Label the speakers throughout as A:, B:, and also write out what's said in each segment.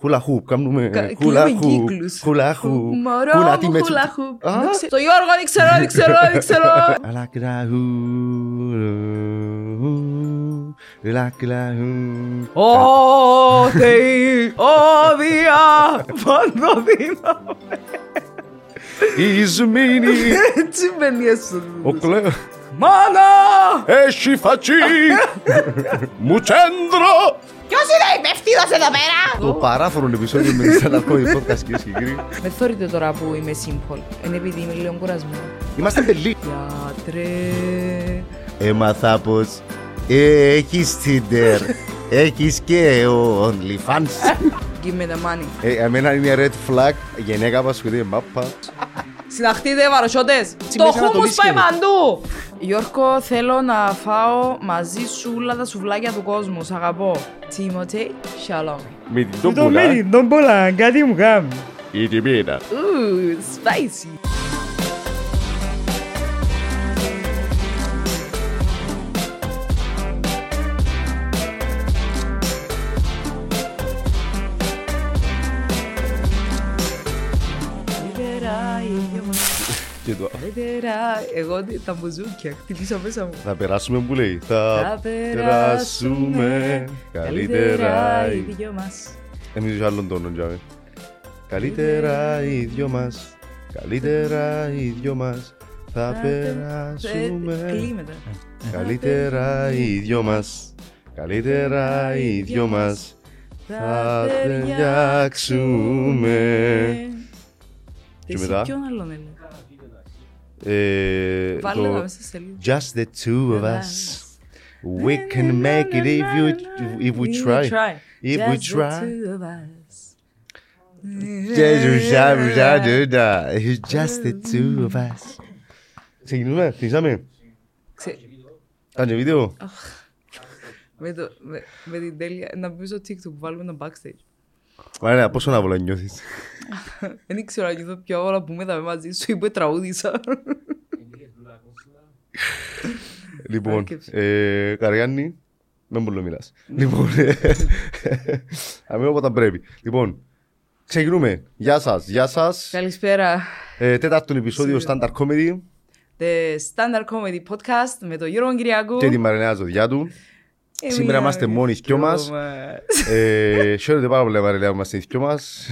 A: Χούλα χουπ, κάνουμε
B: Κα-
A: χούλα
B: κλείνουμε
A: χουπ.
B: κύκλους.
A: Χούλα χουπ.
B: Μωρό
A: Χούλα,
B: μου,
A: τι με έτσι-
B: χούλα χουπ.
A: Α.
B: Δεν ξέρω- Το Γιώργο δεν ξέρω, δεν ξέρω, δεν ξέρω.
A: Αλακραχού, αλακραχού.
B: Ω Θεή, ω Δία, παντοδύναμη.
A: Ισμήνη,
B: Έτσι μπαίνει η
A: ο
B: έσοδος.
A: κλέ...
B: Μάνα!
A: Έχει φατσί, μου τσέντρο.
C: Ποιος είναι ο υπεύθυνος εδώ πέρα!
A: Το παράφορο επεισόδιο με τις αναρχόη podcast κυρίες και κύριοι.
B: Με θόρυτε τώρα που είμαι σύμπολ. Είναι επειδή είμαι λίγο κουρασμένη.
A: Είμαστε πελί.
B: Γιατρέ.
A: Έμαθα πως έχεις Tinder, έχεις και ο OnlyFans.
B: Give me the money.
A: Ε, Εμένα είναι red flag, γενέκα που ασχολείται με μάπα.
B: Συναχτείτε βαροσιώτες. Το
A: μέσα να το
B: χούμους
A: λύσεις
B: πάει
A: και εδώ.
B: παντού. Γιώργο, θέλω να φάω μαζί σου όλα τα σουβλάκια του κόσμου. Σ' αγαπώ. Τίμωτε, σαλόμ.
A: Με την τόμπολα
D: τον πολλά, κάτι μου κάνει.
A: ή την πίνα.
B: Ooh, spicy.
A: Και το-
B: Εγώ τι- τα μπουζούκια χτυπήσα μέσα μου.
A: Θα περάσουμε που λέει. Θα περάσουμε καλύτερα.
B: καλύτερα οι
A: οι-
B: δυο μας.
A: Εμείς ο άλλον τόνο τζάμε. Καλύτερα οι δυο μας. Καλύτερα οι δυο μας. Θα
B: Ε,
A: περάσουμε.
B: κλείμε τα.
A: Καλύτερα οι δυο μας. Καλύτερα οι δυο μας. Θα ταιριάξουμε. Και
B: Εσύ
A: μετά?
B: ποιον άλλον έλεγε.
A: Ε,
B: Βάλε
A: το-
B: τα μέσα σε λίγο.
A: Just the two of us. We can make it if you if we try. If we
B: Just the
A: try.
B: two of us.
A: Just ναι, Just the two of us. Ξεκινούμε, ξεκινήσαμε.
B: Ξε-
A: Κάνε βίντεο.
B: με, το, με, με την τέλεια, να μπει στο TikTok που βάλουμε ένα backstage.
A: Ωραία, πόσο να βολά νιώθεις.
B: Δεν ήξερα αν νιώθω πιο όλα που με είδαμε μαζί σου ή που τραγούδισα.
A: Λοιπόν,
B: Άρκεψε.
A: ε, Καριάννη, με πολύ μιλάς. Λοιπόν, ε, αμέ όποτε πρέπει. Λοιπόν, ξεκινούμε. Γεια σας, γεια σας.
B: Καλησπέρα.
A: Ε, τέταρτο επεισόδιο Standard Comedy
B: The Standard Comedy Podcast με τον Γιώργο Κυριακού.
A: και τη Μαρινέα Ζωδιά του.
B: Ε,
A: σήμερα είμαστε
B: μιλάμε
A: μόνοι δυο μας.
B: δυο μας.
A: Ε, Χαίρετε πάρα πολύ Μαρινέα που είμαστε οι δυο μας.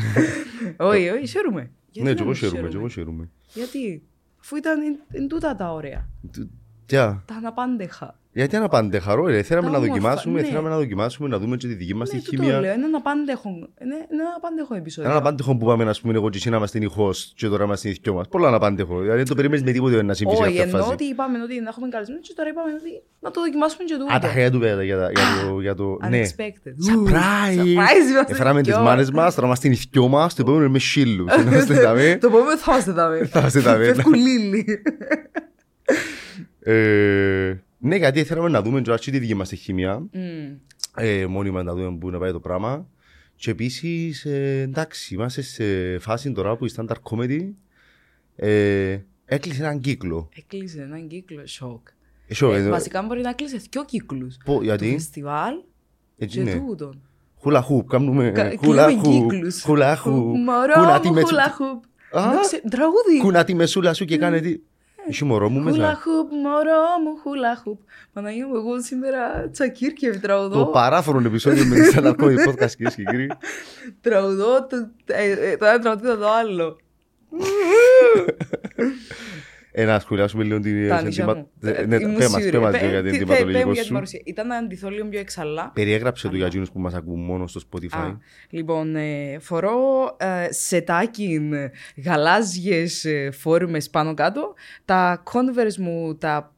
B: Όχι, όχι, χαίρομαι.
A: Ναι,
B: Γιατί να
A: και εγώ
B: μην
A: χαίρομαι, και
B: χαίρομαι.
A: εγώ χαίρομαι.
B: Γιατί, αφού ήταν εν- εν τούτα τα ωραία,
A: Τι- τι-
B: τα αναπάντεχα.
A: Γιατί αναπαντεχαρό, ρε. Θέλαμε
B: Τα
A: να
B: όμορφα,
A: δοκιμάσουμε,
B: ναι.
A: θέλαμε να δοκιμάσουμε, να δούμε και τη δική μας
B: Ναι,
A: τη
B: τούτο λέω, ε.
A: χημεία.
B: είναι ένα απάντεχο, είναι ένα απάντεχο επεισόδιο.
A: Ένα αναπάντεχο που πάμε, να πούμε, εγώ και εσύ να είμαστε οι host και τώρα είμαστε οι δυο μας. Πολλά αναπάντεχο. Δηλαδή δεν το περίμενες με τίποτε να συμβεί σε
B: Όχι,
A: αυτή τη
B: ενώ
A: φάση.
B: ότι είπαμε ότι να έχουμε καλεσμένο και τώρα είπαμε ότι να το δοκιμάσουμε και τούτο.
A: Α, τα χρειά του πέρα για τα- για το- για το... Ναι.
B: Unexpected. Surprise,
A: Surprise!
B: είμαστε
A: Έφεραμε τις
B: δυο.
A: μάνες μας, τώρα είμαστε οι δυο μας, το επόμενο είναι με σύλλους. Να είστε τα με.
B: Ναι, Το επόμενο θα είμαστε δάμε.
A: Θα ναι. είμαστε δάμε.
B: Φεύγουν λίλοι.
A: Ε, Ναι, γιατί θέλαμε να δούμε και τη δική μας τη χημεία.
B: Μμμ.
A: ε, μόνιμα να δούμε πού να πάει το πράγμα. Και επίσης, ε, εντάξει, είμαστε σε φάση τώρα που η standard comedy ε, έκλεισε έναν κύκλο.
B: Έκλεισε έναν κύκλο σοκ.
A: Εσύ,
B: Ε,
A: ε,
B: Βασικά μπορεί να κλείσει δύο κύκλους.
A: πω,
B: Το
A: γιατί,
B: φεστιβάλ
A: έτσι
B: και
A: είναι.
B: τούτον.
A: Χούλα χουπ, κάνουμε
B: Κα-
A: Ναι. ε, χούλα
B: κλείνουμε
A: χουπ.
B: κύκλους.
A: Χούλα χουπ.
B: Μωρό μου,
A: μεσου-
B: χούλα χουπ.
A: Α,
B: Να ξε- Ε, Τραγούδι.
A: Κούνα τη μεσούλα σου και κάνε τι. Εσύ μωρό μου
B: Χούλα
A: μέσα.
B: χουπ, μωρό μου, χούλα χουπ. Παναγία μου, εγώ σήμερα τσακίρκευ τραγουδώ.
A: Το παράφορο επεισόδιο με τη standard comedy podcast κυρίες και κύριοι.
B: Τραγουδώ το ε, ε, το ένα τραγουδί το άλλο.
A: Ε, να σχολιάσουμε λίγο την
B: Τα νησιά
A: ενδυμα-
B: μου.
A: ε, ναι,
B: Ήμουν
A: Πέ μας,
B: σίγουρη.
A: πέ μας
B: Πέ-
A: λίγο για την
B: τι- πέ- πέ μου
A: ενδυματολογικό
B: για την
A: σου.
B: παρουσία. Ήταν αντιθώ λίγο πιο εξαλά.
A: Περιέγραψε το για εκείνους που μας ακούν μόνος στο Spotify.
B: Α, λοιπόν, ε, φορώ ε, σετάκι ε, γαλάζιες ε, φόρμες πάνω κάτω, τα Converse μου τα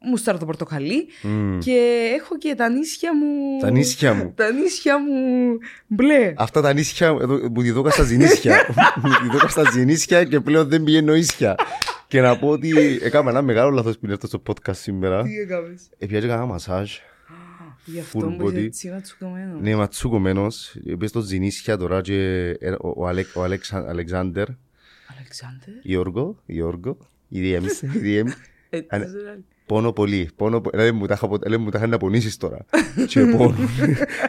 B: μουστάρω το πορτοκαλί
A: Μμμ.
B: και έχω και τα νύσια μου...
A: Τα νύσια μου.
B: τα νύσια μου μπλε.
A: Αυτά τα νύσια εδώ, που τη δώκα στα ζυνίσια. Μου τη δώκα στα ζυνίσια και πλέον δεν πηγαίνω ίσια. και να πω ότι έκανα ένα μεγάλο λάθος που είναι αυτό στο podcast σήμερα.
B: Τι έκαμες.
A: Επιάζει κανένα μασάζ.
B: Γι'
A: full
B: αυτό μου είσαι
A: body.
B: έτσι να τσουκωμένος.
A: Ναι, ματσούκομενος. Επίσης στο ζυνίσια τώρα και ε, ο, ο, Αλεκ, ο Αλεξαν- Αλεξάνδερ,
B: Αλεξάνδερ.
A: Γιώργο, Γιώργο, η διέμιση, η διέμιση.
B: Ε, τι
A: Ανε-
B: ζωγράφι.
A: Πόνο πολύ. Πόνο, πο- λέει, μου τα είχα ποτέ- λέει, μου τα είχα να πονήσεις τώρα. και πόνο.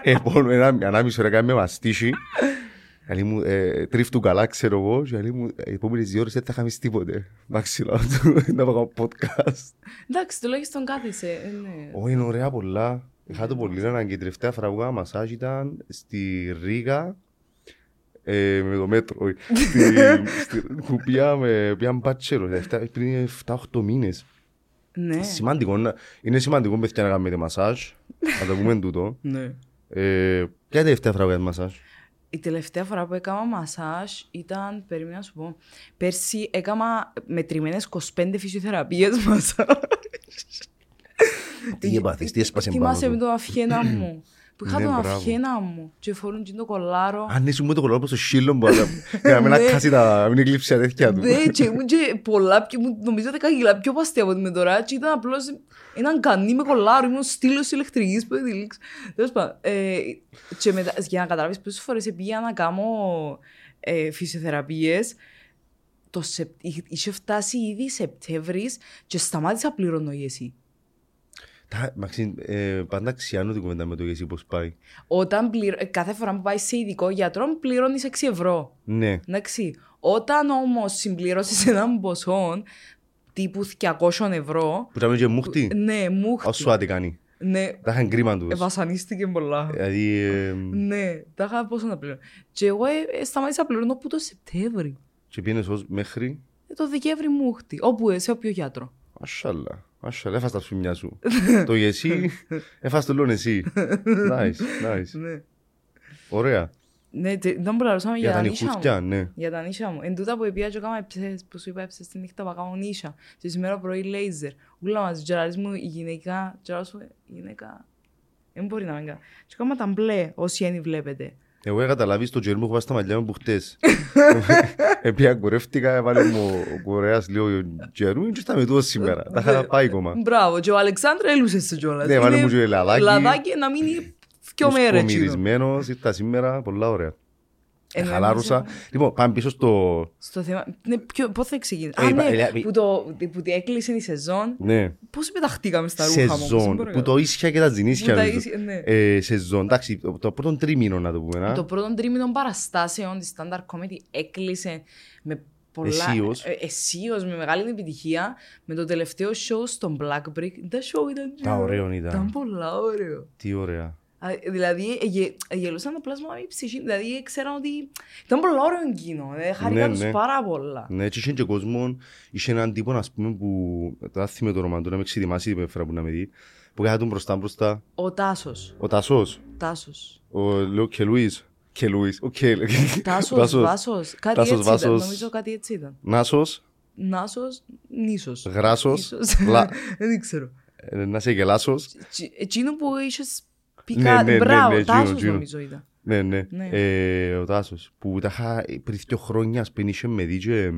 A: ε, πόνο, ένα, ανάμιση ώρα κάνει με μαστίχη. Αλλή μου, ε, τρίφτου καλά, ξέρω εγώ, και αλλή μου, ε, οι επόμενες δύο ώρες δεν θα είχαμε τίποτε. Μάξιλα του, να πάω podcast.
E: Εντάξει, τουλάχιστον κάθεσαι. ε, ναι.
A: Όχι, είναι ωραία πολλά. Είχα το πολύ να και η τελευταία φορά που έκανα μασάζ ήταν στη Ρήγα ε, με το μέτρο. όχι. στη, στη, που πήγαμε, πήγαμε μπάτσερο τελευταία- πριν 7-8 μήνες.
B: Ναι.
A: Σημαντικό, να- είναι σημαντικό παιδιά να κάνετε μασάζ. Να το πούμε τούτο.
B: ναι.
A: Ε, ποια είναι η τελευταία φορά που κάνετε μασάζ.
B: Η τελευταία φορά που έκανα μασάζ ήταν, περίμενα να σου πω, πέρσι έκανα μετρημένες 25 φυσιοθεραπείες μασάζ.
A: Τι έπαθες, τι έσπασε
B: Θυμάσαι
A: πάνω
B: με
A: του.
B: τον αυχένα μου. Που είχα
A: Ναι,
B: τον
A: μπράβο.
B: αυχένα μου και φορούν και το κολάρο.
A: Αν ήσουν με το κολόρο προς το σύλλο μου, να μην
B: Ναι.
A: ακάσει τα, να μην εκλείψει τα τέτοια του.
B: Ναι, και ήμουν και πολλά, πιο- ήμουν νομίζω 10 κιλά πιο παστή από ότι με τώρα και ήταν απλώς έναν κανί με κολάρο, ήμουν στήλος ηλεκτρικής που έδιλεξε. Τέλος πάντων, ε, και μετά, για να καταλάβεις πόσες φορές πήγα να κάνω ε, φυσιοθεραπείες, το Σεπ... είχε- είχε φτάσει ήδη Σεπτέμβρης και σταμάτησα πληρώνω εσύ.
A: Τα- Μαξίν, ε, πάντα ξιάνω την κουβέντα με το εσύ πώς πάει.
B: Όταν πληρω... ε, κάθε φορά που πάει σε ειδικό γιατρό πληρώνεις 6 ευρώ.
A: Ναι.
B: Εντάξει. Όταν όμως συμπληρώσεις έναν ποσό τύπου 200 ευρώ.
A: Που ήταν και μούχτη.
B: Ναι, μου
A: Ας σου
B: χτυπάει.
A: άτε κάνει.
B: Ναι,
A: Τα είχαν κρίμα τους.
B: ε, βασανίστηκε πολλά.
A: Δηλαδή, ε,
B: Ναι, τα είχα πόσο να πληρώνω. Και εγώ ε, ε, σταμάτησα να πληρώνω που το Σεπτέμβρη.
A: και πήγαινες ως μέχρι.
B: Ε, Το Δεκέμβρη μου χτυπάει. Όπου ε, σε όποιο γιατρό.
A: Μασάλα. Μασάλα, έφας τα ψουμιά σου. Το εσύ, έφας το λόν εσύ. Nice, nice.
B: Ναι.
A: Ωραία.
B: Ναι, τε- δεν μπορούσαμε
A: Για
B: για
A: τα
B: τα νύχια μου.
A: νυχούθκια, ναι.
B: Για τα νύχια μου. Εν τούτα που είπα και έκανα ψες, που σου είπα ψες τη νύχτα, παγάω νύχια. Και σήμερα πρωί λέιζερ. Ούλα μας, τζεράρις μου, η γυναίκα, τζεράρις μου, η γυναίκα. Δεν μπορεί να με κάνει. Και έκανα τα μπλε, όσοι ένι βλέπετε.
A: Εγώ είχα καταλάβει στο τζέρι μου, έχω πάει στα μαλλιά μου που χτες. Επία κορεύτηκα, έβαλε μου ο κορέας λίγο τζερού και στα με τούτο σήμερα. Τα είχα πάει κόμμα.
B: Μπράβο, και ο Αλεξάνδρα έλουσε σε κιόλας.
A: Ναι, βάλε
B: Είναι
A: μου και λαδάκι.
B: Λαδάκι να μείνει πιο μέρε. τσίνο.
A: Σκομυρισμένος, ήρθα σήμερα, πολλά ωραία. Ε,
B: Ενώ
A: χαλάρωσα.
B: εμείς-
A: Λοιπόν, πάμε πίσω στο...
B: Στο θέμα. Ναι, ποιο, πότε θα ξεκινήσει.
A: Ε,
B: Α,
A: είπα,
B: ναι,
A: ε,
B: που, το, που τη έκλεισε η σεζόν.
A: Ναι.
B: Πώς πεταχτήκαμε στα ρούχα μου. πώς δεν
A: Σεζόν.
B: μπορώ να
A: Που το ίσια και τα τζινίσια.
B: Που τα
A: νομίζω.
B: ίσια, ναι.
A: Ε, Σεζόν. Εντάξει, το το πρώτο τρίμηνο να το πούμε. να.
B: Το πρώτο τρίμηνο παραστάσεων τη Standard Comedy έκλεισε με πολλά.
A: Αισίως.
B: ε, αισίως, με μεγάλη επιτυχία. Με το τελευταίο show στο Black Brick. Τα show ήταν.
A: Τα ωραίων
B: Ήταν
A: ήταν.
B: πολλά ωραίο.
A: Τι ωραία.
B: Α, Δηλαδή, εγε- γελούσαν τα πλάσματα με η ψυχή. Δηλαδή, ξέραν ότι ήταν πολλά ωραίο εκείνο. ε, Χαρήκα
A: Ναι,
B: τους
A: ναι.
B: πάρα πολλά.
A: Ναι, έτσι είχε και κόσμο, είχε έναν τύπο, ας πούμε, που τώρα θυμάμαι το όνομα του, να με ξετοιμάσει την φορά που να με δει, που κάθε τον μπροστά μπροστά,
B: Ο Τάσος.
A: ο Τασός,
B: Τάσος.
A: ο Λέω και Λουίς, και Λουίς, ο Κέλ,
B: Τάσος, Βάσος. Κάτι
A: Τάσος,
B: έτσι ήταν.
A: Βάσος.
B: Νομίζω κάτι έτσι ήταν.
A: Νάσος,
B: Νάσος, Νίσος.
A: Γράσος,
B: Ίσως.
A: Λα-
B: Δεν ξέρω.
A: ε, να σε γελάσος,
B: Τσι- Εκείνο που είχες πει
A: Ναι, ναι,
B: κάτι.
A: ναι, ναι,
B: Μπράβο,
A: εκείνο,
B: Τάσος
A: εκείνο.
B: νομίζω ήταν.
A: Ναι, ναι.
B: Ναι.
A: Ε, ο Τάσος, που τα είχα πριν δύο χρόνια, ας πούμε, είχε με δει και ε,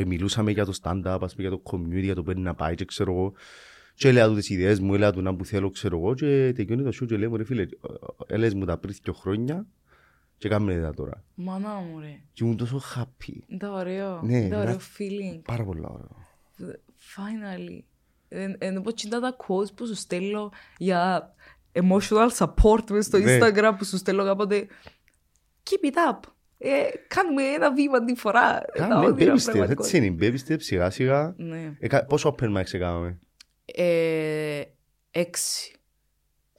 A: ε, μιλούσαμε για το stand-up, ας πούμε, για το community, για το πέντε να πάει και ξέρω εγώ. Και έλεγα του τις ιδέες μου, έλεγα του να που θέλω, ξέρω εγώ. Και τελειώνει το show και λέει μου, ρε φίλε, έλες μου τα πριν δύο χρόνια και κάμε τα τώρα.
B: Μανά μου ρε.
A: Και ήμουν τόσο happy.
B: Ήταν ωραίο.
A: Ναι,
B: Ήταν ωραίο
A: γράφει.
B: feeling.
A: Πάρα πολύ ωραίο.
B: Finally. Εν- Ενώ πω τσινά τα quotes που σου στέλνω για emotional support μες στο
A: Ναι.
B: Instagram που σου στέλνω κάποτε. Keep it up. Ε, κάνουμε ένα βήμα την φορά. Ε, Τα
A: Κάμε,
B: όνειρα
A: baby steps, έτσι
B: πραγματικότητα.
A: είναι, baby steps, σιγά σιγά.
B: Ναι.
A: Ε, κα- Πόσο open mics έκαναμε.
B: Ε, έξι.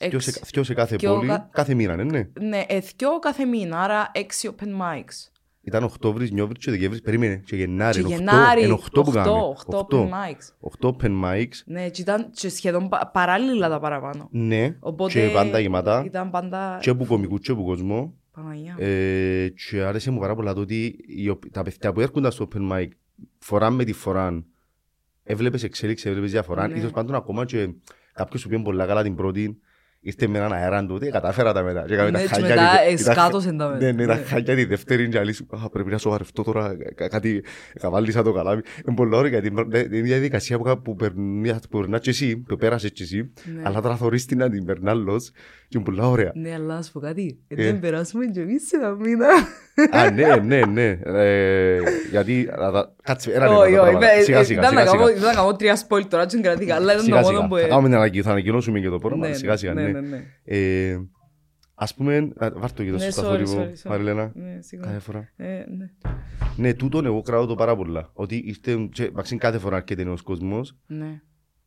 A: Δυο σε- Δυο σε κάθε
B: Δυο
A: πόλη,
B: κα-
A: κάθε μήνα, ναι, ναι.
B: Ναι, ε, δυο κάθε μήνα, άρα έξι open mics.
A: Ήταν Οκτώβρη, Νιόβρη και Δεκέμβρη. Περίμενε. Και Γενάρη. είναι
B: Και
A: οκτώ,
B: Γενάρη,
A: είναι οκτώ που
B: οκτώ,
A: κάναμε.
B: οκτώ open mics.
A: Οκτώ open mics.
B: Ναι, και ήταν και σχεδόν πα- παράλληλα τα παραπάνω.
A: Ναι.
B: Οπότε
A: και πάντα γεμάτα.
B: Ήταν πάντα...
A: Και που κομικού και που κόσμο.
B: Παναγία. μου.
A: Ε, και άρεσε μου πάρα πολλά το ότι οι οπ- τα παιδιά που έρχονταν στο open mic φορά με τη φορά έβλεπες εξέλιξη, έβλεπες διαφορά.
B: Ναι.
A: Ίσως πάντων ακόμα και κάποιος που πήγε πολλά καλά την πρώτη ήρθε με έναν αέρα τότε, κατάφερα τα μετά. Και έκαμε
B: Ναι,
A: τα
B: και
A: χάλια
B: μετά
A: τη- ήταν-
B: εσκάτωσε τα μετά.
A: Ναι, ναι, τα
B: Ναι.
A: χάλια τη δεύτερη και αλήθεια. «Α, Πρέπει να σοβαρευτώ τώρα, κα- κάτι καβάλισα το καλάμι. Είναι πολύ ωραίο γιατί είναι μια διαδικασία που κα- που περνά- που περνάς και εσύ, που πέρασες και εσύ,
B: Ναι.
A: αλλά τώρα θωρείς την να την περνά άλλος και είναι πολύ ωραία.
B: Ναι, αλλά να σου πω κάτι. Ε,
A: Ε.
B: Δεν περάσουμε και εμείς σε ένα μήνα.
A: Α, ναι, ναι, ναι. Ε, γιατί. α, τα- Κάτσε, ένα λεπτό.
B: Όχι,
A: τα
B: όχι.
A: πράγματα.
B: ε,
A: Σιγά,
B: ε,
A: σιγά.
B: ήταν να
A: σιγά,
B: κάνω-
A: σιγά.
B: Ήταν να κάνω τρία spoil τώρα, τσιν κρατήκα. Αλλά ήταν το
A: Σιγά,
B: μόνο
A: σιγά.
B: που...
A: Θα
B: ε,
A: κάνουμε την ανακοιν- θα ανακοινώσουμε και το πρόγραμμα.
B: ναι,
A: Σιγά, σιγά.
B: ναι,
A: ναι.
B: ναι, ναι.
A: Ε, Ας πούμε, α, βάρ' το και το
E: Ναι,
A: σωστά
E: sorry,
A: θόρυβο,
E: sorry, sorry.
A: Μαριλένα.
E: Ναι, σίγουρα.
A: Κάθε φορά.
E: Ε, ναι.
A: Ναι, τούτον εγώ κρατώ το πάρα πολλά. Ότι ήρθε, και, εντάξει, κάθε φορά αρκετά νέος κόσμος,
B: Ναι.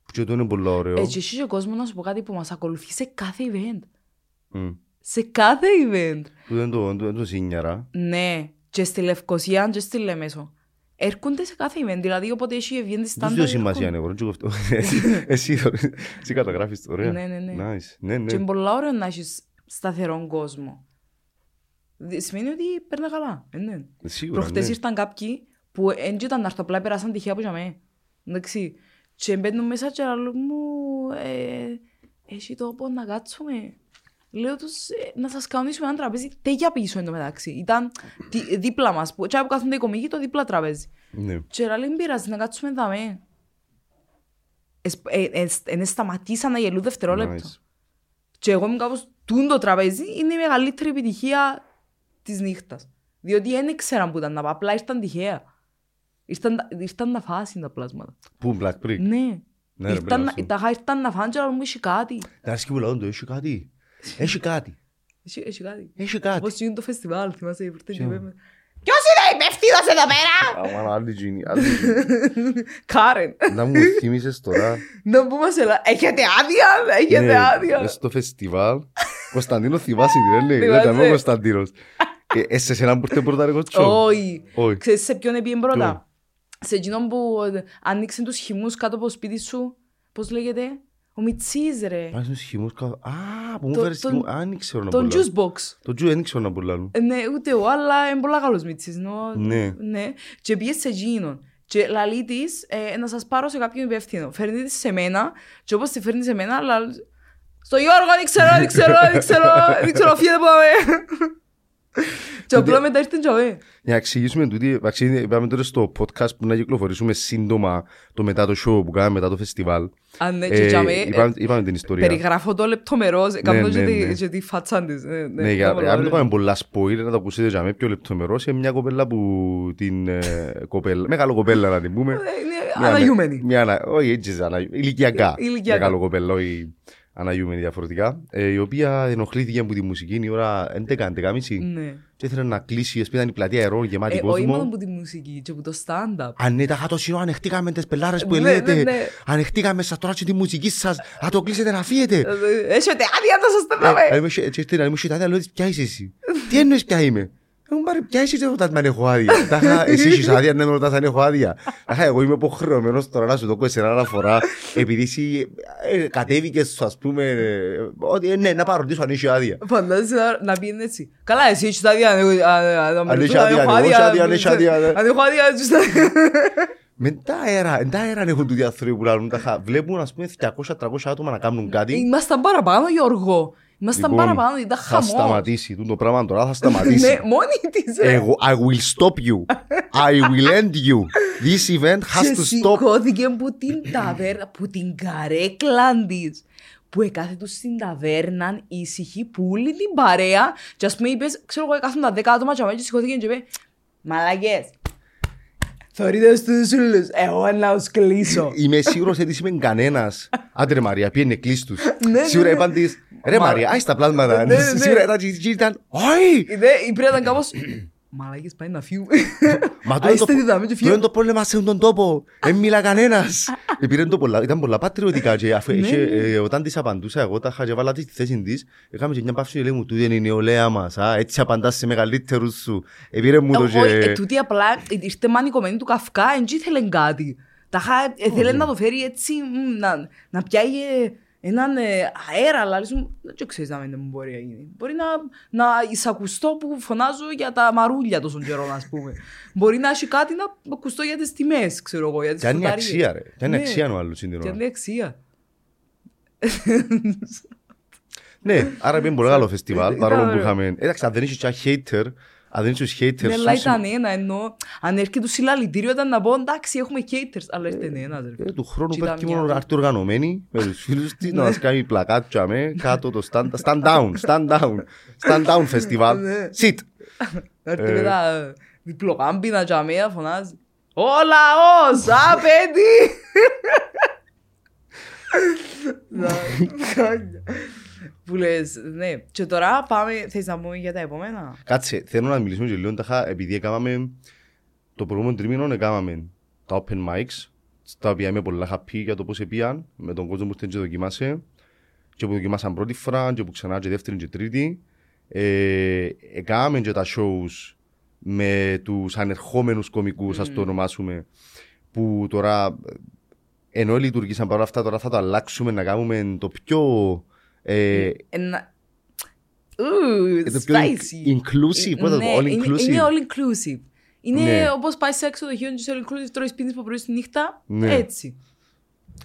A: που και το είναι πολύ ωραίο.
B: Έτσι, εσύ ο κόσμος να σου πω κάτι που μας ακολουθεί σε κάθε event.
A: Μμ.
B: Σε κάθε event.
A: Τούτο είναι το- τούτο είναι το σύνιαρα.
B: Ναι, και στη Λευκοσία, και στη Λεμέσο. Έρχονται σε κάθε event. Δηλαδή, όποτε έχει ευγένει
A: Δεν
B: στάντα.
A: σου δίνω σημασία, ναι, μπορώ να τσουκωφτώ. Εσύ το- εσύ καταγράφεις το, ωραία.
B: Ναι, ναι, ναι.
A: Nice. Ναι,
B: Και
A: ναι.
B: είναι πολλά ωραίο να έχεις σταθερόν κόσμο. Δη- Σημαίνει ότι παίρνει καλά. Ε, ναι.
A: Σίγουρα,
B: Προχτές
A: ναι.
B: ήρθαν κάποιοι που δεν ήταν να έρθω, απλά πέρασαν τυχαία από για μέ. Εντάξει. Και μπαίνουν μέσα και λαλούν μου, ε, έχει τόπο να κάτσουμε. Λέω τους, «Ε, να σας κανονίσουμε ένα τραπέζι, τέγια πίσω εν τω μεταξύ. Ήταν δι- δίπλα μας, που, και όπου κάθονται οι κομικοί, το δίπλα τραπέζι.
A: Ναι.
B: Και λαλεί, μην πειράζει, να κάτσουμε δαμέ. ε, Εν σταματήσαν να γελούν δευτερόλεπτο.
A: Nice.
B: Και εγώ είμαι κάπως τούν το τραπέζι είναι η μεγαλύτερη επιτυχία της νύχτας. Διότι δεν ήξεραν που ήταν να πάω, απλά ήρθαν τυχαία. Ήρθαν, τα- ήρθαν να φάσουν τα πλάσματα.
A: Πού, Black Prick.
B: Ναι.
A: Ναι, ρε,
B: ήρθαν,
A: πρέπει να
B: να- τα χα- ήρθαν να φάνε και να μου έχει κάτι.
A: Να άρχισε και πουλάω το, έχει κάτι. Έχει κάτι.
B: Έχει, έχει κάτι.
A: Έχει κάτι.
B: Όπως είναι το φεστιβάλ, θυμάσαι, ήρθαν και
A: Ποιο?
B: είπαμε,
C: Ποιος είναι υπεύθυνος εδώ πέρα?
A: Αμάνα, άλλη γίνει, άλλη γίνει.
B: Κάρεν,
A: Να μου θύμισες τώρα.
B: να πούμε σε λα... Έχετε άδεια, έχετε
A: Ναι,
B: άδεια.
A: μες Στο φεστιβάλ. Κωνσταντίνο θυμάσαι, ρε, λέει.
B: Θυμάσαι.
A: Λέτε, είμαι ο Κωνσταντίνος. Ε, ε, σε σένα που ήρθε πρώτα, ρε, κοτσό.
B: Όχι.
A: Όχι.
B: Ξέρεις σε ποιον έπιεν
A: Ποιον?
B: πρώτα. Σε εκείνον που ε, άνοιξε τους χυμούς κάτω από το σπίτι σου. Πώς λέγεται. Ο Μιτσής ρε.
A: Πάει στους χυμούς κάτω. Α, που μου
B: Το-
A: φέρεις
B: τον-
A: χυμό. Α, δεν ξέρω να
B: Τον
A: πουλάω.
B: juice box.
A: Το τζου δεν ξέρω να πουλάω.
B: Ε, Ναι, ούτε εγώ, αλλά είναι πολύ καλός Μιτσής. νο-
A: Ναι.
B: ναι. Και πήγες σε εκείνον. Και λαλεί της, ε, να σας πάρω σε κάποιον υπεύθυνο. Φέρνεις τη σε μένα και όπως τη φέρνεις σε μένα, λαλεί στο Γιώργο, δεν ξέρω, δεν ξέρω, δεν ξέρω, δεν ξέρω, φύγετε που είμαι. Και απλά μετά ήρθε και αμέ.
A: Για να εξηγήσουμε τούτη, εντάξει, είναι- είπαμε τώρα στο podcast που να κυκλοφορήσουμε σύντομα το μετά το show που κάναμε μετά το φεστιβάλ.
B: Αν ναι,
A: Ε,
B: και αμέ,
A: είπαμε- Είπαμε την ιστορία.
B: περιγράφω το λεπτομερώς, κάνω
A: ναι,
B: και
A: ναι.
B: τη- και τη φάτσα της. Ναι, ναι,
A: Ναι, για
B: ήταν πολύ
A: να μην το πάμε
B: ωραίο.
A: πολλά spoiler, να το ακούσετε για μένα πιο λεπτομερώς. Είναι μια κοπέλα που την ε, κοπέλα, μεγάλο κοπέλα να την πούμε.
B: Ε, είναι
A: Μια-
B: Αναγιούμενη.
A: μια ανα- όχι έτσι, ανα- ηλικιακά.
B: Ε, ηλικιακά.
A: Μεγάλο κοπέλα, όχι αναγιούμενη διαφορετικά. ε, η οποία ενοχλήθηκε από τη μουσική η ώρα 11-11.30
B: Ναι.
A: και ήθελε να κλείσει, επειδή ήταν η πλατεία ερών γεμάτη
B: Ε, Όχι μόνο
A: κόσμο.
B: από τη μουσική, και από το stand-up.
A: Αν ναι, τα χάτω σιώ, ανεχτήκαμε τις πελάρες που
B: Ναι, ναι, ναι.
A: λέτε. Ανεχτήκαμε σας τώρα και τη μουσική σας. Να το κλείσετε να
B: Ε,
A: φύγετε.
B: Έχετε άδεια να σας
A: Ε,
B: τετάμε.
A: είμαι σε- έτσι ήρθε να μου είσαι άδεια, λέω της, ποια είσαι εσύ. Τι εννοείς ποια είμαι. Έχουν πάρει ποια είσαι ρωτάς με αν έχω άδεια. Τα είχα, εσύ είσαι άδεια, ναι με ρωτάς αν έχω άδεια. Τα είχα, εγώ είμαι υποχρεωμένος τώρα να σου το κόψω ένα φορά. Επειδή εσύ ε, ε, κατέβηκες, ας πούμε, ε, ότι ε, ναι, να πάρω ρωτήσω αν είσαι άδεια.
B: Φαντάζεσαι να- να πίνει έτσι. Καλά, εσύ έχεις άδεια. ε, αν έχω- αν- αν- αν-
A: Αν έχεις
B: αν
A: άδεια,
B: έχω
A: αν εγώ
B: άδεια,
A: έχω άδεια, αν έχεις άδεια, ναι.
B: Αν έχω άδεια, ναι. έχεις άδεια.
A: Με τα αέρα, εν τα αέρα έχουν του διαθροί που λάλλουν τα χα. Βλέπουν, ας πούμε, 200-300 άτομα να κάνουν κάτι.
B: Ήμασταν παραπάνω, Γιώργο. Ήμασταν
A: Λοιπόν,
B: παραπάνω, ήταν
A: Θα
B: χαμό.
A: σταματήσει, τούτο πράγμα τώρα θα
B: Ναι,
A: σταματήσει.
B: μόνη της. ρε.
A: Εγώ, I will stop you. I will end you. This event has
B: Και
A: to stop.
B: σηκώθηκε που την ταβέρνα, που την καρέκλα της. Που εκάθε τους στην ταβέρνα, ήσυχη, που όλη την παρέα. Και ας πούμε είπες, ξέρω εγώ, εκάθουν τα 10 άτομα και αμέσως σηκώθηκε και είπε «Μαλακές, θωρείτε στους ούλους, εγώ να τους κλείσω».
A: Είμαι σίγουρος ότι είμαι κανένας. Άντε ρε Μαρία, πήγαινε κλείς τους.
B: Ναι, ναι,
A: Σίγουρα
B: ναι.
A: είπαν της, ρε
B: Μα-
A: Μαρία, άις τα πλάσματα.
B: Ναι, ναι, ναι.
A: Σίγουρα ήταν και ήταν, όχι.
B: Είδε, η πρέα ήταν κάπως «Μαλακές, πάει να φύγουμε».
A: Μα
B: Α,
A: τούτο
B: είστε
A: είναι το-
B: διδαμένοι και
A: τούτο είναι το πρόβλημα σε τον τόπο. Δεν μιλά κανένας. Επήρε το πολλά- Ήταν πολλά πατριωτικά και αφού είχε-
B: Ναι.
A: ε, όταν της απαντούσα εγώ τα είχα και βάλα της στη θέση της, έκαμε και μια παύση και λέει μου, τούτη είναι η νεολαία μας, α, έτσι απαντάς σε μεγαλύτερους σου. Επήρε μου το
B: Όχι, ε,
A: και...
B: τούτη απλά ε, ήρθε μανικωμένη του καυκά, εν τζ ήθελε κάτι. Τα χα, ε, θέλει να το φέρει έτσι, μ, να, να πιάει ε, έναν ε, αέρα, αλλά λες μου, δεν το ξέρεις να μην μου μπορεί να γίνει. Μπορεί να, να εισακουστώ που φωνάζω για τα μαρούλια τόσο καιρό, ας πούμε. μπορεί να έχει κάτι να ακουστώ για τις τιμές, ξέρω εγώ, για τις
A: Κι αν είναι
B: φρουταρίες.
A: αξία, ρε. Κι αν είναι
B: Ναι.
A: αξία ο άλλος είναι η
B: Κι αν
A: ώρα.
B: είναι αξία.
A: Ναι, άρα πήγαινε πολύ καλό φεστιβάλ,
B: Ήταν
A: παρόλο που
B: Ε, ωραίο.
A: είχαμε. Ε, Εντάξει, αν δεν είσαι πια hater, αν δεν είσαι τους hater,
B: Ναι, αλλά
A: σου
B: ήταν ένα, ενώ αν έρχεται το συλλαλητήριο ήταν να πω εντάξει έχουμε haters, αλλά ήρθε ένας ρε.
A: Ε, του χρόνου
B: Και ήταν
A: πέφτει
B: μια- Ναι.
A: μόνο αρτή οργανωμένη με τους φίλους της να μας κάνει πλακάτσια με κάτω το stand, stand down, stand down, stand down festival,
B: Ναι.
A: sit.
B: Να έρθει
A: Ε.
B: μετά ε, διπλοκάμπινα και αμέα φωνάζει «Ο λαός απαιτεί!» Να, χάλια. Που λες, ναι. Και τώρα πάμε. Θες να πούμε για τα επόμενα.
A: Κάτσε, θέλω να μιλήσουμε και λίγο τάχα, επειδή έκαναμε το προηγούμενο τρίμηνο, έκαναμε τα open mics, στα οποία είμαι πολλά happy για το πώς επίαν, με τον κόσμο που ήταν και δοκιμάσε, και που δοκιμάσαν πρώτη φορά, και που ξανά και δεύτερη και τρίτη. Ε, έκαναμε και τα shows με τους ανερχόμενους κομικούς, ας το
B: Mm.
A: ονομάσουμε, που τώρα ε, ενώ λειτουργήσαν παρόλα αυτά, τώρα θα το αλλάξουμε να κάνουμε το πιο... Ε,
B: Ένα. Ου,
A: ε, το πιο
B: spicy.
A: in- inclusive, πώς θα το πω,
B: Ναι,
A: all
B: είναι-
A: inclusive.
B: Είναι all inclusive. Είναι
A: Ναι.
B: όπως πάει σε έξω το χείο και σε all inclusive, τρώεις πίνεις από πρωί στη νύχτα.
A: Ναι.
B: Έτσι.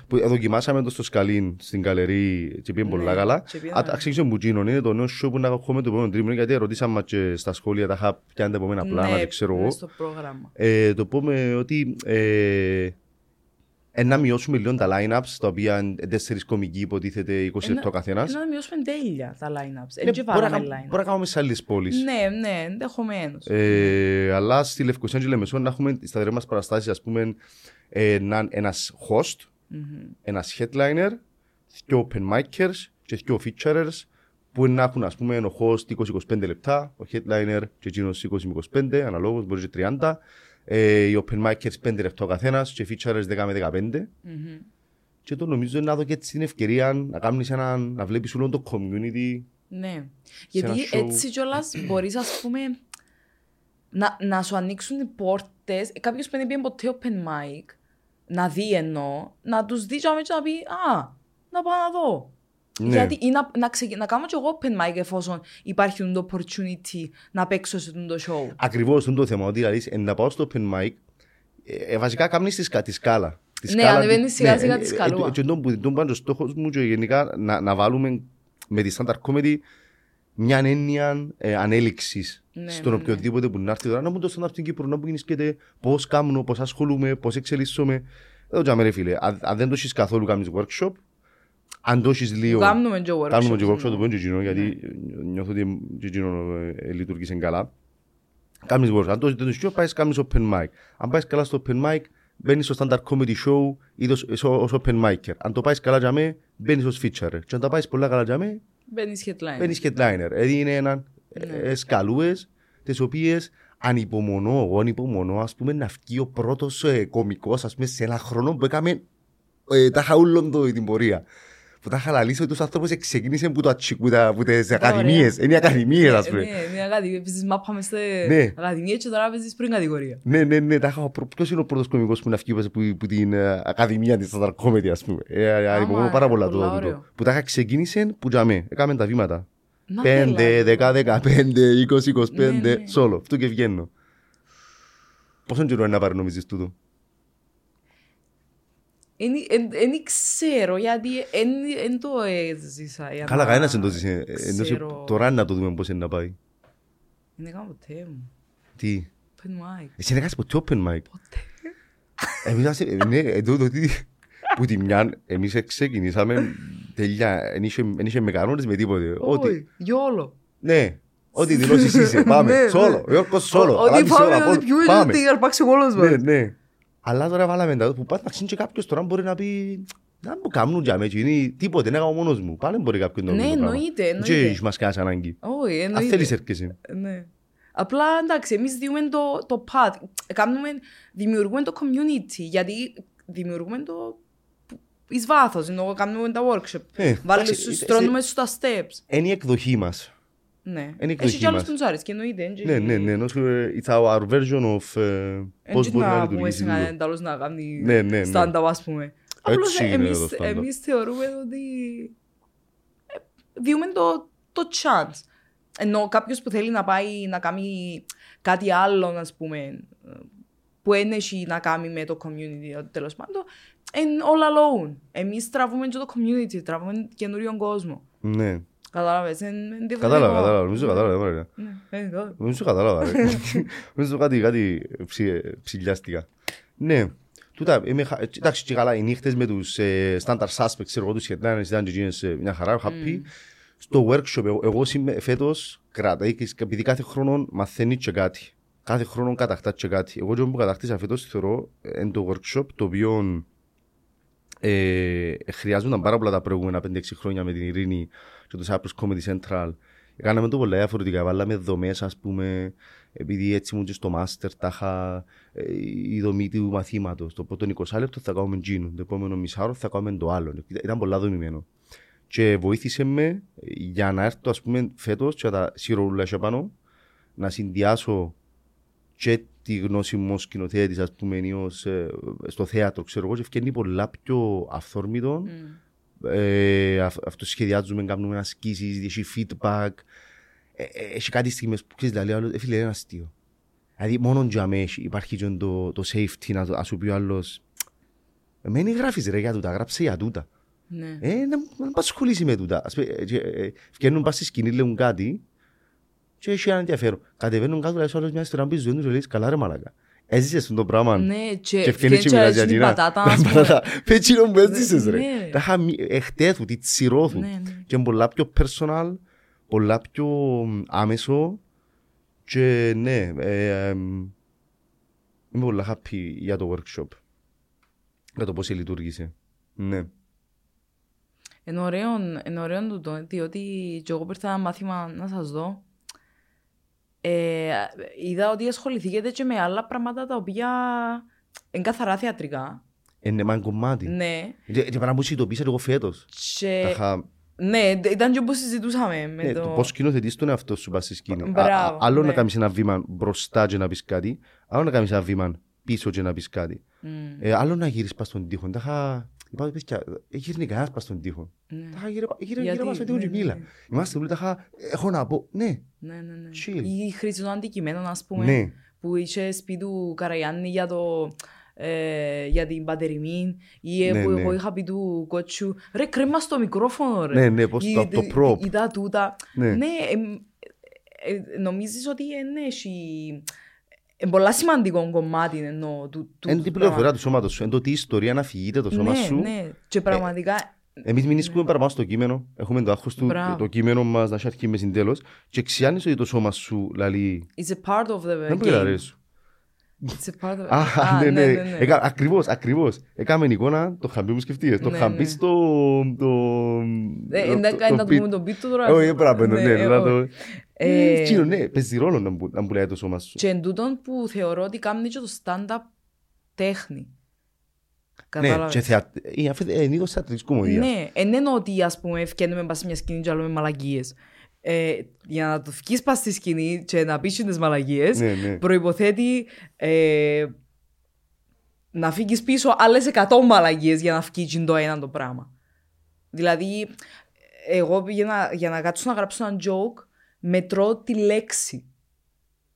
A: που δοκιμάσαμε το στο Σκαλίν στην καλερί και πήγαινε
B: Ναι,
A: πολλά καλά.
B: και πήγαινε,
A: Α,
B: ναι.
A: Αξίζει μου τζίνον, είναι το νέο show που να έχουμε το επόμενο τρίμηνο γιατί ρωτήσαμε και στα σχόλια τα είχα πιάνει τα επόμενα πλάνα,
B: Ναι,
A: δεν ξέρω
B: ναι,
A: εγώ.
B: Στο πρόγραμμα.
A: Ε, το πούμε ότι ε, ε, να μειώσουμε λίγο τα line-ups, τα οποία είναι τέσσερις κομικοί υποτίθεται 20 λεπτό καθένας.
B: Ένα να μειώσουμε τέλεια τα line-ups.
A: Ναι,
B: Έτσι
A: Μπορεί να
B: βάλαμε
A: κάνουμε-
B: line-ups.
A: μπορεί να κάνουμε σε άλλες πόλεις.
B: Ναι, ναι, ενδεχομένως.
A: Ε, αλλά στη Λευκοσία και Λεμεσό να έχουμε στα δρέα μας παραστάσεις ας πούμε ε, να, είναι ένας host, ένας headliner, δύο open micers και δύο featurers που να έχουν ας πούμε ο host 20-25 λεπτά, ο headliner και εκείνος 20-25, αναλόγως μπορεί και 30, ε, οι open micers 5 λεπτά ο καθένας και featurers 10 με 15. Και το νομίζω να δω και έτσι την ευκαιρία να κάνεις ένα, να βλέπεις όλο το community.
B: Ναι.
A: ένα
B: Γιατί
A: show.
B: έτσι κιόλας μπορείς, ας πούμε, να, να σου ανοίξουν οι πόρτες. Κάποιος που δεν πήγε ποτέ open mic, να δει εννοώ, να τους δει και να πει Α, να πάω να δω.
A: Ναι.
B: Γιατί ή να, να, ξεκι- να κάνω κι εγώ open mic εφόσον υπάρχει το opportunity να παίξω σε τούτο το show.
A: Ακριβώ αυτό είναι το θέμα. Ότι δηλαδή, ε, να πάω στο open mic, ε, ε, βασικά κάνεις τη, σκα- τη σκάλα. Τη ε,
B: Ναι, ανεβαίνεις σιγά σιγά τη σκαλούα.
A: Και τον που τον πάντων στόχος μου και γενικά να, να βάλουμε με τη standard comedy μια έννοια ε, ανέλυξης
B: Ναι,
A: στον
B: ναι, ναι.
A: οποιοδήποτε που να έρθει τώρα. Να μου το stand-up στην Κύπρο, να μου γεννήσκεται πώ κάνω, πώς ασχολούμαι, πώς εξελίσσομαι. Εδώ τζάμε ρε φίλε, αν, αν δεν το έχεις καθόλου κάνεις workshop, αν το έχεις λίγο...
B: Κάνουμε και workshop.
A: Κάνουμε και workshop το πούμε και εκείνο, γιατί νιώθω ότι και εκείνο ε, ε, λειτουργήσε καλά. Κάνεις workshop. Αν το δεν το σου πάεις, κάνεις open mic. Αν πάεις καλά στο open mic, μπαίνεις στο standard comedy show ή το- σ- ως open micer. Αν το πάεις καλά για μέ, μπαίνεις ως feature. Και αν τα πάεις πολλά καλά για μέ,
B: Μπαίνεις headline.
A: μπαίνεις headliner. Δηλαδή είναι ένα
B: Ναι,
A: ε, σκαλούες, τις οποίες ανυπομονώ, εγώ ανυπομονώ, ας πούμε, να βγει ο πρώτος ε, κωμικός, ας πούμε, σε ένα χρόνο που έκαμε ε, τα χαούλον το την πορεία. Που τα χαλαλίσω ότι ο άνθρωπος ξεκίνησε που, το, ατσι- που, τα, που τις ακαδημίες, είναι οι ακαδημίες, ας πούμε.
B: Ναι, μια ακαδημία. Παίζεις μάπα μες στην
A: Ναι.
B: ακαδημία και τώρα παίζεις πριν κατηγορία.
A: Ναι, ναι, ναι, τα είχα. Ποιος είναι ο πρώτος κωμικό που να βγει μέσα που, που την ε, Ακαδημία της Standard Comedy, ας πούμε. Ε, ε, ανυπομονώ πάρα
B: ε,
A: πολλά
B: πολλά
A: το, το, το.
B: ωραίο.
A: Που τα είχα ξεκίνησε που τζαμέ. Έκαμε τα βήματα.
B: Να
A: 5,
B: θέλα.
A: 10, 15, 20, 25,
B: Ναι, ναι.
A: σόλο. Αυτό και βγαίνω. Πόσο καιρό είναι να πάρει νομίζεις τούτο.
B: Δεν ξέρω γιατί δεν το έζησα. για
A: Καλά,
B: να
A: κανένας δεν το ζήσει. Ε, ενώ σε-
B: ξέρω.
A: Τώρα να το δούμε πώς είναι να πάει.
B: Δεν έκανα ποτέ μου.
A: Τι.
B: Open mic.
A: Εσύ δεν έκανες ποτέ open mic. Εμείς είμαστε- ε, ναι, ε, το- το τι- που τη μια, εμείς ε, ξεκινήσαμε τελειά, εν είχε- εν είχε με κανόνες με τίποτε. Ότι,
B: Όχι, γιόλο.
A: ναι, ό,τι δηλώσεις είσαι, πάμε,
B: Ναι,
A: σόλο,
B: ναι.
A: Γιώργος σόλο,
B: Ό,τι
A: ανάμιση
B: πάμε,
A: ώρα,
B: ό,τι
A: πόλ-
B: πιούμε,
A: πάμε.
B: ό,τι αρπάξει ο κόλος μας.
A: Ναι, ναι. Αλλά τώρα βάλαμε τα που πάει ταξίνει και κάποιος τώρα μπορεί να πει να μου κάνουν για μένα, είναι τίποτε, να κάνω μόνος μου. Πάλι μπορεί κάποιος να
B: Ναι,
A: το πράγμα.
B: εννοείται,
A: Δεν
B: εννοείται.
A: έχεις μας κάνεις ανάγκη.
B: Όχι,
A: Αν
B: εννοείται.
A: θέλεις έρχεσαι.
B: Ναι. Απλά εντάξει, εμείς διούμε το, το path. Κάνουμε, δημιουργούμε το community. Γιατί δημιουργούμε το. εις βάθος. Ενώ κάνουμε τα workshop.
A: Ε,
B: Βάλει
A: εντάξει,
B: σου,
A: ε,
B: στρώνουμε σου τα steps.
A: Είναι η εκδοχή μας.
B: Ναι.
A: Είναι η
B: Έχει
A: εκδοχή
B: κι άλλου
A: μας.
B: που τους άρεσε και εννοείται. εν και-
A: Ναι, ναι, ναι. ενώ σου, ε, It's our version of ε,
B: εν
A: πώς
B: και
A: μπορεί να
B: πούμε
A: λειτουργήσει
B: σε κανέναν
A: λίγο.
B: άλλος να κάνει
A: Ναι, ναι, ναι.
B: stand-up, ας πούμε. Απλώς
A: είναι
B: εμείς,
A: το stand-up.
B: εμείς θεωρούμε ότι ε, διούμε το, το chance. Ενώ κάποιος που θέλει να πάει να κάνει κάτι άλλο, ας πούμε, ε, που δεν έχει να κάνει με το community, τέλος πάντων, είναι all alone. Εμείς τραβούμε και το community, τραβούμε καινούριον κόσμο.
A: Ναι.
B: Κατάλαβες, είναι
A: Κατάλαβα, κατάλαβα. Νομίζω κατάλαβα. ωραία.
B: κατάλαβα.
A: Νομίζω κατάλαβα. ρε. Νομίζω κάτι, κάτι ψι- ψηλιάστηκα. Ναι. Τούτα, είμαι χα- ε, εντάξει, και καλά, οι νύχτες με τους ε, standard suspects, ξέρω εγώ, τους headliners, ήταν και εκείνες ε, μια χαρά, happy. Στο workshop, εγώ, εγώ σήμε- φέτος κρατάει, και- επειδή κάθε χρόνο μαθαίνει και κάτι. Κάθε χρόνο κατακτά και κάτι. Εγώ και που κατακτήσα φέτος θεωρώ ε, εν το workshop το οποίο ε, χρειάζονταν πάρα πολλά τα προηγούμενα 5-6 χρόνια με την ειρήνη και το Cyprus Comedy Central. Κάναμε το πολλά διαφορετικά. Βάλαμε δομές, ας πούμε, επειδή έτσι ήμουν και στο Master, τα είχα ε, η δομή του μαθήματος. Το πρώτο 20 λεπτό θα κάνουμε τζίνο, το επόμενο μισάωρο θα κάνουμε το άλλο. Ήταν πολλά δομημένο. Και βοήθησε με για να έρθω, ας πούμε, φέτος και να τα σειρολούλα και πάνω, να συνδυάσω και τη γνώση μου ως σκηνοθέτης, ας πούμε, ή ως, ε, στο θέατρο, ξέρω εγώ, και ευκαινεί πολλά πιο αυθόρμητο. Ε, αυ- αυτό σχεδιάζουμε, κάνουμε ασκήσεις, έχει feedback. Ε, ε, έχει κάτι στιγμές που ξέρεις, λέει, άλλο, ε, φίλε, είναι αστείο. Δηλαδή, μόνο για μέ έχει- υπάρχει και το, το safety να, το- να σου πει ο άλλος «Εμένη γράφεις ρε για τούτα, γράψε για τούτα».
E: Ναι.
A: Ε, να να μην ασχολείσαι με τούτα. Ας πούμε, ε, και, ε, Βγαίνουν πας στη σκηνή, λέουν κάτι και έχει ένα ενδιαφέρον. Κατεβαίνουν κάτω, λέει άλλος μια ιστορία που ζωή του, και λες «Καλά ρε μαλάκα». Έζησες τον το πράγμα.
B: Ναι, και
A: Και
B: βγαίνει
A: ευκαινή
B: και
A: και μιλάς για
B: αρέσει την
A: Τζίνα.
B: Ναι, πατάτα, ας πούμε.
A: Πατάτα. Πέτσινο μου έζησες ρε.
B: Ναι.
A: Τα είχα μι- εχτέθου, τη τσιρώθου.
B: Ναι, ναι.
A: Και είναι πολλά πιο personal, πολλά πιο μ, άμεσο. Και ναι, ε, εμ, είμαι πολλά happy για το workshop. Για το πώς λειτουργήσε. Ναι.
B: Εν ωραίον, εν ωραίον τούτο, διότι και εγώ που ήρθα ένα μάθημα να σας δω, ε, είδα ότι ασχοληθήκατε και με άλλα πράγματα τα οποία είναι καθαρά θεατρικά.
A: Ε, Είναι ένα κομμάτι.
B: Ναι.
A: Και και πράγμα που συνειδητοποίησα εγώ φέτος. Τα
B: Και,
A: είχα-
B: ναι, ντε- ήταν και όπως συζητούσαμε με
A: ναι,
B: το...
A: Το πώς κοινοθετείς τον εαυτό σου πας στη σκηνή.
B: Μπράβο,
A: Α- α- Άλλο
B: ναι.
A: να κάνεις ένα βήμα μπροστά και να πεις κάτι, άλλο να κάνεις ένα βήμα πίσω και να πεις κάτι.
B: Μμ,
A: Ε, άλλο να γύρεις πας στον τοίχο. Τα είχα... Είπα ότι παιδιά, ε, γύρνει κανένας πας στον τοίχο.
B: ναι.
A: Ε, Τα είχα γύρω, γύρω,
B: Γιατί,
A: γύρω πας στον τοίχο
B: ναι,
A: και
B: ναι,
A: μίλα.
B: ναι.
A: Είμαστε όλοι, τα είχα... Έχω να πω, ναι,
B: Ναι, ναι, ναι.
A: Chill.
B: Ή η χρήση των αντικειμένων, ας πούμε,
A: ναι.
B: που είχε σπίτι του Καραγιάννη για, το, ε, για την Παντεριμή ή ε,
A: Ναι,
B: που
A: ναι.
B: εγώ είχα πει του κότσου «Ρε κρέμα στο μικρόφωνο ρε».
A: Ναι, ναι, πώς
B: Ή
A: το-
B: τε-
A: το prop.
B: Ή τα τούτα.
A: Ναι.
B: Ναι, εμ, ε, νομίζεις ότι είναι έχει... ε, πολλά σημαντικό κομμάτι εννοώ του, του,
A: Εν
B: του
A: την πληροφορία
B: πράγμα-
A: του σώματος σου, εν το τι ιστορία να φυγείται το σώμα
B: ναι,
A: σου. Ε,
B: Ναι, και πραγματικά...
A: Εμείς μην ισκούμε παραπάνω στο κείμενο, έχουμε το άγχος του,
B: Μπράβο.
A: το κείμενο μας να έχει αρχή μεσήν τέλος και ξιάνεις ότι το σώμα σου λαλεί,
B: It's a part of the
A: δεν
B: game.
A: μπορεί να αρέσει.
B: It's a part of...
A: Α, ναι, ναι.
B: ναι.
A: Εκα- Ακριβώς, ακριβώς. Έκαμε εικόνα το χαμπί μου σκεφτείες. Το
B: Ναι,
A: χαμπί
B: ναι.
A: στο... το-
B: Ε,
A: το-
B: να-
A: το-
B: να
A: το
B: του πούμε
A: beat.
B: τον beat του τώρα.
A: Όχι, έπρεπε να ναι, να
B: όχι.
A: το...
B: Ε,
A: Ε, Τσίνο, ναι, παίζει ρόλο να μπου- να μπουλάει το σώμα σου.
B: Και εν τούτον που θεωρώ ότι κάνει και το stand-up τέχνη.
A: Ναι,
B: Κατάλαβες.
A: και θεα... ε, αυτή- ε, είναι είδος θεατρικής κομμωδίας.
B: Ναι, εν εννοώ ότι ας πούμε ευκαινούμε πας σε μια σκηνή και λέμε μαλαγίες. Ε, για να το βγεις πας στη σκηνή και να πεις τις μαλαγίες
A: Ναι, ναι.
B: προϋποθέτει ε, να φύγεις πίσω άλλες 100 μαλαγίες για να φύγει το ένα το πράγμα. Δηλαδή, εγώ πήγαινα για να κάτσω να γράψω ένα joke, μετρώ τη λέξη.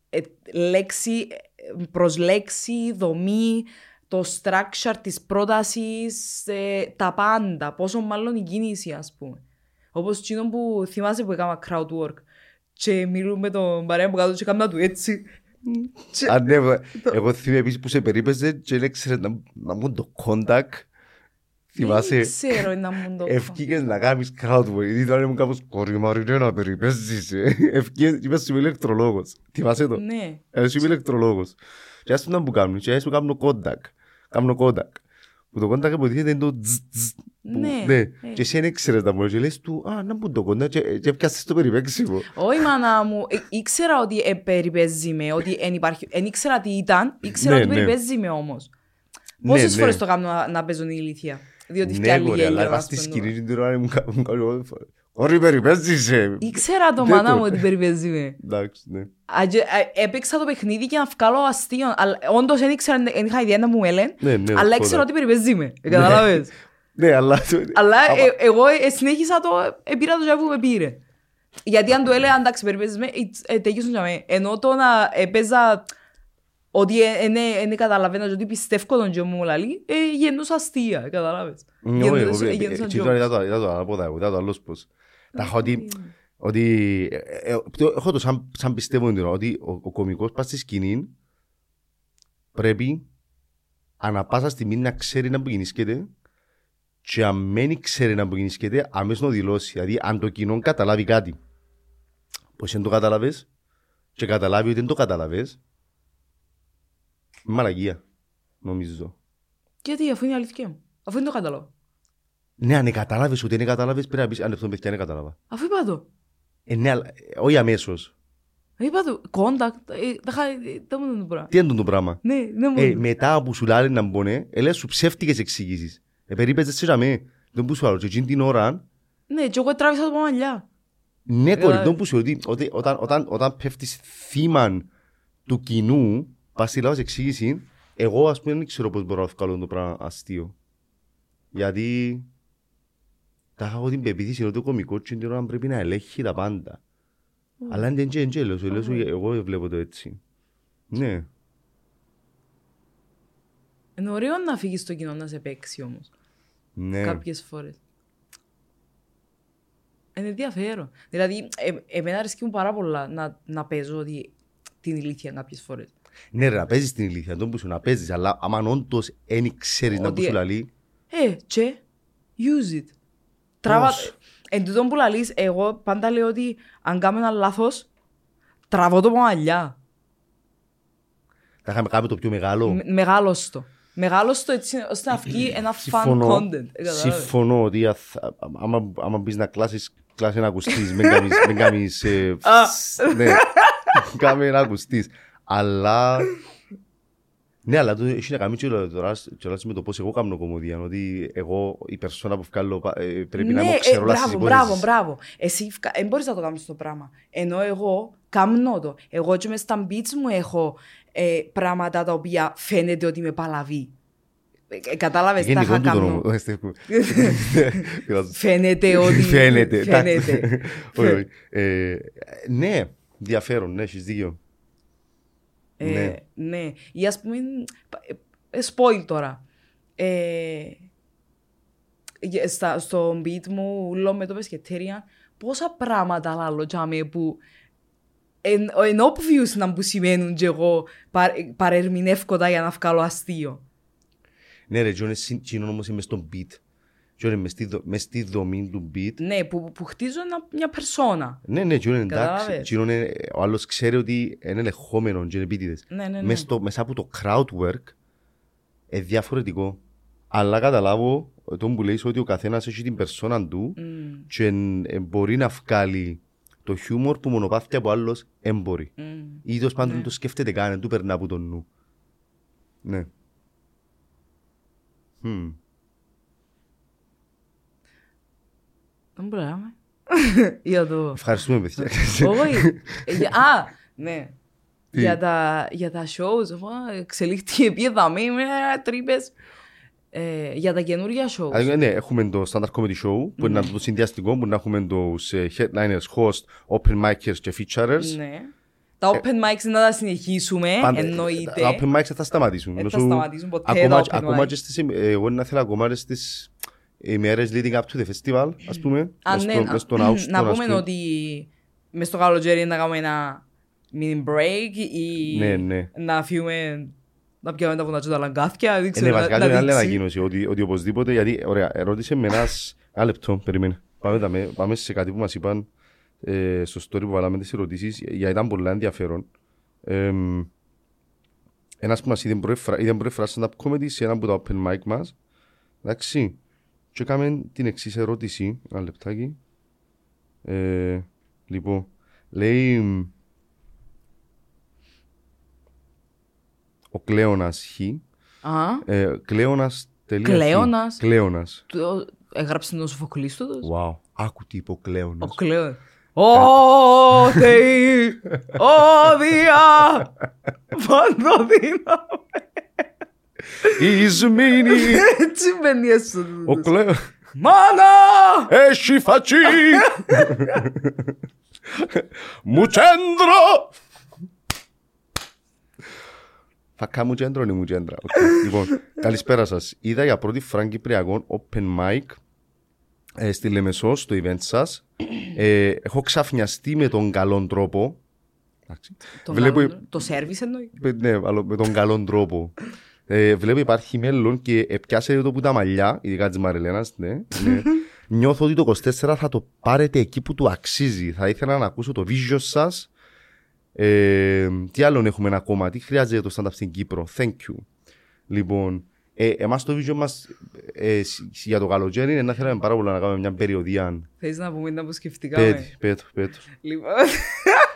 B: Ε, λέξη ε, προς λέξη, δομή, το structure της πρότασης, ε, τα πάντα. Πόσο μάλλον η κίνηση, ας πούμε. Όπως εκείνο που θυμάσαι που έκανα crowd work και μιλούμε με τον παρέα που κάτω και κάμνα του έτσι.
A: Α, ναι, βα- εγώ θυμάμαι επίσης που σε περίπεζε και δεν ήξερε να να μου το contact. Θυμάσαι,
B: Δεν Ε, ξέρω να μου το πω.
A: ευκήγες να κάνεις crowdwork. Ήδη τώρα ήμουν κάπως κορυμάρι, ναι, να περιπέζεις. ε». Ευκήγες, είπες σου είμαι ηλεκτρολόγος. Θυμάσαι το.
B: Ναι.
A: Εσύ είμαι ηλεκτρολόγος. Και ας το να μου κάνουν, και ας μου κάνουν κόντακ. Κάνουν κόντακ. Που το κόντακ υποτίθεται είναι το τζ, τζ, που-
B: Ναι,
A: ναι.
B: ε.
A: Και εσύ δεν ήξερες να μου λες, και λες του, α, να μου το κόντακ και, και πιάσεις το περιπέξιμο.
B: Όχι, μάνα μου, Ε, ήξερα ότι ε, περιπέζει με, ότι εν υπάρχει. Εν ήξερα τι ήταν, ήξερα
A: Ναι,
B: ότι
A: ναι.
B: περιπέζει με όμω. Πόσες
A: ναι.
B: φορές το κάνω να, να παίζουν οι ηλίθια. Διότι
A: Ναι,
B: φτιάχνει
A: μπορεί, αλλά
B: γέλιο.
A: πας
B: ας
A: στη
B: πούμε. ναι.
A: σκηνή την ώρα μου κα- μου κάνουν όλη φορά. Ωρι περιπέζεις, ε.
B: Ήξερα το
A: Δεν
B: μάνα
A: το-
B: μου ότι περιπέζει με.
A: Εντάξει, ναι.
B: Α, και, α, Έπαιξα το παιχνίδι για να βγάλω αστείο. Αλλά όντως δεν ήξερα, δεν είχα ιδέα να μου έλεν.
A: Ναι, ναι,
B: Αλλά
A: κόντακ.
B: ήξερα ότι περιπέζει με. Ε, Καταλάβες.
A: Ναι, αλλά...
B: Αλλά
A: Άμα-
B: ε, εγώ ε, συνέχισα το, ε, πήρα το τζαβού που με πήρε. Γιατί αν του έλεγα, εντάξει, περιπέζεις με, it's- ε, τέγιος για μέ. Ενώ το να ε, παίζα ότι ε, ε, ναι, ε, ναι, καταλαβαίνω και ότι πιστεύω τον τζιό μου λαλή, ε, γεννούσα αστεία, καταλάβες.
A: Ναι, όχι, εγώ-
B: Γεννούσα- ε,
A: ε,
B: γεννούσα
A: ε,
B: jokes.
A: τώρα είδα το- είδα το ανάποδα, εγώ, είδα το άλλος πως. Τα έχω ότι- ότι, ε, ε, το- έχω το σαν- σαν πιστεύω εντυνό, ότι ο- ο κωμικός πας στη σκηνή πρέπει ανα πάσα στιγμή να ξέρει να απογυνίσκεται και αν μένει ξέρει να απογυνίσκεται αμέσως να το δηλώσει. Δηλαδή αν το κοινό καταλάβει κάτι πως δεν το κατάλαβες και καταλάβει ότι δεν το καταλάβες μαλαγία νομίζω.
B: Γιατί, αφού είναι η αλήθεια μου. Αφού είναι το κατάλαβα.
A: Ναι, αν κατάλαβε ότι δεν κατάλαβε, πρέπει να πεις αν αυτό παιδιά δεν κατάλαβα.
B: Αφού είπα το. Ε,
A: Ε, ναι, αλλά, ε, όχι αμέσως.
B: Είπα το. Contact. ε, Τα χάρη. Τα μου το πράγμα.
A: Τι είναι το πράγμα.
B: Ναι, ναι, μου
A: Ε,
B: το.
A: μετά που σου λάρει να μπωνε, ελέ σου ψεύτικε εξηγήσεις. Ε, περίπεζες σε ραμί. Δεν που σου άρεσε. Εκείνη την ώρα,
B: Ναι, και εγώ τράβησα το μαλλιά.
A: ναι,
B: Δηλαδή-
A: κορυφτό που σου ότι ότι όταν, όταν, όταν πέφτεις θύμα του κοινού, πα τη λάβει εξήγηση. Εγώ, ας πούμε, δεν ξέρω πώς μπορώ να βγάλω το πράγμα αστείο. Γιατί. Τα έχω την πεποίθηση ότι το κωμικό και την ώρα πρέπει να ελέγχει τα πάντα. Αλλά δεν είναι έτσι, λέω σου, λέω σου, εγώ βλέπω το έτσι. Ναι.
B: Είναι ωραίο να φύγεις στο κοινό να σε παίξει όμως.
A: Ναι.
B: Κάποιες φορές. Είναι ενδιαφέρον. Ε, Δηλαδή, ε, εμένα αρέσκει μου πάρα πολλά να, να παίζω ότι την ηλίθεια κάποιες φορές.
A: Ναι, ρε, να παίζεις την ηλικία, τον που σου να παίζεις, αλλά άμα όντως δεν ξέρεις να
B: Ότι-
A: που σου λαλείς.
B: Ε, και use it. Τράβα...
A: Πώς?
B: Εν τούτον που λαλείς, εγώ πάντα λέω ότι αν κάνω ένα λάθος, τραβώ το μαλλιά.
A: Θα είχαμε κάνει το πιο μεγάλο.
B: Με- Μεγάλος το. Μεγάλος το έτσι ώστε να βγει ένα fun content. ε, καταλάβες.
A: συμφωνώ ότι αθ- α- άμα, άμα μπεις να κλάσεις, κλάσεις να ακουστείς. μην κάνεις- μην κάνεις. Ε, ναι, κάμε να ακουστείς. Αλλά. Ναι, αλλά το έχει να κάνει και το- τώρα σ- και όλα με το πώς εγώ κάνω κομμωδία. Ότι εγώ η περσόνα που βγάλω πα- ε, πρέπει να
B: Ναι,
A: είμαι
B: ε,
A: ξέρω όλα στις
B: μπράβο, μπράβο,
A: υπόθεσεις.
B: μπράβο. Εσύ δεν μπορείς να το κάνεις το πράγμα. Ενώ εγώ κάμνω το. Εγώ και μες στα beats μου έχω ε, πράγματα τα οποία φαίνεται ότι με παλαβεί. Ε, ε, κατάλαβες, τα
A: Γενικό
B: είχα
A: του το
B: κάνω.
A: νόμο. Ε, Στέφκο. Πειράζω.
B: Φαίνεται ότι...
A: Φαίνεται. εντάξει.
B: Φαίνεται.
A: Όχι, όχι. Ε, Ναι, ενδιαφέρον, ναι, έχεις δίκιο.
B: Ε,
A: Ναι.
B: ναι. Ή ας πούμε, ε, ε, spoil τώρα. Ε, γε- στα, στο beat μου, λέω με το πεσκετέρια, πόσα πράγματα λάλλω τζάμε που εν, εν obvious να μου σημαίνουν και εγώ πα, παρερμηνεύκω τα για να βγάλω αστείο.
A: Ναι, ρε, Τζόνε, εκείνο όμως είμαι στον beat. Τζόνε, μες στη δο- μες στη δομή του beat.
B: Ναι, που, που χτίζω ένα- μια περσόνα.
A: Ναι, ναι, Τζόνε, εντάξει.
B: Κατάλαβες.
A: Τζόνε, ε, ο άλλος ξέρει ότι είναι ελεγχόμενο, Τζόνε, επίτηδες.
B: Ναι, ναι, ναι.
A: Μες στο- Μέσα από το crowd work, ε, διαφορετικό. Αλλά καταλάβω ε, τον που λέει ότι ο καθένας έχει την περσόνα του
B: Μμμ,
A: και εν- εν μπορεί να βγάλει το χιούμορ που μονοπάθηκε από άλλος εν μπορεί.
B: μμμ.
A: Ή τέλος πάντων
B: Ναι.
A: το σκέφτεται καν, δεν του περνά από τον νου. Ναι. Μμμ.
B: Δεν μπορώ να είμαι. Για το...
A: Ευχαριστούμε, παιδιά.
B: Όχι. Ε, Α, ναι.
A: Τι?
B: για, τα, για τα shows, αφού εξελίχθηκε επίδαμη με τρύπες. Ε, για τα καινούργια shows.
A: Α, ναι, έχουμε το standard comedy show
B: Ναι.
A: που είναι το συνδυαστικό που να έχουμε του headliners, host, open micers και featurers.
B: ναι. Τα open mics να τα συνεχίσουμε, εννοείται.
A: Ε, Τα open mics δεν θα σταματήσουν.
B: Δεν θα
A: Όσο-
B: σταματήσουν ποτέ
A: ακόμα,
B: τα open
A: ακόμα
B: mics.
A: και στις, ε, εγώ να θέλω ακόμα και στις ημέρες leading up to the festival, ας πούμε.
B: Α,
A: μες
B: ναι,
A: στο-
B: να-
A: μες στον Αύγουστο,
B: να
A: ας
B: πούμε
A: πούμε.
B: ότι μες στο καλοκαίρι να κάνουμε ένα mini break ή
A: Ναι, ναι.
B: να αφήσουμε να πιάμε τα βουνά και τα λαγκάθια. Δεν
A: Ε,
B: ξέρω,
A: Ναι, βασικά
B: να,
A: είναι
B: να
A: άλλη
B: δείξει.
A: ανακοίνωση, ότι, ότι οπωσδήποτε, γιατί, ωραία, ερώτησε με ένας, ένα λεπτό, περίμενε. Πάμε, τα με- πάμε σε κάτι που μας είπαν ε, στο story που βάλαμε τις ερωτήσεις, γιατί ήταν πολύ ενδιαφέρον. Ε, ένας που μας είδε πρώτη φορά- είδε πρώτη φορά stand-up comedy σε ένα από τα open mic μας, εντάξει, και έκαμε την εξής ερώτηση, ένα λεπτάκι. Ε, λοιπόν, λέει, μ, ο Κλέονας Χ,
B: Α,
A: ε, κλέονας.
B: Κλέονας.
A: Κλέονας.
B: το- έγραψε τον Σοφοκλής του. το-
A: Wow. Άκου τι είπε ο
B: Ο
A: κλέονας.
B: Κλέον. Ω Θεή, ω Δία, παντοδύναμη.
A: Ισμήνη.
B: Έτσι μπαίνει έστω.
A: ο κλέον.
B: Μάνα!
A: Έχει φατσί. Μου τσέντρο. Θα κάνω τσέντρο ή μου τσέντρα. Οκ. λοιπόν, καλησπέρα σας. Είδα για πρώτη φορά Κυπριακό open mic ε, στη Λεμεσό, στο event σας. Ε, έχω ξαφνιαστεί με τον καλόν τρόπο. Εντάξει.
B: Το
A: Βλέπω-
B: βάλω- Το σερβις εννοεί.
A: Ε, Ναι, αλλά με τον καλόν τρόπο. Ε, βλέπω υπάρχει μέλλον και επιάσε το που τα μαλλιά, ειδικά της Μαριλένας. Ναι, ναι. Νιώθω ότι το 24 θα το πάρετε εκεί που του αξίζει. Θα ήθελα να ακούσω το vision σας. Ε, τι άλλον έχουμε ένα ακόμα, τι χρειάζεται το stand-up στην Κύπρο. Thank you. Λοιπόν, Ε, εμάς το βίντεο μας ε, σ- για το καλοκαίρι είναι να θέλαμε πάρα πολύ να κάνουμε μια περιοδία.
B: Θες να πούμε να που σκεφτήκαμε.
A: Πέτει, πέτω, πέτω.
B: Λοιπόν,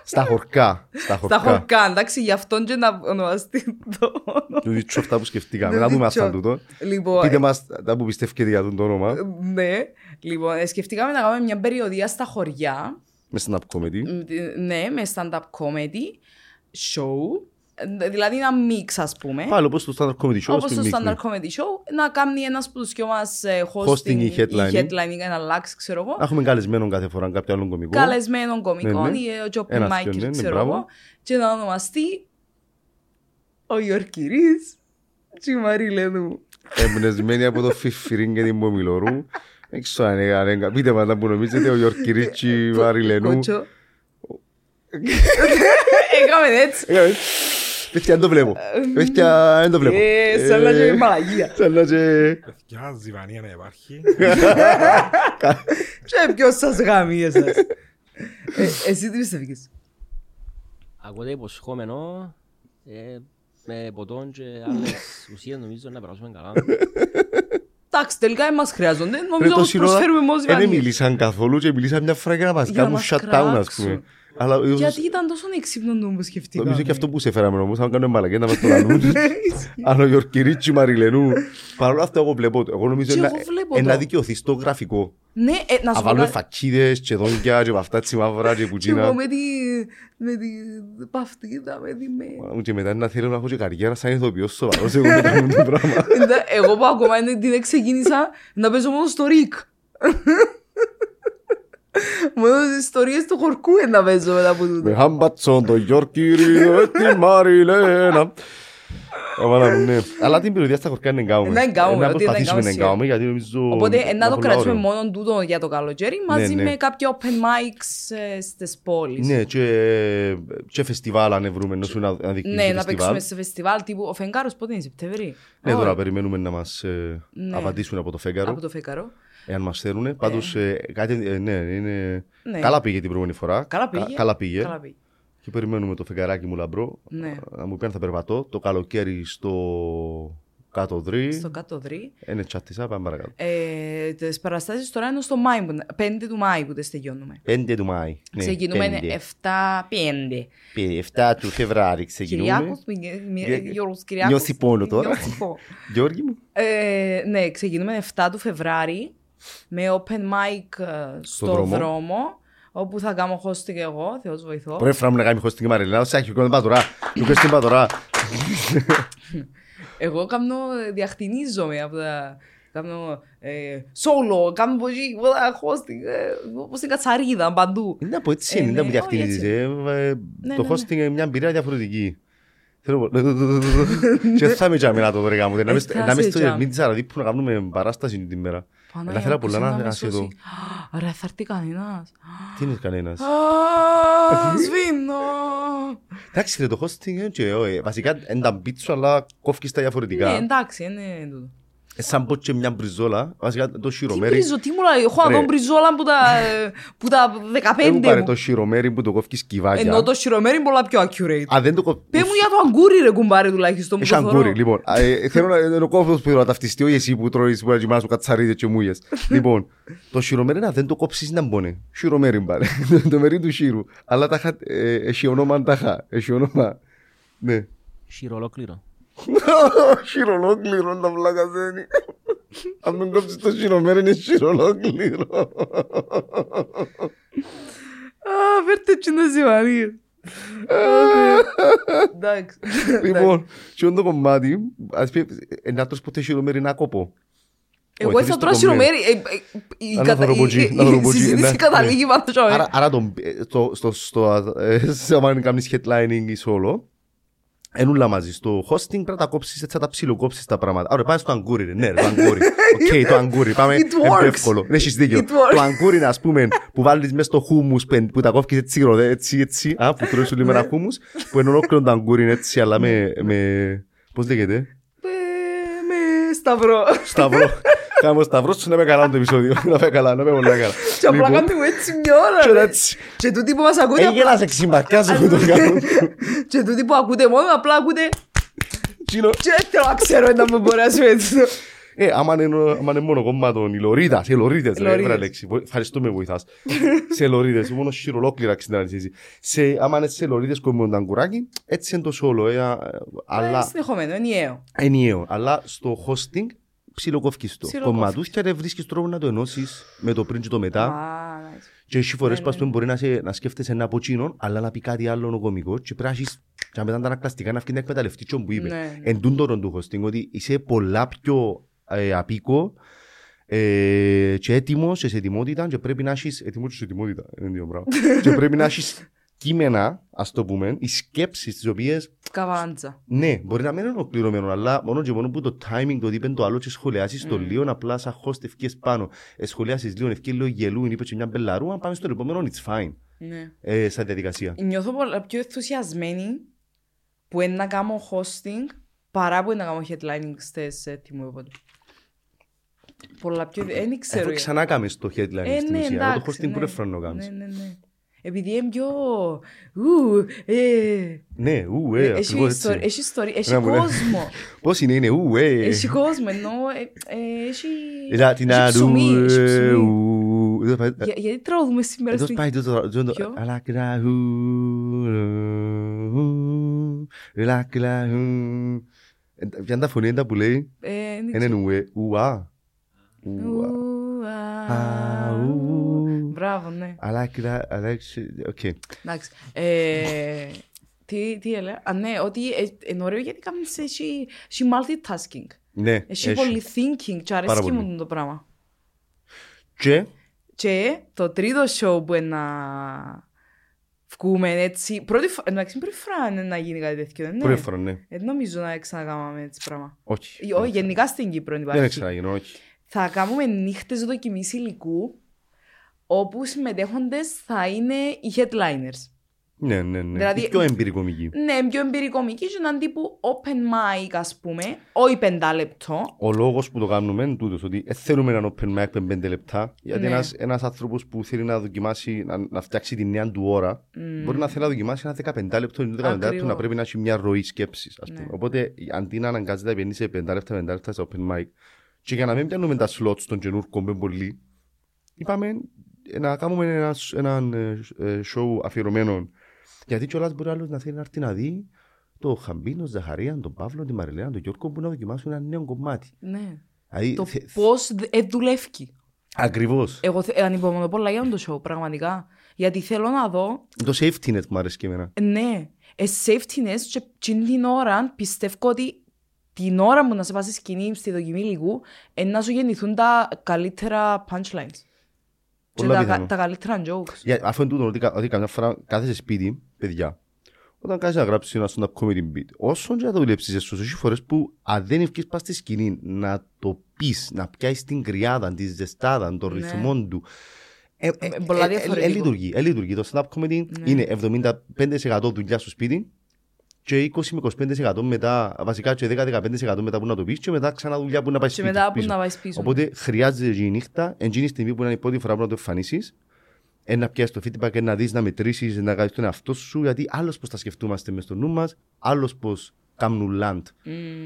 A: Στα χορκά. Στα
B: στα
A: χορκά.
B: χορκά, εντάξει, γι' αυτόν και να ονομαστεί το όνομα.
A: Του δίτσου αυτά που σκεφτήκαμε.
B: Του
A: Να δούμε αυτά
B: δίτσου.
A: τούτο.
B: Λοιπόν,
A: Πείτε μας τα που πιστεύετε για τον το όνομα.
B: ναι. Λοιπόν, ε, σκεφτήκαμε να κάνουμε μια περιοδία στα χωριά.
A: Με stand-up comedy.
B: Μ, τι- Ναι, με stand-up comedy, show. Ε, Δηλαδή ένα μίξ, ας πούμε.
A: Πάλι όπως το stand-up comedy show.
B: Όπως
A: στην
B: το
A: Μύκνη.
B: standard comedy show, να κάνει ένας που τους δυο μας ε,
A: Hosting
B: hosting
A: ή
B: ή
A: headlining.
B: headlining, να αλλάξει, ξέρω εγώ.
A: Να έχουμε καλεσμένον κάθε φορά κάποιο άλλον κομικό.
B: καλεσμένων
A: Ναι,
B: κομικών
A: ναι.
B: ή ε, ο Τζόπι
A: Ένας ποιον, ναι,
B: Μάικελ,
A: ναι,
B: ξέρω
A: μπράβο.
B: εγώ, και να ονομαστεί ο Ιορκυρής και η Μαρίλε του.
A: Εμπνευσμένη από το φιφυρίν και την Μομιλορού. Δεν ξέρω αν είναι ανέγκα. Πείτε μας τα που νομίζετε ο Γιορκυρίτσι Βαριλενού.
B: Κότσο. Έκαμε έτσι.
A: Έκαμε έτσι. Παιδιά, δεν το βλέπω. Παιδιά, δεν το βλέπω.
B: Ε, Σαν να και η Μαλαγία.
A: Σαν να και-
F: Παιδιά, ζυβανία να υπάρχει.
B: Και ποιος σας γάμει εσάς. Ε, Εσύ τι πιστεύεις.
G: Ακούτε υποσχόμενο ε, με ποτόν και άλλες ουσίες νομίζω να περάσουμε καλά.
B: Εντάξει, τελικά δεν μας χρειάζονται.
A: Ρε,
B: Νομίζω
A: το
B: πως
A: σύνορα
B: προσφέρουμε μόνος
A: Ε, Δεν
B: βανίες.
A: μιλήσαν καθόλου και μιλήσαν μια φορά για να μας
B: Για να
A: κάνουν
B: μας
A: shutdown, ας
B: κράξουν.
A: πούμε. Αλλά ίσως-
B: Γιατί ε? ήταν τόσο έξυπνο νόμο που σκεφτήκαμε.
A: νομίζω και αυτό που σε φέραμε όμως, αν κάνουμε μαλακές να μας το λαλούν. Αν ο Γιορκυρίτσι Μαριλενού. Παρ' όλα αυτά, εγώ βλέπω. το. Εγώ νομίζω
B: Και
A: να-
B: εγώ βλέπω
A: ε,
B: το.
A: να δικαιωθεί στο γραφικό.
B: Ναι, ε, να
A: Να
B: σου
A: βάλουμε
B: πω
A: φακίδες και δόντια και αυτά τσιμάβρα και
B: Και εγώ
A: κουτσίνα.
B: με τη, με τη παυτίδα, με τη με...
A: Μα, Και μετά να θέλω να έχω και καριέρα σαν ηθοποιός σοβαρός εγώ μετά με το πράγμα.
B: Εντά- Εγώ που ακόμα είναι- την ξεκίνησα να παίζω μόνο στο ρίκ. Μόνο τις ιστορίες του χορκού ε, να παίζω μετά από
A: Με
B: τούτο.
A: χαμπατσόν το Γιώργυριο ε, τη Μαριλένα. Αμάνα, ναι. Αλλά την περιοδία στα χωρικά είναι εγκάμουμε.
B: Να εγκάμουμε,
A: Να
B: ότι είναι
A: προσπαθήσουμε να
B: εγκάμουμε
A: εγκάμουμε
B: σίγουρα.
A: γιατί νομίζω...
B: Οπότε ε, να το
A: πολλά
B: κρατήσουμε
A: ωραία.
B: μόνο τούτο για το καλοκαίρι μαζί
A: ναι.
B: με κάποια open mics ε, στις πόλεις.
A: Ναι, και, και φεστιβάλ αν βρούμε να σου να, να
B: Ναι,
A: διοικητήσουμε
B: να
A: φεστιβάλ.
B: παίξουμε σε φεστιβάλ τύπου ο Φεγγάρος πότε είναι, Σεπτέμβρη.
A: Ναι,
B: Ωραία,
A: τώρα περιμένουμε να μας ε,
B: Ναι.
A: απαντήσουν από το φέγγαρο,
B: Από το Φεγγαρό.
A: εάν μας θέλουν. Πάντως, ε, κάτι, ε, ναι, είναι...
B: Ναι.
A: Καλά πήγε την προηγούμενη φορά.
B: Καλά
A: Κα-
B: πήγε.
A: καλά πήγε.
B: Καλά πήγε.
A: Και περιμένουμε το φεγγαράκι μου λαμπρό.
B: Ναι.
A: Να μου πει αν θα περπατώ. Το καλοκαίρι στο κάτω δρύ.
B: Στο κάτω δρύ.
A: Είναι τσατισά, πάμε παρακάτω.
B: Ε, τις παραστάσεις τώρα είναι στο Μάη, που είναι- 5 του Μάη που τι τελειώνουμε.
A: 5 του Μάη. Ναι,
B: ξεκινούμε
A: 5.
B: 7-5.
A: 7 του Φεβράρι ξεκινούμε.
B: Κυριάκος, μη- μη-
A: Γε-
B: Γιώργος Κυριάκος.
A: νιώθει πόνο τώρα.
B: Νιώθει πόνο.
A: Γιώργη μου.
B: Ε, ναι, ξεκινούμε 7 του Φεβράρι με open mic ε, στο
A: δρόμο.
B: δρόμο. όπου θα κάνω hosting και εγώ, Θεός βοηθώ.
A: Πρέπει να μου να κάνει χωστή και μαριλά. Σε έχει κόμμα τώρα. Μου πες την πά τώρα.
B: Εγώ κάνω, ε, διαχτινίζομαι από τα... Κάνω ε, solo, κάνω πολύ πολλά hosting, ε, όπως την κατσαρίδα παντού.
A: Είναι από έτσι
B: Ε,
A: είναι.
B: ναι,
A: Δεν μου
B: όχι,
A: διαχτινίζεις.
B: έτσι.
A: ε, ε,
B: Ναι,
A: Το
B: ναι,
A: hosting είναι μια εμπειρία διαφορετική. Θέλω να- Και θα με τζάμε να το βρήκα μου. Να είμαι στο-
B: Ε, θα
A: να είμαι
B: σε
A: στο
B: τζάμε.
A: Ερμίτης Αραδίπ που να κάνουμε παράσταση την ημέρα.
B: Παναγία
A: Έλα, θέλω
B: μου,
A: πολλά
B: ποιος
A: να-
B: με
A: να σε
B: σώσει.
A: δω.
B: Α, Ρε, θα έρθει κανένας.
A: Τι είναι κανένας.
B: Α, Σβήνω.
A: Εντάξει ρε το hosting είναι και ε, βασικά δεν τα μπίτσου αλλά κόφκεις τα
B: Ναι,
A: διαφορετικά.
B: εντάξει, είναι τούτο.
A: Ε, Σαν πως και μια μπριζόλα, βασικά το
B: Τι
A: σιρομέρι.
B: μπρίζο, τι μου λέει, έχω να
A: Ρε.
B: δω μπριζόλα που τα, ε, που τα
A: Δεν μου
B: 15
A: πάρε
B: μου.
A: το σιρομέρι που το κόφκεις
B: Ενώ
A: κυβάκια.
B: το χειρομέρι είναι πολλά πιο accurate.
A: Α δεν το κόφ-
B: Πε μου για το αγκούρι ρε κουμπάρε τουλάχιστον που
A: Έχεις
B: το
A: αγκούρι,
B: θωρώ.
A: λοιπόν. Α, ε, Θέλω να είναι ο κόφτος που θέλω να ταυτιστεί, όχι εσύ που τρώεις που αγιμάς σου κατσαρίδες και μούγες. Λοιπόν, το σιρομέρι να δεν το κόψεις να μπώνε. Σιρομέρι μπάρε, το μερί του σύρου. Αλλά τα χα- ε, έχει όνομα τάχα, έχει όνομα. Ναι.
G: Χειρολόκληρο.
A: Χειρολόκληρο να βλακαζένει. Αν μην κόψεις το χειρομέρι είναι χειρολόκληρο.
B: Α, φέρτε τσιντα ζυμαρίες. Εντάξει.
A: Λοιπόν, και όντω κομμάτι, ας πει, ε, να τρως ποτέ χειρομέρι να κόπο.
B: Εγώ
A: Όχι, το
B: θα τρώω
A: κομμένο.
B: χειρομέρι. ε, ε, η
A: Αλλά
B: κατα-
A: θα
B: η-
A: ρομποτζή,
B: η-
A: θα
B: Η
A: ρομποτζή, εντάξει,
B: συζήτηση καταλήγει πάνω στο
A: Άρα, άρα τον, ε, στο, στο, στο, ε, σε άμα κάνεις headlining ή solo, ενούλα μαζί στο hosting πρέπει να τα κόψεις, έτσι θα τα ψιλοκόψεις τα πράγματα. Άρα πάμε στο αγκούρι, ρε. ναι ρε, το αγκούρι. Οκ, το αγκούρι, πάμε,
B: It
A: είναι πιο
B: works.
A: εύκολο. Ναι, έχεις δίκιο.
B: It works.
A: Το αγκούρι, ας πούμε, που βάλεις μέσα στο χούμους, πεν- που τα κόφεις έτσι, ρο, έτσι, έτσι, α, που τρώεις όλη
B: Ναι.
A: μέρα χούμους, που είναι ολόκληρο το αγκούρι, είναι έτσι, αλλά με, με, πώς λέγεται,
B: Ε, Με σταυρό.
A: σταυρό. Κάνω σταυρό σου να με καλά το επεισόδιο, να με καλά, να με πολύ καλά.
B: Και απλά
A: Λοιπόν,
B: κάνουμε έτσι μια ώρα.
A: και
B: ρε.
A: έτσι. Ε,
B: Και τούτοι που μας ακούτε
A: Έγινε να σε ξυμπακιάσω που το κάνω.
B: Και τούτοι που ακούτε μόνο απλά ακούτε
A: τσίνο.
B: Και δεν θέλω να ξέρω να μου μπορεί να σου έτσι.
A: Ε, άμα είναι, άμα είναι μόνο κόμμα των Ιλωρίδας, σε Ιλωρίδε, ρε,
B: Λωρίδες.
A: έβρα λέξη. Βο- Ευχαριστώ με βοηθάς. σε Ιλωρίδε, μόνο χειρολόκληρα ξενταναλυσίζει. Σε, άμα είναι σε Ιλωρίδε κόμμα τον κουράκι, έτσι είναι το σόλο. Ε, α,
B: Είναι
A: αλλά
B: Συνεχόμενο, ενιαίο.
A: ενιαίο. Αλλά στο hosting ψιλοκοφκείς το.
B: Ψιλοκόφκεις.
A: Κομματούθια ρε βρίσκεις τρόπο να το ενώσεις με το πριν και το μετά.
B: Α, nice.
A: Και έχει φορές
B: Ναι,
A: που ας πούμε, μπορεί να, σε, να σκέφτεσαι ένα από εκείνον, αλλά να πει κάτι άλλο ο κωμικός και πρέπει να έχεις και μετά τα ανακλαστικά να φτιάξει να εκμεταλλευτεί τσιόν που είπε. Ε-
B: Ναι.
A: Εν τούτο τον του hosting, ότι είσαι πολλά πιο ε, απίκο ε, και έτοιμος και σε ετοιμότητα και πρέπει να έχεις έτοιμος και σε ετοιμότητα, είναι δύο πράγματα. και πρέπει να έχεις κείμενα, ας το πούμε, οι σκέψεις τις οποίες
B: Καβάντζα.
A: ναι, μπορεί να μην είναι ολοκληρωμένο, αλλά μόνο και μόνο που το timing το ότι είπε το άλλο και σχολιάσεις
B: Mm.
A: το λίγο, απλά σαν host ευκείς πάνω. Ε, σχολιάσεις λίγο, ευκεί λίγο γελούν, είπες και μια μπελαρού, αν πάμε στο επόμενο, it's fine.
B: Ναι.
A: Ε, σαν διαδικασία.
B: Νιώθω πολλά πιο ενθουσιασμένη που είναι να κάνω hosting παρά που είναι να κάνω headlining στις έτοιμο είπατε. Πολλά πιο... Δεν ξέρω.
A: Εδώ ξανά κάμες το headline
B: Ε,
A: στην
B: ναι,
A: ουσία, αλλά το
B: εντάξει,
A: hosting που
B: ναι.
A: δεν φρόνο
B: Ναι,
A: κάμεις.
B: ναι, ναι. Επειδή είναι πιο... ου, ε,
A: Ναι, ου,
B: ε,
A: ε,
B: Έχει
A: ακριβώς
B: ιστορ-
A: έτσι.
B: έχει ιστορία, έχει
A: Ναι, μου λένε.
B: κόσμο.
A: Πώς είναι, είναι, ου, ε.
B: Έχει κόσμο, ενώ ε, ε, έχει...
A: Είδα την
B: έχει
A: άρου,
B: ψωμί,
A: ε,
B: έχει ψωμί.
A: ου. Εδώ πάει- ε,
B: Για- Γιατί τραγουδούμε σήμερα
A: Εδώ
B: στην...
A: πάει το
B: Ποιο?
A: αλακραχού, αλακραχού. Ποια είναι Ε, τα φωνή είναι τα που λέει.
B: Ε, δεν
A: Είναι ουε, ουα. Ουα. Αου.
B: Ουαου. Μπράβο, ναι.
A: Αλλά κοιτά, αλλά ξε- οκ.
B: Εντάξει. Ε, τι, τι έλεγα. Α, ναι, ότι ε, είναι ωραίο γιατί κάνεις εσύ, εσύ multitasking.
A: Ναι,
B: Εσύ
A: έχει.
B: πολύ thinking και
A: Πάρα
B: αρέσκει
A: πολύ.
B: μου το πράγμα. Ναι.
A: Και
B: Και το τρίτο show που είναι να βγούμε έτσι. Πρώτη φορά, εντάξει, πρώτη φορά είναι να γίνει κάτι τέτοιο. δεν είναι?
A: πρώτη φορά, ναι.
B: Ε, Δεν νομίζω να ξανακάμαμε έτσι πράγμα.
A: Όχι.
B: Ή, όχι, γενικά στην Κύπρο
A: Δεν
B: υπάρχει.
A: έξερα να γίνω, όχι.
B: θα κάνουμε νύχτες δοκιμής υλικού όπου οι συμμετέχοντες θα είναι οι headliners.
A: Ναι, ναι, ναι.
B: Δηλαδή-
A: Η πιο εμπειρικομική.
B: Ναι, πιο εμπειρικομική και έναν τύπου open mic ας πούμε, όχι πεντάλεπτο.
A: Ο λόγος που το κάνουμε είναι τούτος, ότι ε, θέλουμε έναν open mic με πέντε λεπτά, γιατί
B: Ναι.
A: ένας, ένας άνθρωπος που θέλει να δοκιμάσει, να, να φτιάξει τη νέα του ώρα, μπορεί να θέλει να δοκιμάσει ένα 15 λεπτό ή 15 λεπτό να
B: Ακριβώς.
A: πρέπει να έχει μια ροή σκέψης, ας πούμε.
B: Ναι.
A: Οπότε, αντί να αναγκάζεται να πηγαίνει σε 5 λεπτά, 5 λεπτά σε open mic, και για να μην πιάνουμε τα slots των καινούργων με πολύ, είπαμε ε, να κάνουμε ένα, σ- έναν ε, σ- ε, show αφιερωμένο. Γιατί κιόλας μπορεί άλλος να θέλει να έρθει να δει το Χαμπίνο, τον Ζαχαρία, τον Παύλο, την Μαριλέα, τον Γιώργο που να δοκιμάσουν ένα νέο κομμάτι.
B: Ναι.
A: Δηλαδή,
B: Το
A: θε- θε-
B: πώς δε- ε, δουλεύει.
A: Ακριβώς.
B: Εγώ θε- ε, ανυπομονώ πολλά για το show, πραγματικά. Γιατί θέλω να δω,
A: Το safety net μου αρέσει και εμένα.
B: ε, ναι, ε, safety nest και τσιν την ώρα πιστεύω ότι την ώρα που να σε πας στη σκηνή, στη δοκιμή υλικού, ε, να σου γεννηθούν τα καλύτερα punchlines. Και
A: Πολλά
B: τα,
A: πιθανό.
B: κα- τα καλύτερα jokes.
A: Για, αφού είναι τούτο, ότι, κα- ότι καμιά φορά κάθεσαι σπίτι, παιδιά, όταν κάθεσαι να γράψεις ένα stand-up comedy beat, όσον και να το δουλέψεις εσύ, έχει φορές που αν δεν ευκείς πας στη σκηνή να το πεις, να πιάσεις την κρυάδα, τη ζεστάδα, τον
B: Ναι.
A: ρυθμό του, ε, ε,
B: Ε, πολλά
A: ε, ε,
B: διαφορετικό.
A: ε, λειτουργεί, ε, λειτουργεί. Το stand-up comedy
B: Ναι.
A: είναι 75% δουλειά στο σπίτι και 20 με 25% μετά, βασικά και 10-15% μετά που να το πεις και μετά ξανά δουλειά που να πάει
B: Και
A: σπίτι.
B: μετά που
A: πίσω.
B: να πάει πίσω.
A: Οπότε χρειάζεται και η νύχτα, εν τη στιγμή που είναι η πρώτη φορά που να το εμφανίσεις, να πιάσεις το feedback, ε, να δεις, να μετρήσεις, να κάνεις τον εαυτό σου, γιατί άλλος πώ τα σκεφτούμαστε μες στο νου μας, άλλος πώ κάνουν land.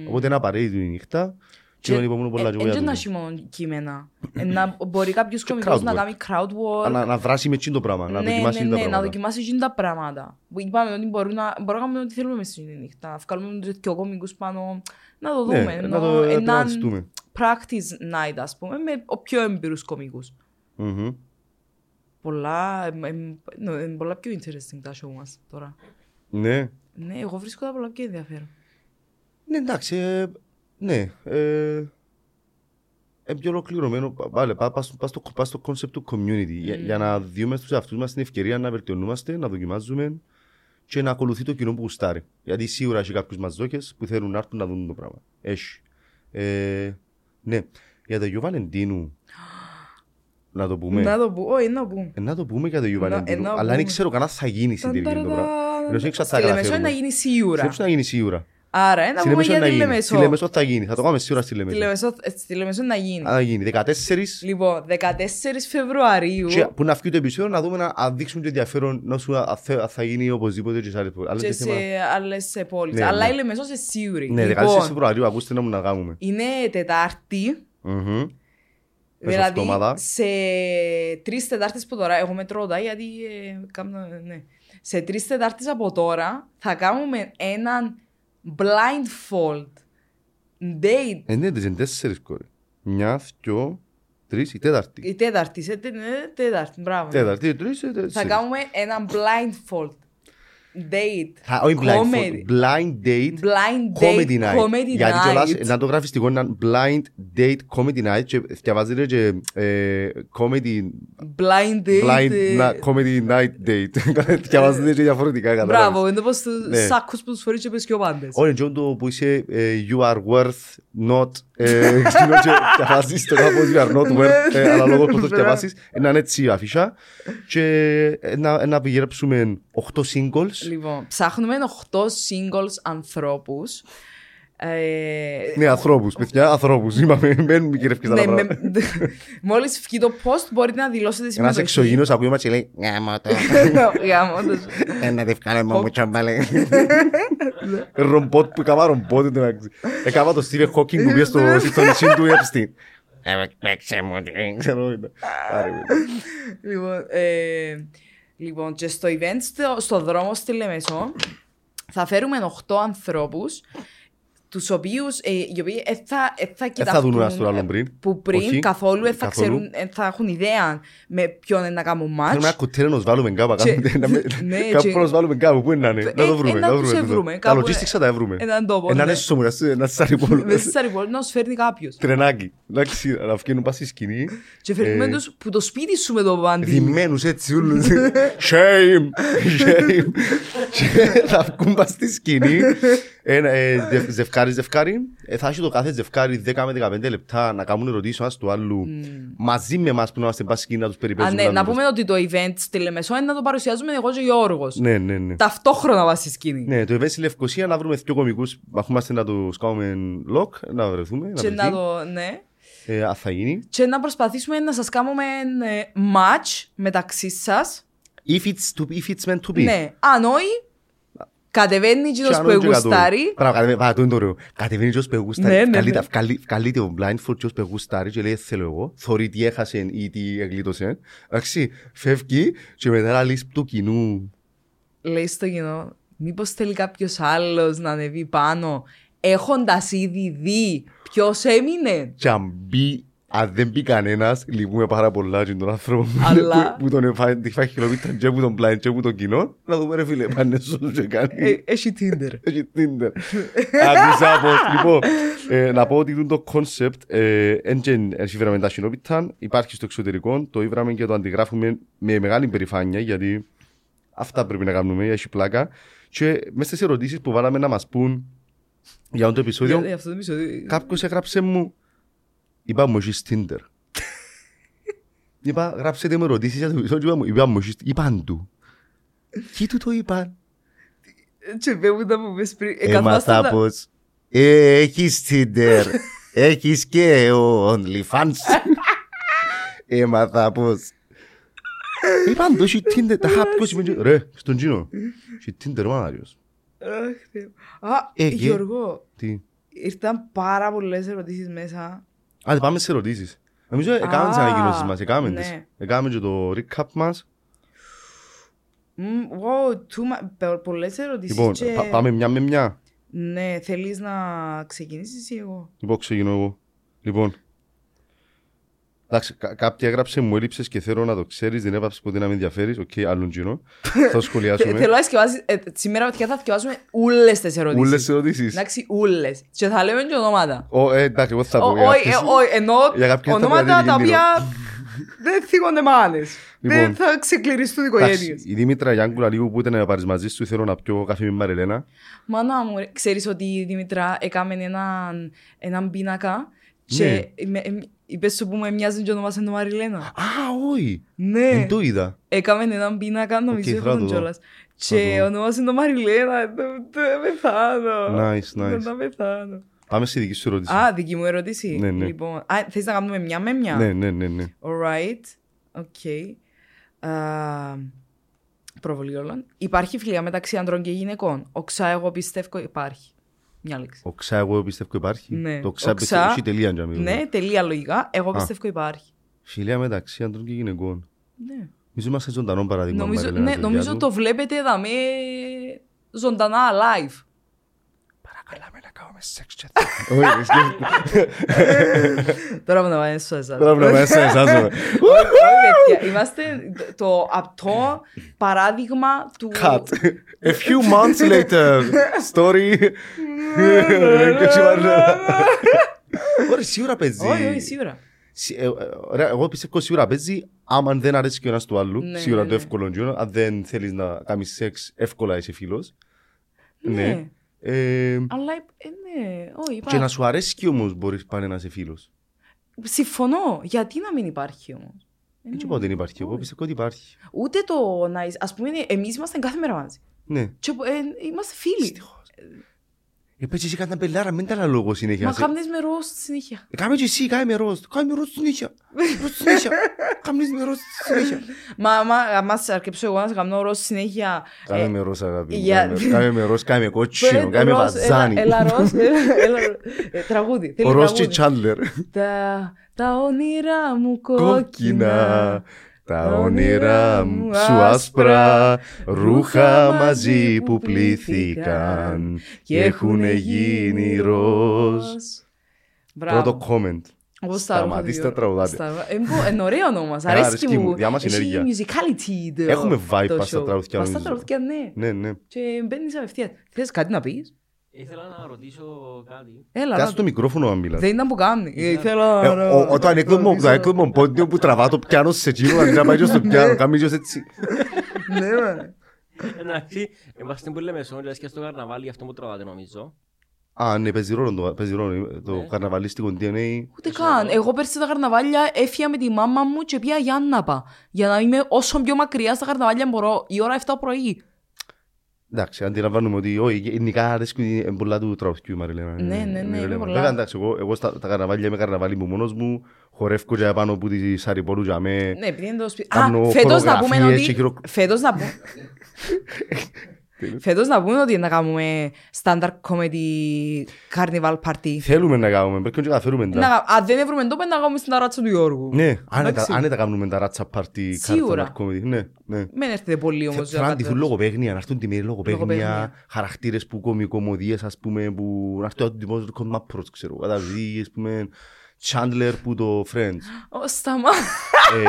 A: Οπότε είναι απαραίτητη η νύχτα. Και λοιπόν είναι υπομονή πολλά και
B: Δεν
A: για
B: να
A: τούτο.
B: έχει μόνο κείμενα. Ε, να μπορεί κάποιος
A: crowd
B: κομικός να
A: work.
B: κάνει crowd
A: Α, Να,
B: work.
A: να βράσει με τσιν το πράγμα, να
B: Ναι,
A: δοκιμάσει τα
B: ναι, ναι, να
A: πράγματα.
B: δοκιμάσει εκείνη τα πράγματα. Που είπαμε ότι μπορούν να, μπορούμε να κάνουμε ό,τι θέλουμε μες στη νύχτα. Να βγάλουμε τους πιο κομικούς πάνω. Να το δούμε.
A: Ναι,
B: ενώ
A: να το
B: έναν
A: επηρεαστούμε.
B: practice night, ας πούμε, με ο- πιο έμπειρους κομικούς.
A: Μμμ.
B: Πολλά, εμ, εμ, νο- εμ, πολλά πιο interesting τα show μας τώρα.
A: Ναι.
B: Ναι, εγώ βρίσκω τα πολλά πιο ενδιαφέρον.
A: Ναι, εντάξει. ε, ναι. Ε, ε, πιο ολοκληρωμένο. πα- Πάλι, πά, πας, πας στο, πας στο concept του community. Για, για να διούμε στους εαυτούς μας την ευκαιρία να βελτιωνούμαστε, να δοκιμάζουμε και να ακολουθεί το κοινό που γουστάρει. Γιατί σίγουρα έχει κάποιους μαζόκες που θέλουν να έρθουν να δουν το πράγμα. Έχει. Ε, ναι. Για το Γιου Βαλεντίνου, να το πούμε.
B: Να το πω, όχι, να πούμε.
A: Ε, να το πούμε για το Γιου
B: Να- ε,
A: Βαλεντίνου,
B: να
A: αλλά δεν
B: πούμε.
A: ξέρω κανένα θα γίνει στην τελική το πράγμα. Ενώ δεν ξέρω αν θα
B: Στη Λεμεσό
A: καταφέρουμε.
B: να γίνει σίγουρα.
A: Ξέρω να γίνει σίγουρα.
B: Άρα, ένα
A: Στη
B: πούμε
A: Λεμεσό
B: για
A: να
B: τη
A: γίνει. Στη
B: Λεμεσό.
A: Λεμεσό θα γίνει. Θα το κάνουμε σίγουρα στη
B: Τη
A: Λεμεσό.
B: Λεμεσό- ε, Στη Λεμεσό να γίνει.
A: Αν θα γίνει 14.
B: Λοιπόν, 14 Φεβρουαρίου.
A: και Που να βγει το επεισόδιο να δούμε να αν δείξουμε το ενδιαφέρον να σου αν θε- αν θα γίνει οπωσδήποτε και σε άλλες πόλεις. Άλλο
B: και
A: και
B: σε
A: θέμα-
B: άλλε πόλεις.
A: Ναι,
B: Αλλά
A: ναι.
B: η Λεμεσό είναι σίγουρη.
A: Ναι, 14
B: λοιπόν,
A: Φεβρουαρίου, ακούστε να μου να κάνουμε.
B: είναι Τετάρτη.
A: Μμμ. Μέσα
B: Δηλαδή,
A: εβδομάδα.
B: σε τρεις Τετάρτες που τώρα, εγώ μετρώω τα γιατί. Ε, κάνω, ναι. Σε τρεις Τετάρτες από τώρα θα κάνουμε έναν blindfold date.
A: Ε, ναι, είναι τέσσερις κόρη. Μια, δυο, τρεις, η τέταρτη.
B: Η Τέταρτη, σε τε- ναι, Τέταρτη, μπράβο.
A: Τέταρτη, η τρεις, η τέσσερις.
B: Θα κάνουμε έναν blindfold date.
A: Θα- όχι blindfold,
B: Comedy.
A: blind date,
B: Blind date.
A: comedy night.
B: Comedy
A: Γιατί
B: night.
A: κιόλας, ε, να το γράφεις στην κόρνα, blind date, comedy night και διαβάζετε και ε, comedy,
B: Blind date.
A: blind,
B: ε,
A: na- comedy night date. Διαβάζετε και διαφορετικά, κατάλαβες.
B: Μπράβο, είναι πως τους
A: Ναι.
B: σάκους που τους φορείς και πες και ο πάντες.
A: Όχι, είναι το που είσαι ε, You are worth not. ε, Ξέρω και διαβάζεις το κάπως You are not worth. ε, Αλλά λόγω που το διαβάζεις, να είναι έτσι η αφίσα. Και ε, να, να πηγαίρεψουμε 8 singles.
B: Λοιπόν, ψάχνουμε 8 singles ανθρώπους. Ε,
A: Ναι, ανθρώπους, παιδιά, ανθρώπους. Είπαμε, μένουμε και ρευκείς άλλα
B: ναι,
A: πράγματα.
B: με- μόλις βγει το post μπορείτε να δηλώσετε
A: Ένας
B: συμμετοχή.
A: εξωγήινος ακούει μας και λέει «Γάμο το,
B: Γάμο, όντως.
A: ένα δευκάλε μου μουτσο μπαλέ». Ρομπότ που έκανα ρομπότ, εν τω μεταξύ. Έκανα το Stephen Hawking που πήγε στο στο νησί του Epstein.
C: Ε, Παίξε μου την.
A: Ξέρω, είναι. Άρα, είναι.
B: λοιπόν, ε, λοιπόν, και στο event στο, στο δρόμο στη Λεμεσό θα φέρουμε 8 ανθρώπους τους οποίους, ε, οι οποίοι ε, θα, ε, θα
A: Δεν θα
B: κοιταχτούν,
A: δουν ένας τον
B: ε,
A: άλλον πριν.
B: που πριν
A: Όχι.
B: καθόλου δεν θα,
A: Καθόλου.
B: ξέρουν, ε, θα έχουν ιδέα με ποιον είναι να κάνουν
A: Θέλουμε
B: μάτς.
A: ένα κουτέλι να τους βάλουμε κάπου.
B: Και-
A: κάνουμε- να με-
B: ναι,
A: Κάπου
B: και-
A: να τους βάλουμε κάπου. Πού είναι να είναι.
B: Ε,
A: Να το
B: ε,
A: βρούμε. να
B: ε, να
A: το
B: τους
A: βρούμε
B: ευρούμε,
A: τούτο. Τα
B: κάπου, ε,
A: logistics θα τα βρούμε.
B: Έναν τόπο.
A: Έναν
B: ναι.
A: έσω μου, να σε σαριπόλου.
B: Μέσα στις αριβόλες να σου φέρνει κάποιος.
A: Τρενάκι. Εντάξει, να βγαίνουν πάση σκηνή.
B: Και φέρνουμε
A: Ε,
B: τους που το σπίτι σου με το βάντι.
A: Δημένους έτσι όλους. Shame. Shame. Και Θα βγουν πας στη σκηνή. Ένα, ε, ζευ- Ζευκάρι, ζευκάρι. Ε, Θα έχει το κάθε ζευκάρι 10 με 15 λεπτά να κάνουν ερωτήσεις ο ένας του άλλου. Μαζί με εμάς που να είμαστε πάση σκηνή να τους
B: Α,
A: περιπέζουμε.
B: ναι, να
A: τους-
B: πούμε ότι το event στη Λεμεσό είναι να το παρουσιάζουμε εγώ και ο Γιώργος.
A: Ναι, ναι, ναι.
B: Ταυτόχρονα βάζει στη σκηνή.
A: Ναι, το event στη Λευκοσία να βρούμε δύο κομικούς Μαχούμαστε να τους κάνουμε lock, να βρεθούμε. Να
B: Και
A: βρεθεί.
B: να το, ναι.
A: Ε, αν θα γίνει.
B: Και να προσπαθήσουμε να σας κάνουμε ε, match μεταξύ σας.
A: If it's, to, if it's meant to be.
B: Ναι. Αν όχι, κατεβαίνει
A: Και
B: και
A: αν
B: που
A: όχι, και κατώ.
B: γουστάρει.
A: Μπράβο, κατεβαίνει- πάρα, ε, το είναι το ωραίο. Κατεβαίνει και ως
B: Ναι,
A: παιγούσταρι.
B: ναι, ναι.
A: Καλείται ο blindfold και ως παιγούσταρι και λέει θέλω εγώ. Θωρεί τι έχασε ή τι εγκλήτωσε. Εντάξει, φεύγει και μετά λύσει του κοινού.
B: Λέει στο κοινό, μήπως θέλει κάποιος άλλος να ανεβεί πάνω, έχοντας ήδη δει ποιος έμεινε.
A: Και αν μπει, αν δεν μπει κανένας, λυπούμε πάρα πολλά και τον άνθρωπο που-
B: Αλλά-
A: που, τον εφάει τη χιλόμετρα και που τον blind και που τον κοινό. Να δούμε ρε φίλε, πάνε σου και κάνει.
B: Ε, Έχει Tinder.
A: Έχει Tinder. Άκουσα πως. Λοιπόν, ε, να πω ότι το κόνσεπτ έφεραμε τα συνόπιτα, υπάρχει στο εξωτερικό, το ήβραμε και το αντιγράφουμε με μεγάλη περηφάνεια γιατί αυτά πρέπει να κάνουμε, έχει πλάκα. Και μέσα στις ερωτήσεις που βάλαμε να μας πούν για αυτό το επεισόδιο,
B: Ε, Αυτό το επεισόδιο.
A: κάποιος έγραψε μου, είπα μου έχεις Tinder. Είπα, γράψετε μου ερωτήσεις για το επεισόδιο, είπα μου, είπα μου έχεις, είπαν του. Και του το είπαν.
B: Ε, Και βέβαια να μου πες
A: Ε,
B: πριν.
A: Έμαθα
B: Εκαθάστα.
A: πως «Ε, έχεις Tinder, έχεις και ο OnlyFans. Έμαθα πως Είπαν το έχει Ε, Tinder, τα είχα πει με τον- Ρε, στον Τζίνο, έχει Tinder ο Μάριος.
B: Α,
A: Ε, και-
B: Γιώργο,
A: Τι,
B: ήρθαν πάρα πολλές ερωτήσεις μέσα.
A: άντε πάμε σε ερωτήσεις. Νομίζω έκαναν τις
B: Α,
A: ανακοινώσεις μας, έκαναν τις.
B: ναι.
A: Έκαναν και το recap μας.
B: Μμ, Wow, too much. Πολλές ερωτήσεις.
A: Λοιπόν, πα- πάμε μια με μια.
B: Ναι, θέλεις να ξεκινήσεις ή εγώ.
A: Λοιπόν, ξεκινώ εγώ. Λοιπόν. Εντάξει, κα- κάποια έγραψε μου έλειψες και θέλω να το ξέρεις, δεν έβαψες ποτέ να με ενδιαφέρεις. Οκ, άλλον Τζίνο. Θα
B: Θε-
A: σχολιάσουμε.
B: Ε, Θέλω να σκεφάσει. Σήμερα παιδιά, θα θυκιάσουμε όλε τι
A: Ούλε
B: ερωτήσει.
A: ερωτήσεις.
B: Εντάξει, όλε. Και θα λέμε και ονόματα.
A: Εντάξει, εγώ θα
B: Ο-
A: πω. για
B: Όχι, ε,
A: κάποιες-
B: όχι, ενώ
A: για κάποιες θα
B: ονόματα
A: πρέπει
B: τα
A: να δίνει
B: οποία δεν θίγονται μάνες. Δεν
A: Λοιπόν.
B: θα ξεκληριστούν
A: Εντάξει,
B: οικογένειες.
A: Η Δήμητρα Γιάνγκουλα λίγο που ήταν να πάρεις μαζί σου, θέλω να πιω καφέ με Μαρελένα.
B: Μάνα μου, ρε, ξέρεις ότι η Δημητρά έκαμε έναν, έναν πίνακα Και
A: Ναι.
B: με- εμ- είπες σου που με μοιάζει και ονομάσαι το Μαριλένα.
A: Α, όχι.
B: Ναι.
A: Δεν το είδα.
B: Έκαμε έναν πίνακα, νομίζω
A: Οκ, θα το
B: έχουν
A: δω.
B: κιόλας.
A: Θα
B: Και
A: το δω.
B: ονομάσαι το Μαριλένα. Δεν θα πεθάνω.
A: Nice,
B: Δεν
A: nice.
B: θα πεθάνω.
A: Πάμε στη δική σου ερώτηση.
B: Α, δική μου ερώτηση.
A: Ναι, ναι.
B: Λοιπόν, α, θες να κάνουμε μια με μια.
A: Ναι, ναι, ναι, ναι.
B: Alright. Okay. Α, προβολή όλων. Υπάρχει φιλία μεταξύ ανδρών και γυναικών. Οξά, εγώ πιστεύω υπάρχει. Μια λέξη.
A: Ο ξά, εγώ πιστεύω υπάρχει.
B: Ναι.
A: Το ξά,
B: Ο ξά-
A: πιστεύω έχει τελεία. να μην
B: Ναι,
A: δούμε.
B: τελεία λογικά. Εγώ πιστεύω υπάρχει.
A: Φιλία μεταξύ αντρών και γυναικών.
B: Ναι.
A: Νομίζω είμαστε ζωντανό παράδειγμα.
B: Νομίζω,
A: Μαριλένα
B: ναι,
A: Ταιριάδου.
B: νομίζω το βλέπετε εδώ με ζωντανά live.
A: Όχι, ρε, σκέφτε-
B: Τώρα που να πάμε σε εσάς.
A: Πρέπει να μέσα εσάς. ρε.
B: Όχι, παιδιά, Είμαστε το απτό παράδειγμα του...
A: Cut. A few months later. Story. Και έτσι μάλλον. Ωραία, σίγουρα παίζει.
B: Όχι, όχι, σίγουρα.
A: Σι- ε, ε, Ωραία, εγώ πιστεύω σίγουρα παίζει. Άμα δεν αρέσει και ο ένας του άλλου,
B: Ναι,
A: σίγουρα
B: ναι,
A: το
B: ναι.
A: εύκολο είναι. εκείνο. Αν δεν θέλεις να κάνεις σεξ, εύκολα είσαι φίλος.
B: Ναι.
A: Ε,
B: Αλλά, ε, ναι, όχι,
A: Και να
B: υπάρχει.
A: σου αρέσει κι όμως μπορείς πάνε να είσαι φίλος.
B: Συμφωνώ. Γιατί να μην υπάρχει όμως.
A: Δεν
B: Ναι.
A: σου είπα ότι δεν υπάρχει. Εγώ πιστεύω ότι υπάρχει.
B: Ούτε το να είσαι. Ας πούμε, εμείς είμαστε κάθε μέρα μαζί.
A: Ναι.
B: Και, ε, είμαστε φίλοι.
A: Επίσης εσύ κάνα πελάρα, μην τα λέω λόγο συνέχεια.
B: Μα
A: Σε-
B: κάμνες με ροζ στη συνέχεια.
A: Ε, Κάμε και εσύ, κάμε με ροζ. Κάμε με ροζ συνέχεια. Ροζ συνέχεια. Κάμε με ροζ συνέχεια.
B: Μα άμα μα αρκεψω εγώ να σε κάνω ροζ στη συνέχεια. ε,
A: Κάμε με ροζ αγάπη.
B: για-
A: Κάμε- Κάμε με ροζ, κάμε με κότσινο, κάμε με
B: ροζ,
A: βαζάνι.
B: Έλα, έλα ροζ. έλα, έλα, ε, Τραγούδι.
A: Ο
B: Θέλει
A: ροζ και
B: τραγούδι.
A: τσάντλερ.
B: Τα, τα όνειρά μου
A: Κόκκινα.
B: κόκκινα.
A: Τα όνειρά μου σου άσπρα, ρούχα μαζί που πλήθηκαν και έχουν γίνει ροζ. Πρώτο
B: Μπράβο.
A: comment.
B: Εγώ στα
A: Σταματήστε
B: ρούχα
A: να τραγουδάτε.
B: Στα- Ε, μπο- Είναι ωραίο νόμο.
A: Ναι,
B: Αρέσει
A: αρέσκει
B: και μου.
A: μου, διά μας
B: Έχει
A: ενέργεια.
B: musicality. το-
A: Έχουμε vibe
B: το
A: πας στα
B: show.
A: τραγουδιά,
B: Πας στα
A: νομίζω.
B: τραγουδιά, ναι.
A: Ναι, ναι.
B: Και μπαίνεις απευθείας. Θες κάτι να πεις?
G: Ήθελα να ρωτήσω κάτι.
B: Έλα.
A: Κάτσε
B: να-
A: το μικρόφωνο αν μιλάς.
B: Δεν ήταν που κάνει. Ε, Ήθελα.
A: Ε,
B: να-
A: ο- Όταν έκδομο το έκδομο πόντιο που τραβά το πιάνο σε εκείνο, αντί να πάει και στο πιάνο, κάνει και έτσι.
B: Ναι, μα.
G: Εντάξει, είμαστε που λέμε σόντια και στο καρναβάλι γι' αυτό που τραβάτε νομίζω.
A: Α, ναι, παίζει ρόλο το- παίζει ρόλο το
G: Ναι.
A: καρναβαλίστικο DNA.
B: Ούτε καν. Εγώ πέρσι τα καρναβάλια έφυγα με τη μάμα μου και πήγα για να πάω. Για να είμαι όσο πιο μακριά στα καρναβάλια μπορώ. Η ώρα 7 πρωί.
A: Εντάξει, αντιλαμβάνομαι ότι όχι, γενικά αρέσκουν πολλά του τραγουδιού, Μαριλένα.
B: Ναι, ναι, ναι, είναι πολλά.
A: Βέβαια, εντάξει, εγώ, εγώ στα τα καρναβάλια είμαι καρναβάλι μου μόνος μου, χορεύω και πάνω από τη Σαριπόρου για με.
B: Ναι, επειδή είναι το σπίτι.
A: Κάνω
B: Α, φέτος να πούμε
A: χορογραφίες και
B: ότι.
A: χειρο-
B: Φέτος να πούμε. Φέτος να πούμε ότι να κάνουμε standard comedy carnival party.
A: Θέλουμε να κάνουμε, πρέπει και καταφέρουμε
B: Να,
A: τα.
B: αν δεν βρούμε το να κάνουμε στην αράτσα του Γιώργου.
A: Ναι, άνετα,
B: Εντάξει.
A: άνετα κάνουμε τα ράτσα πάρτι
B: Σίγουρα.
A: Ναι, ναι.
B: Μην έρθετε πολύ
A: Θε-
B: όμως.
A: Θέλω να ντυθούν λογοπαίγνια, να έρθουν τη μέρη λογοπαίγνια,
B: Λογοπαίγνια.
A: χαρακτήρες που κομικομωδίες, ας πούμε, που να έρθει ο τύπος του Κον Μάπρος, ξέρω, καταβεί, ας πούμε, Chandler που το Friends.
B: Ω, σταμά.
A: Ε,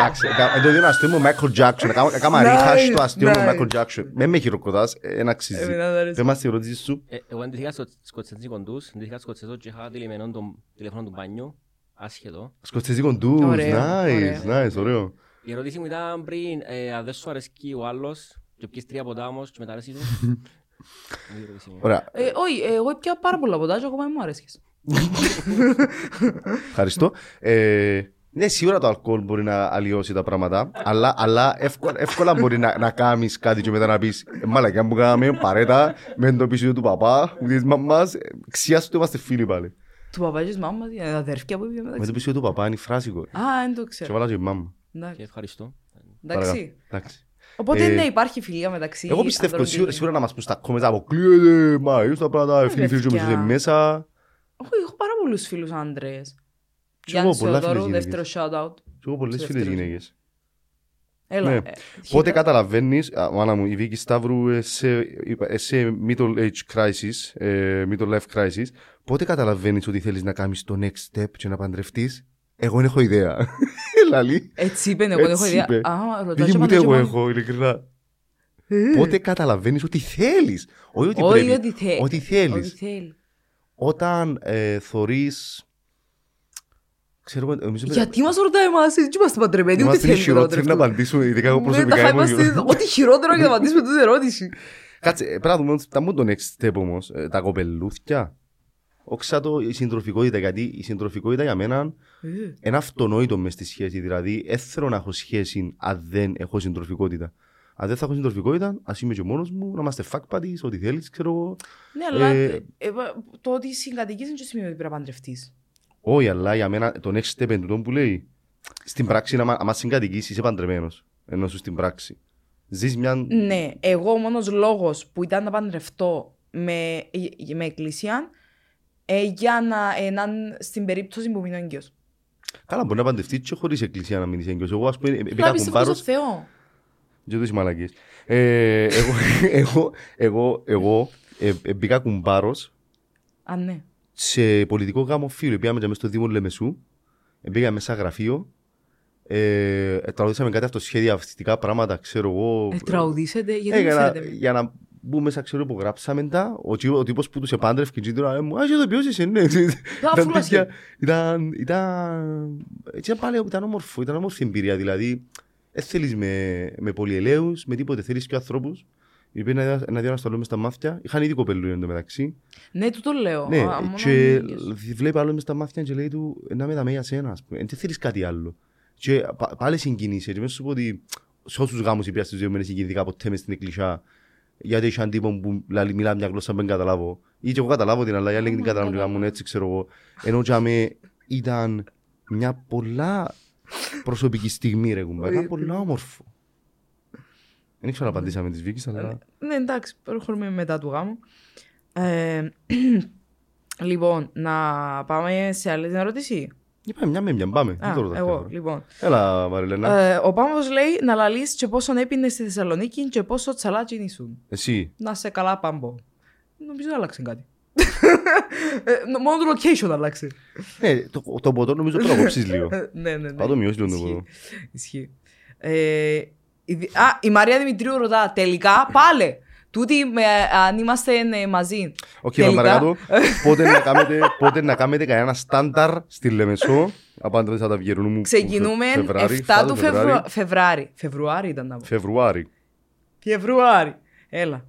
A: Εντάξει, κα- εν το δίνω αστείο μου Michael Jackson. Κάμα- Κάμα ρίχα στο αστείο μου
B: nice.
A: Michael Jackson. Με με χειροκροτάς, ε, εν αξίζει.
B: Εμένα δεν αρέσει.
A: Δεν μας τη ερώτηση σου.
G: Ε, Εγώ αντιθήκα στο σκοτσέζι κοντούς, αντιθήκα σκοτσέζο και είχα τηλεμενόν τον τηλεφωνό του μπάνιου, άσχετο.
A: Σκοτσέζικον ντους,
B: Ωραίο,
A: nice,
B: ωραίο.
A: nice, ωραίο.
G: Η ερώτηση μου ήταν πριν, ε, αν δεν σου αρέσκει ο άλλος και πιείς τρία ποτά όμως και μετά αρέσει σου. Είναι η ερώτηση μου.
A: Ωραία,
B: Ε, Όχι, ε, εγώ πια πάρα πολλά ποτά και ακόμα δεν μου αρέσκεις.
A: ευχαριστώ. Ε, ναι, σίγουρα το αλκοόλ μπορεί να αλλοιώσει τα πράγματα, αλλά, αλλά εύκολα, εύκολα μπορεί να, να κάνεις κάτι και μετά να πεις Μαλακιά μου κάναμε παρέτα, με το πίσω του παπά, ούτε τη μαμά. Ξιάσου ότι ε, είμαστε φίλοι πάλι.
B: Του παπά και της μάμας, ε, αδέρφια που είπε
A: Με το
B: μεταξύ.
A: πίσω του παπά είναι φράσικο.
B: Α, δεν το
A: Και
B: ξέρω.
A: βάλα και η μάμα.
B: Εντάξει.
G: Και ευχαριστώ.
B: Ναι, Εντάξει.
A: Εντάξει.
B: Οπότε
A: Ε,
B: ναι, υπάρχει φιλία μεταξύ.
A: Εγώ πιστεύω
B: ανδρών και
A: σίγουρα,
B: γυναικών.
A: σίγουρα να μας πούν στα comments αποκλείεται, μα έτσι τα πράγματα, φίλοι φίλοι και
B: παιδιά.
A: μισούς μέσα.
B: Όχι, έχω πάρα πολλούς φίλους άντρες.
A: Κι
B: Γιάννη
A: εγώ πολλά φίλες
B: Θεοδόρου,
A: γυναίκες.
B: δεύτερο shout-out.
A: Και εγώ πολλές φίλες
B: Δεύτερος.
A: γυναίκες.
B: Έλα.
A: Ναι.
B: ε,
A: Πότε
B: χίλια.
A: καταλαβαίνεις, α, μάνα μου, η Βίκη Σταύρου ε, σε, είπα, ε, σε middle age crisis, ε, middle life crisis, πότε καταλαβαίνεις ότι θέλεις να κάνεις το next step και να παντρευτείς. Εγώ δεν έχω ιδέα. Λαλή.
B: Έτσι είπε, εγώ δεν έχω
A: Έτσι
B: ιδέα.
A: είπε.
B: Α, ρωτάω
A: Δίκη
B: και
A: μου τι
B: απαντώ και
A: εγώ
B: μόνο.
A: έχω, ειλικρινά. Πότε καταλαβαίνεις ότι θέλεις. Όχι ότι
B: Όχι,
A: πρέπει.
B: ό,τι θέλει.
A: Ότι
B: Ό,τι
A: θέλεις.
B: θέλει.
A: Όταν ε, θωρείς... Ξέρω, εγώ, νομίζω μετά-
B: Γιατί μας ρωτάει εμάς, έτσι είμαστε παντρεμένοι, ούτε
A: Ναι. Είμαστε οι
B: θέλουμε να
A: χειρότεροι να
B: παντρευτούμε.
A: απαντήσουμε, ειδικά εγώ
B: Ναι, τα
A: προσωπικά.
B: χα-
A: είμαι ο
B: είμαστε
A: χειρότερος.
B: ό,τι χειρότερο για να απαντήσουμε την ερώτηση.
A: Κάτσε, ε, πρέπει να δούμε τα μου τον next step όμως, ε, τα κοπελούθια. όξα το η συντροφικότητα. Γιατί η συντροφικότητα για μένα
B: Ε,
A: είναι αυτονόητο μες στη σχέση. Δηλαδή, δεν θέλω να έχω σχέση αν δεν έχω συντροφικότητα. Αν δεν θα έχω συντροφικότητα, ας είμαι και μόνος μου, να είμαστε φακπατή, ό,τι θέλεις, ξέρω εγώ.
B: Ναι, αλλά
A: Ε,
B: ε, το ότι συγκατοικείς δεν σημαίνει ότι πρέπει να παντρευτείς.
A: Όχι, αλλά για μένα το next step εντούτον που λέει. Στην πράξη, άμα, άμα συγκατοικείς, είσαι παντρεμένος. Ενώ σου στην πράξη. Ζεις μια.
B: Ναι, εγώ ο μόνος λόγος που ήταν να παντρευτώ με, με εκκλησία ε, για να, ε, να είναι στην περίπτωση που μείνω έγκυος.
A: Καλά, μπορεί να παντρευτείς και χωρίς εκκλησία να μείνεις έγκυος. Εγώ, ας πούμε, ε,
B: Θα
A: πήγα
B: πιστεύω
A: κουμπάρο.
B: στον Θεό.
A: Δεν τους μαλακίες. Ε, εγώ, εγώ, εγώ, εγώ ε, ε, μπήκα κουμπάρος
B: Α, ναι.
A: σε πολιτικό γάμο φίλου. Πήγαμε και μέσα στο Δήμο Λεμεσού, ε, πήγαμε μέσα γραφείο, ε, τραγουδήσαμε κάτι αυτοσχέδια, αυτιστικά πράγματα, ξέρω εγώ.
B: Ε, τραουδήσετε, γιατί δεν
A: Έκανα- Ε,
B: ξέρετε. με.
A: για να μπούμε μέσα, ξέρω εγώ, γράψαμε τα. Ο, τύπο- ο τύπος που τους επάντρευκε, και τώρα «Ε, μου, «Α, εσύ το ποιος είσαι, ναι». Ήταν
B: αφού
A: τέτοια- Ήταν, ήταν, έτσι ήταν πάλι, ήταν όμορφο, ήταν όμορφη εμπειρία, δηλαδή, δεν θέλεις με, με πολυελαίους, με τίποτε, θέλεις και ανθρώπους, οι οποίοι να, να διανασταλούν μες στα μάτια, είχαν ήδη κοπελούι εν τω μεταξύ.
B: Ναι, τούτο λέω.
A: Ναι,
B: Α, μόνο
A: και
B: έγκυος.
A: βλέπει άλλο μες στα μάτια και λέει του να με δαμέ για σένα, ας πούμε. Δεν θέλεις κάτι άλλο. Και πα- πάλι συγκινήσε. Και μέσα σου πω ότι σε όσους γάμους είπα στη ζωή μου δεν συγκινήθηκα ποτέ μες στην εκκλησιά. Γιατί είχαν τύπο που λαλεί, μιλά μια γλώσσα που δεν καταλάβω. Ή και εγώ καταλάβω την, αλλά οι άλλοι δεν την καταλάβουν και κάνουν έτσι, ξέρω εγώ. Ενώ για με ήταν μια πολλά προσωπική στιγμή, ρε κουμπά.
B: ε,
A: Ήταν πολλά όμορφο. Δεν ήξερα να απαντήσαμε της Βίκης, αλλά...
B: Ναι, εντάξει, προχωρούμε μετά του γάμου. Ε, λοιπόν, να πάμε σε άλλη την ερώτηση.
A: Είπαμε μια με μια, πάμε.
B: Α,
A: Δεν το ρωτάτε ναι.
B: εγώ,
A: τώρα.
B: λοιπόν.
A: Έλα, Μαριλένα.
B: Ε, ο Πάμος λέει να λαλείς και πόσο έπινε στη Θεσσαλονίκη και πόσο τσαλάτσι ήσουν.
A: Εσύ.
B: Να σε καλά, Πάμπο. Νομίζω δεν άλλαξε κάτι. Ε, νο- μόνο το location άλλαξε.
A: Ναι, το, το ποτό νομίζω το κόψεις λίγο.
B: Ε, ναι, ναι, ναι.
A: Θα το μειώσει λίγο το
B: Ισχύει.
A: ποτό.
B: Ισχύει. Ε, η Δη- α, η Μαρία Δημητρίου ρωτά τελικά πάλι. Τούτη με, αν είμαστε ε, μαζί.
A: Οκ, πάμε
B: Τελικά.
A: παρακάτω. Πότε να κάνετε, πότε να κάνετε κανένα στάνταρ στη Λεμεσό. Απάντητε θα τα βγαίνουν μου.
B: Ξεκινούμε 7 του Φεβρουάρι. Φεβράρι. Φεβρουάρι ήταν να πω.
A: Φεβρουάρι.
B: Φεβρουάρι. Έλα.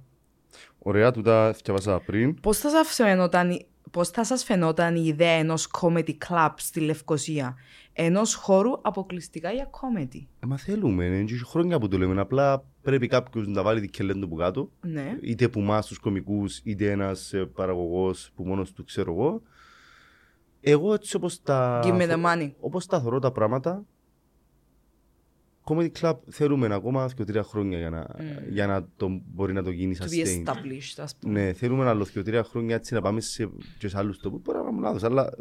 A: Ωραία, του τα θυκευάσα πριν.
B: Πώς θα σας φαινόταν, η- πώς θα σας φαινόταν η ιδέα ενός comedy club στη Λευκοσία, ενός χώρου αποκλειστικά για comedy.
A: Ε, Μα θέλουμε, είναι και χρόνια που το λέμε. Απλά πρέπει κάποιο να τα βάλει τη κελέντο που κάτω.
B: Ναι.
A: είτε που μας τους κομικούς, είτε ένας ε, παραγωγός που μόνος του ξέρω εγώ. Εγώ έτσι όπως τα...
B: Give me the money.
A: Όπως τα θωρώ τα πράγματα, Comedy Club θέλουμε ακόμα και τρία χρόνια για να, για να το, μπορεί να το γίνει
B: To
A: σαν
B: be
A: stage.
B: established, ας πούμε.
A: Ναι, θέλουμε άλλο και τρία χρόνια έτσι να πάμε σε, και σε άλλους τόπους. Μπορεί να πάμε λάθος, αλλά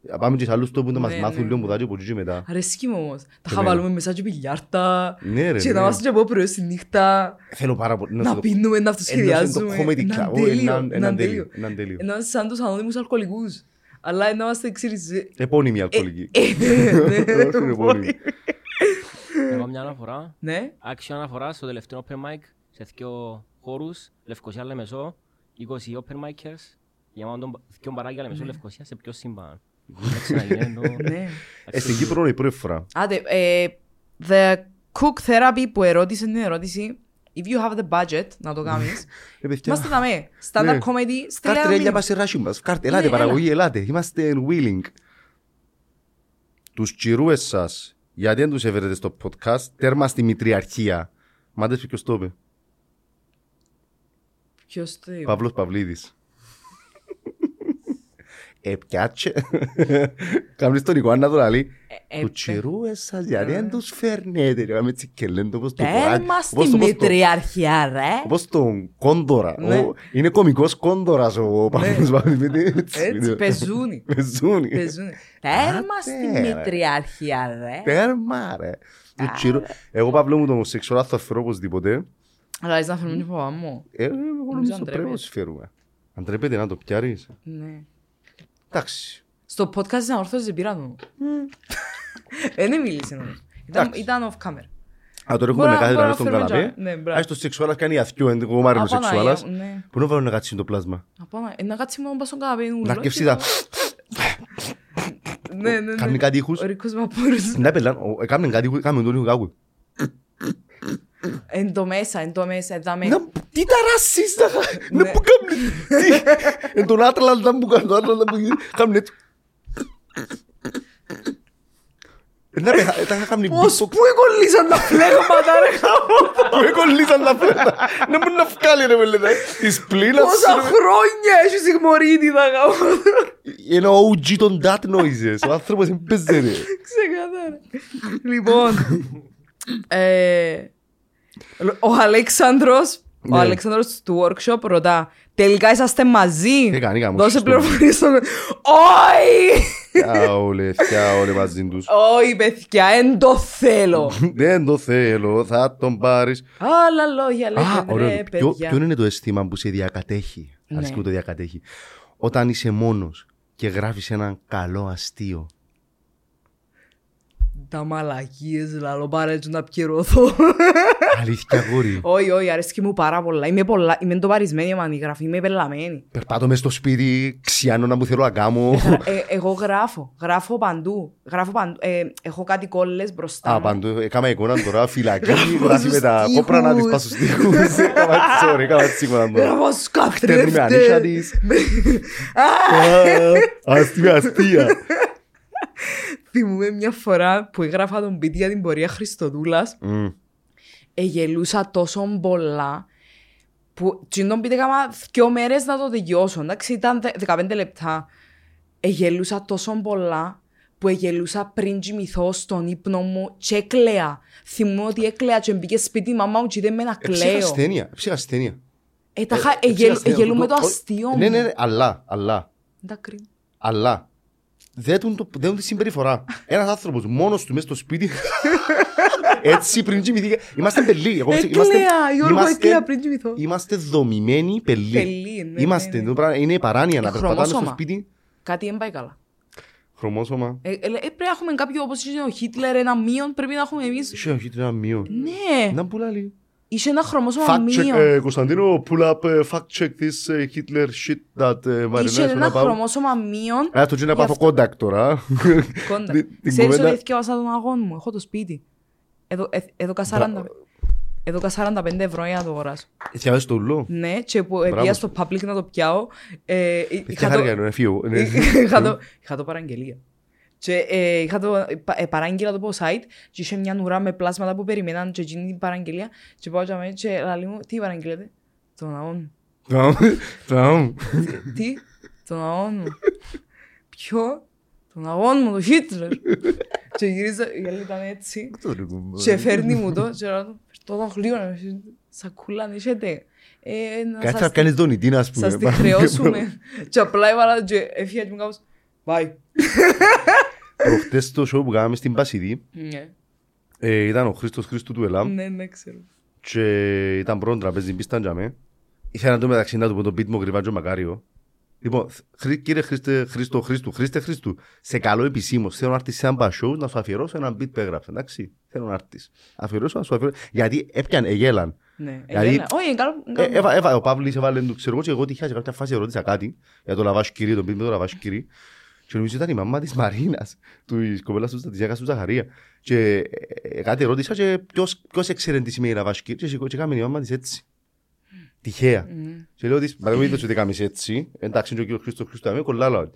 A: να πάμε και σε άλλους τόπους να μας
B: Ναι,
A: μάθουν
B: ναι.
A: λίγο που θα και από εκεί και μετά.
B: Αρέσκει μου όμως. Τα
A: ναι.
B: χαβαλούμε μέσα και πιλιάρτα.
A: Ναι ρε,
B: Και
A: ναι.
B: να είμαστε και από πρωί στη νύχτα.
A: Θέλω πάρα πολύ
B: Να
A: το-
B: πίνουμε, να
A: Ενός
B: αυτοσχεδιάζουμε.
A: είναι το Comedy
B: Έναν
A: Club. Ω,
B: τέλειο,
A: έναν-
B: έναν
A: Έναν τέλειο.
B: τέλειο.
A: έναν τέλειο.
B: Να είμαστε σαν τους ανώνυμους αλκοολικούς. Αλλά να είμαστε, ξέρεις... ε,
A: Επώνυμη
B: ε,
A: αλκοολική.
B: ε, ναι,
A: Όχι, είναι πολύ.
G: Εγώ μια αναφορά.
B: Ναι.
G: Άξιο αναφορά στο τελευταίο open mic σε δύο χώρους, Λευκοσία Λεμεσό, 20 open micers, γεμάτον δύο μπαράκια Λεμεσό Λευκοσία σε ποιο σύμπαν. Δεν ξαναγίνει, νο.
B: Ναι.
A: Ε, Στην Κύπρο είναι η πρώτη φορά.
B: Άντε, ε, the cook therapy που ερώτησε την ερώτηση, if you have the budget να το κάνεις,
A: Ε, παιδιά,
B: είμαστε τα με. Standard
A: Ναι.
B: comedy, στείλε
A: Κάρτε ρε,
B: ένα
A: για
B: μήνυμα.
A: μας εράσι μας. Κάρτε, ελάτε
B: Ναι,
A: παραγωγή, ελάτε. Είμαστε willing. Τους τσιρούες σας, γιατί δεν τους έφερετε στο podcast, τέρμα στη μητριαρχία. Μα δεν ποιος το είπε.
B: Ποιος το είπε.
A: Παύλος Παυλίδης. Ε, πιάτσε. Κάμνεις τον Ιωάννα τώρα, λέει.
B: Ε, ε,
A: Τους τσιρούες σας, γιατί δεν τους φέρνετε. Κάμε έτσι και λένε το πως το κοράκι.
B: Τέρμα
A: όπως
B: στη
A: το- όπως το-
B: μητριαρχία, ρε.
A: Όπως τον Κόντορα.
B: Ναι.
A: Ο- Είναι κωμικός Κόντορας ο Παύλος Παυλίδης.
B: Έτσι, πεζούνι.
A: Πεζούνι.
B: Πεζούνι. Τέρμα στη
A: Άντε, ρε.
B: μητριαρχία, ρε.
A: Τέρμα, ρε. Του τσιρού- Εγώ, Παύλο μου, το ομοσεξουαλ θα φέρω οπωσδήποτε.
B: Αλλά είσαι να φέρουμε την φοβά μου.
A: Ε, Εγώ νομίζω ότι πρέπει
B: αντρέπεται.
A: να τους φέρουμε. Αν τρέπεται να το πιάρεις.
B: Ναι.
A: Εντάξει.
B: Στο podcast της ανόρθωσης δεν πήρα του. Δεν μίλησε όμως. Ήταν-
A: Εντάξει.
B: Ήταν off camera.
A: Α, τώρα έχουμε
B: Μπορώ-
A: να ε. κάθε τραβή
B: μπορώ να
A: στον
B: φέρουμε
A: καναπέ.
B: τζα- ναι, μπράβο.
A: Ας το σεξουαλάς κάνει αθιό, εν εγώ μάρει ο
B: Απαναγία,
A: σεξουαλάς.
B: ναι.
A: Πού να βάλω να κάτσει το πλάσμα.
B: Απάνα, ε, να κάτσει μόνο μπας στον καναπέ. είναι
A: Να
B: ουρλός
A: κεύσει
B: και
A: τα...
B: να- Ναι, ναι,
A: Κάνει
B: ναι.
A: κάτι ήχους.
B: Ο Ρίκος Βαπούρης.
A: Να πελάν, ο- ε, κάμνε κάτι ήχους, κάμνε τον ήχο κάκου.
B: Εν το μέσα, εν το μέσα, εδώ με.
A: Να- Τι τα ράσεις τα χα- Ναι, που κάμνε. Τι. Εν τον Άτλαντα που κάνω, τον Άτλαντα που κάμνε έτσι. Ε, Να ρε, τα είχα κάνει
B: Πώς, πού εκολλήσαν τα φλέγματα ρε χαμό,
A: Που εκολλήσαν τα φρένα. Να μου να βγάλει ρε μελέτα. Η σπλήνα
B: πόσα χρόνια έχεις υγμωρίτιδα χαμό.
A: Είναι Ε, ο OG των dat noises. Ο άνθρωπος είναι πεζέρε.
B: Ξεκάθαρα. λοιπόν. ε, ο Αλέξανδρος, ο
A: Ναι.
B: Αλέξανδρος του workshop ρωτά «Τελικά είσαστε μαζί»
A: Ε, κάνει γάμο,
B: Δώσε
A: σωστό.
B: πληροφορίες στον... Όχι!
A: Κιά όλε, κιά όλε μαζί τους.
B: Όχι παιδιά, δεν το θέλω.
A: Δεν το θέλω, θα τον πάρεις.
B: Άλλα λόγια
A: Α,
B: λέτε
A: ωραίο.
B: ρε
A: Ποιο,
B: παιδιά.
A: ποιο είναι το αίσθημα που σε διακατέχει,
B: Ναι.
A: αρχικά που το διακατέχει, όταν είσαι μόνος και γράφεις έναν καλό αστείο.
B: Τα μαλακίες λαλό παρέτσου να πιερωθώ.
A: Αλήθεια, γόρι.
B: Όχι, όχι, αρέσκει μου πάρα πολλά. Είμαι, πολλά, είμαι εντοπαρισμένη άμα τη γράφει, είμαι πελαμένη.
A: Περπάτω μες στο σπίτι, ξιάνω να μου θέλω να κάνω.
B: ε, εγώ γράφω, γράφω παντού. Γράφω παντού. Ε, έχω κάτι κόλλες μπροστά
A: Α,
B: μου.
A: παντού, έκανα εικόνα τώρα, φυλακή,
B: Γράφω
A: γράφει με τα
B: στους
A: κόπρανα της
B: τοίχους.
A: πας στους τοίχους. Έκανα τις ώρες, έκανα τις εικόνα τώρα.
B: Γράφω Ε, στους
A: Χτέρνει με ανίσια
B: καθρέφτες.
A: της. Α, Αστεία, αστεία.
B: Θυμούμαι μια φορά που έγραφα τον πίτι για την πορεία Χριστοδούλας.
A: Μμ.
B: Εγελούσα τόσο πολλά που τσιντον πείτε κάμα δυο μέρες να το τελειώσω. Εντάξει, ήταν δε- 15 λεπτά. Εγελούσα τόσο πολλά που εγελούσα πριν κοιμηθώ στον ύπνο μου και έκλαια. Θυμούμαι ότι έκλαια και μπήκε σπίτι η μαμά μου και είδε με να
A: Ψήχα
B: κλαίω.
A: ασθένεια, ψήχα ασθένεια.
B: Ε, τα είχα-
A: Ε,
B: εγελ-
A: ψήχα ασθένεια.
B: εγελούμε το
A: Ο-
B: αστείο μου.
A: Ναι, ναι, ναι, αλλά, αλλά.
B: Δεν τα κρίνω.
A: αλλά δεν του, το- δεν του τη συμπεριφορά. Ένας άνθρωπος μόνος του μέσα στο σπίτι. έτσι πριν κοιμηθεί. Είμαστε πελοί. Εγώ πιστεύω,
B: Έκλαια, Ε, Γιώργο, έκλαια πριν κοιμηθώ.
A: Είμαστε δομημένοι πελοί.
B: Πελοί, ναι,
A: είμαστε,
B: ναι, ναι.
A: το πράγμα είναι παράνοια να
B: Ε,
A: περπατάνε στο
B: χρωμόσωμα.
A: σπίτι.
B: Κάτι δεν πάει καλά.
A: Χρωμόσωμα.
B: Ε, ε, ε, πρέπει να έχουμε κάποιο, όπως είχε ο Χίτλερ, ένα μείον, πρέπει να έχουμε εμείς.
A: Είχε όχι ένα μείο.
B: Ναι,
A: Να πουλάλει.
B: είσαι ένα χρωμόσωμα
A: Fact check,
B: μείον.
A: ε, Κωνσταντίνο, pull up, ε, fact check this ε, Hitler shit that ε,
B: Είσαι
A: Μαρινά
B: ένα
A: να πάω.
B: χρωμόσωμα μείον.
A: Ε, το τζι να
B: Γι'
A: πάθω
B: αυτό-
A: κόντακ τώρα.
B: Κόντα.
A: Ε, την- την
B: Ξέρεις ότι
A: κουβέντα-
B: έθιαβασα τον αγών μου, έχω το σπίτι. Εδώ, ε, εδώ κα 40 εδώ κα 45 ευρώ για να το αγοράσω.
A: Θυαβάζει το ουλό.
B: Ναι, και που
A: Μπράβο
B: πήγα
A: σου.
B: στο public να το πιάω. ε, ε,
A: Τι
B: είχα το- Ε,
A: χάρηκα, να φύγω. Ναι.
B: είχα, το, είχα το παραγγελία. Και ε, είχα το, ε, πα- ε, παράγγειλα το από site και είχε μια ουρά με πλάσματα που περιμέναν και εκείνη την παραγγελία και πάω και αμέσως και λαλή μου, τι παραγγείλετε, τον αγώνα μου.
A: Τραμ, τραμ.
B: Τι, τον αγώνα μου. Ποιο, τον αγώνα μου, τον Χίτλερ. και γύριζα, η άλλη ήταν έτσι
A: ε,
B: και φέρνει μου το και λέω, το δαχλείο να σακούλα αν έχετε. Ε, να
A: Κάτσε
B: σας
A: να
B: τη-
A: κάνεις δονητή, ας πούμε.
B: σας τη χρεώσουμε. και απλά έβαλα και έφυγα και μου κάπως, bye.
A: Προχτές το show που κάναμε στην Πασιδή
B: Ναι,
A: ε, ήταν ο Χρήστος Χρήστου του Ελάμ
B: ναι, ναι, ξέρω.
A: και ήταν πρώτον τραπέζι πίσταν για με. Ήθελα να το μεταξύ να του πω τον πίτμο γρυβά και ο Μακάριο. Λοιπόν, χρή- κύριε Χρήστε, Χρήστο Χρήστου, Χρήστε Χρήστου, σε καλό επισήμως, θέλω να έρθεις σε ένα πασό να σου αφιερώσω ένα beat που έγραψα, εντάξει. Θέλω να έρθεις. Αφιερώσω να σου αφιερώσω. Γιατί έπιαν, εγέλαν.
B: Ναι,
A: Δηλαδή-
B: εγέλα. Όχι, είναι καλό.
A: Ε,
B: καλό.
A: έβα- έβα- ο Παύλης έβαλε του ξέρω εγώ και εγώ τυχαία σε κάποια φάση ερώτησα κάτι για το λαβάσκυρι, τον πήρε το λαβάσκυρι και νομίζω ήταν η μαμά της Μαρίνας, του κοπέλας του, της γιαγιάς του Ζαχαρία και ε, ε, κάτι ερώτησα και ποιος, ποιος έξερε τι σημαίνει λαβάσκυρι και, σηκώ- και κάμενε η μαμά της έτσι. Τυχαία.
B: Μμμ.
A: Και λέω της, «Μα δεν είδες ότι κάμεις έτσι, εντάξει είναι και ο κύριος Χρήστος Χρήστο, αμέ κολλάλα».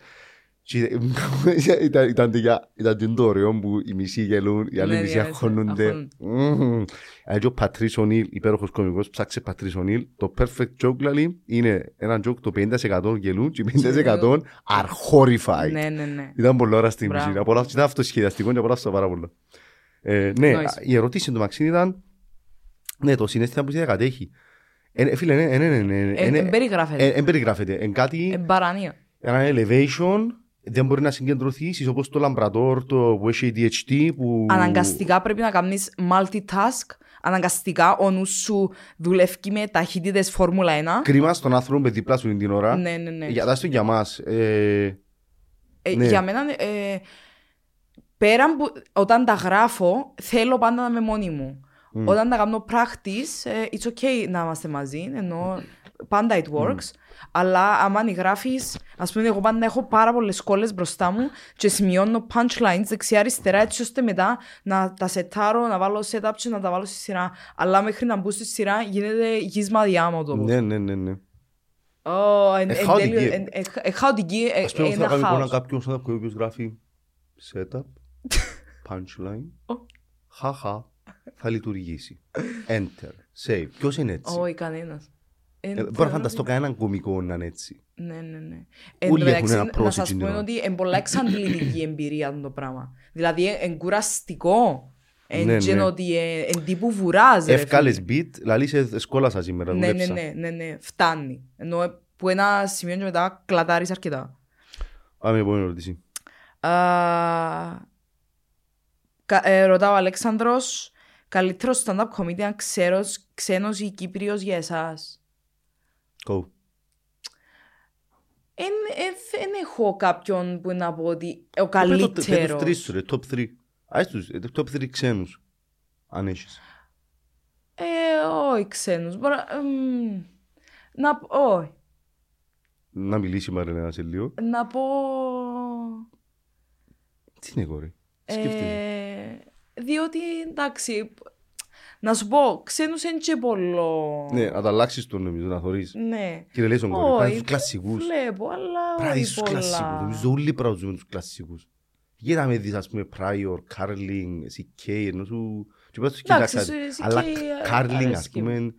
A: Και ήταν- ήταν- ήταν τελειά- Ήταν την το ωραίο που οι μισοί γελούν, οι άλλοι
B: Ναι,
A: μισοί
B: διάβασα.
A: αγχώνονται.
B: Αγχώνονται.
A: Μμμ. Αλλά και ο Πατρίς Ονίλ, υπέροχος κομικός, ψάξε Πατρίς Ονίλ. Το perfect joke λαλεί είναι ένα joke το 50% γελούν και 50% are horrified.
B: Ναι, ναι, ναι.
A: Ήταν πολύ ώρα στην
B: Μπράβο.
A: μισή. Απολαύσα- Ήταν αυτοσχεδιαστικό και απολαύσα πάρα πολύ. Ε, ναι,
B: Nice.
A: η ερώτηση του Μαξίν ήταν ναι, το συνέστημα που σε διακατέχει. Ε, φίλε, ναι, ναι, ναι, ναι, ναι,
B: Ε,
A: ναι,
B: Εν Ε,
A: ε,
B: περιγράφεται.
A: εν περιγράφεται. Εν κάτι,
B: Εν παρανία.
A: ένα elevation, δεν μπορεί να συγκεντρωθείς, ίσως όπως το Λαμπρατόρ, το που έχει ADHD, που...
B: Αναγκαστικά πρέπει να κάνεις multitask. Αναγκαστικά ο νους σου δουλεύει με ταχύτητες Φόρμουλα 1.
A: Κρίμα στον άνθρωπο με δίπλα σου είναι την ώρα.
B: Ναι, ναι, ναι.
A: Για, δάστο για μας. Ε,
B: Ε,
A: ναι.
B: Για μένα, ε, πέραν που όταν τα γράφω, θέλω πάντα να είμαι μόνη μου. Όταν τα κάνω practice, ε, it's okay να είμαστε μαζί, ενώ πάντα it works. Αλλά άμα γράφεις, ας πούμε, εγώ πάντα έχω πάρα πολλές κόλλες μπροστά μου και σημειώνω punchlines δεξιά-αριστερά, έτσι ώστε μετά να τα σετάρω, να βάλω setup και να τα βάλω στη σειρά. Αλλά μέχρι να μπω στη σειρά γίνεται γύσμα διάμοτο.
A: Ναι, ναι, ναι. ναι.
B: Ω, εν-
A: Ε,
B: εν
A: χαοτική.
B: τέλειο, εν- ε, χα- ε, χαοτική, ε,
A: Ας πούμε,
B: ένα
A: θα κάνουμε
B: χάος.
A: εικόνα κάποιον σαν ο οποίος γράφει setup, punchline, χαχα, θα λειτουργήσει. Enter, save. Ποιος είναι έτσι.
B: Όχι, κανένας.
A: Ε, Μπορώ να φανταστώ κανέναν κωμικό να είναι έτσι.
B: Ναι, ναι, ναι. Εν τω
A: Όλοι έχουν
B: μεταξύ,
A: ένα
B: Να
A: πρόσι
B: σας
A: την
B: πω
A: ώρα.
B: ότι είναι πολλά εξαντλητική εμπειρία το πράγμα. Δηλαδή, ε, εν κουραστικό. Εν
A: Ναι, ναι.
B: τζεν ότι ε, εν τύπου βουράζει. ρε
A: Εύκαλες beat, λαλείς ε, ε, σκόλασα σήμερα,
B: φίλε. Ναι, ναι,
A: δουλέψα.
B: ναι, ναι, ναι, φτάνει. Ενώ ε, που ένα σημείο και μετά κλατάρεις αρκετά.
A: Πάμε επόμενη ερώτηση.
B: Α, κα- ε, ρωτάω ο Αλέξανδρος, καλύτερος stand-up comedian ξέρος, ξένος ή Κύπριος για εσάς.
A: Go.
B: Εν, ε, εν έχω κάποιον που να πω ότι
A: Πες
B: ο
A: τους
B: καλύτερος.
A: τρεις σου ρε, top 3. Ας τους, ε, top 3 ξένους. Αν έχεις.
B: Ε, όχι ξένους. Μπορώ, εμ, να, π- όχι.
A: Να μιλήσει η Μαριλένα σε λίγο.
B: να πω...
A: Τι είναι κόρη. Σκέφτεσαι.
B: Ε, διότι, εντάξει, να σου πω, ξένους είναι και πολλό.
A: Ναι, να τα αλλάξεις τον νομίζω, να θωρείς.
B: Ναι.
A: Κύριε Λέισον κόρη,
B: Όχι,
A: πρέπει τους
B: δεν
A: κλασσικούς.
B: Βλέπω, αλλά
A: Πράγει
B: όχι
A: στους κλασσικούς.
B: πολλά.
A: Νομίζω όλοι πράγουν τους κλασσικούς. Γιατί να με δεις, ας πούμε, Prior, Carling, CK, ενώ σου... Και πας τους
B: Εντάξει,
A: κοιτάξεις,
B: σε- CK
A: Αλλά
B: α-
A: Carling,
B: αρέσκει
A: ας πούμε...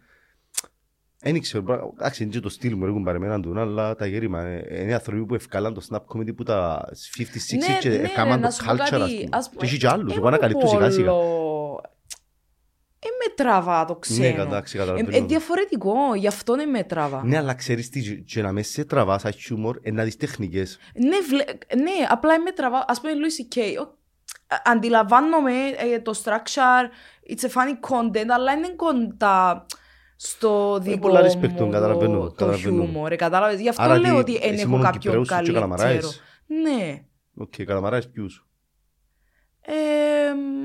A: Δεν ήξερα, μπρα- εντάξει, είναι και το στυλ μου, έχουν παρεμένα του, αλλά τα γέρημα ε, είναι άνθρωποι που ευκάλαν το snap comedy που τα 50-60
B: Ναι,
A: και
B: ναι, ρε,
A: έκαναν
B: να
A: το
B: σου πω Ε,
A: culture, ας
B: κάτι,
A: πούμε.
B: ας
A: Και
B: πούμε,
A: έχει και άλλους,
B: Έχω
A: εγώ ανακαλύπτω σιγά σιγά.
B: πολλό. Ε, με τραβά το
A: Ναι,
B: ξένο.
A: κατάξει,
B: Ε,
A: καταλαβαίνω.
B: ε, διαφορετικό, γι' αυτό είναι με τραβά.
A: Ναι, αλλά ξέρεις τι, και- και να με σε τραβά σαν χιούμορ, ε, να δεις τεχνικές.
B: Ναι, βλε- ναι, απλά είμαι τραβά. Α πούμε, Louis C.K. ο- α- Αντιλαμβάνομαι ε, το structure, it's a funny content, αλλά είναι κοντά στο δικό
A: Ε, πολλά respect τον,
B: μου
A: καταλαβαίνω,
B: το, το
A: καταλαβαίνω.
B: χιούμορ, ε, κατάλαβες. Γι' αυτό
A: Άρα
B: λέω
A: τι,
B: ότι δεν
A: εσύ
B: έχω
A: μόνο
B: κάποιον
A: Κυπρέους σου και
B: καλύτερο.
A: Καλαμαράες.
B: Ναι.
A: Οκ, καλαμαράες ποιους.
B: Ε,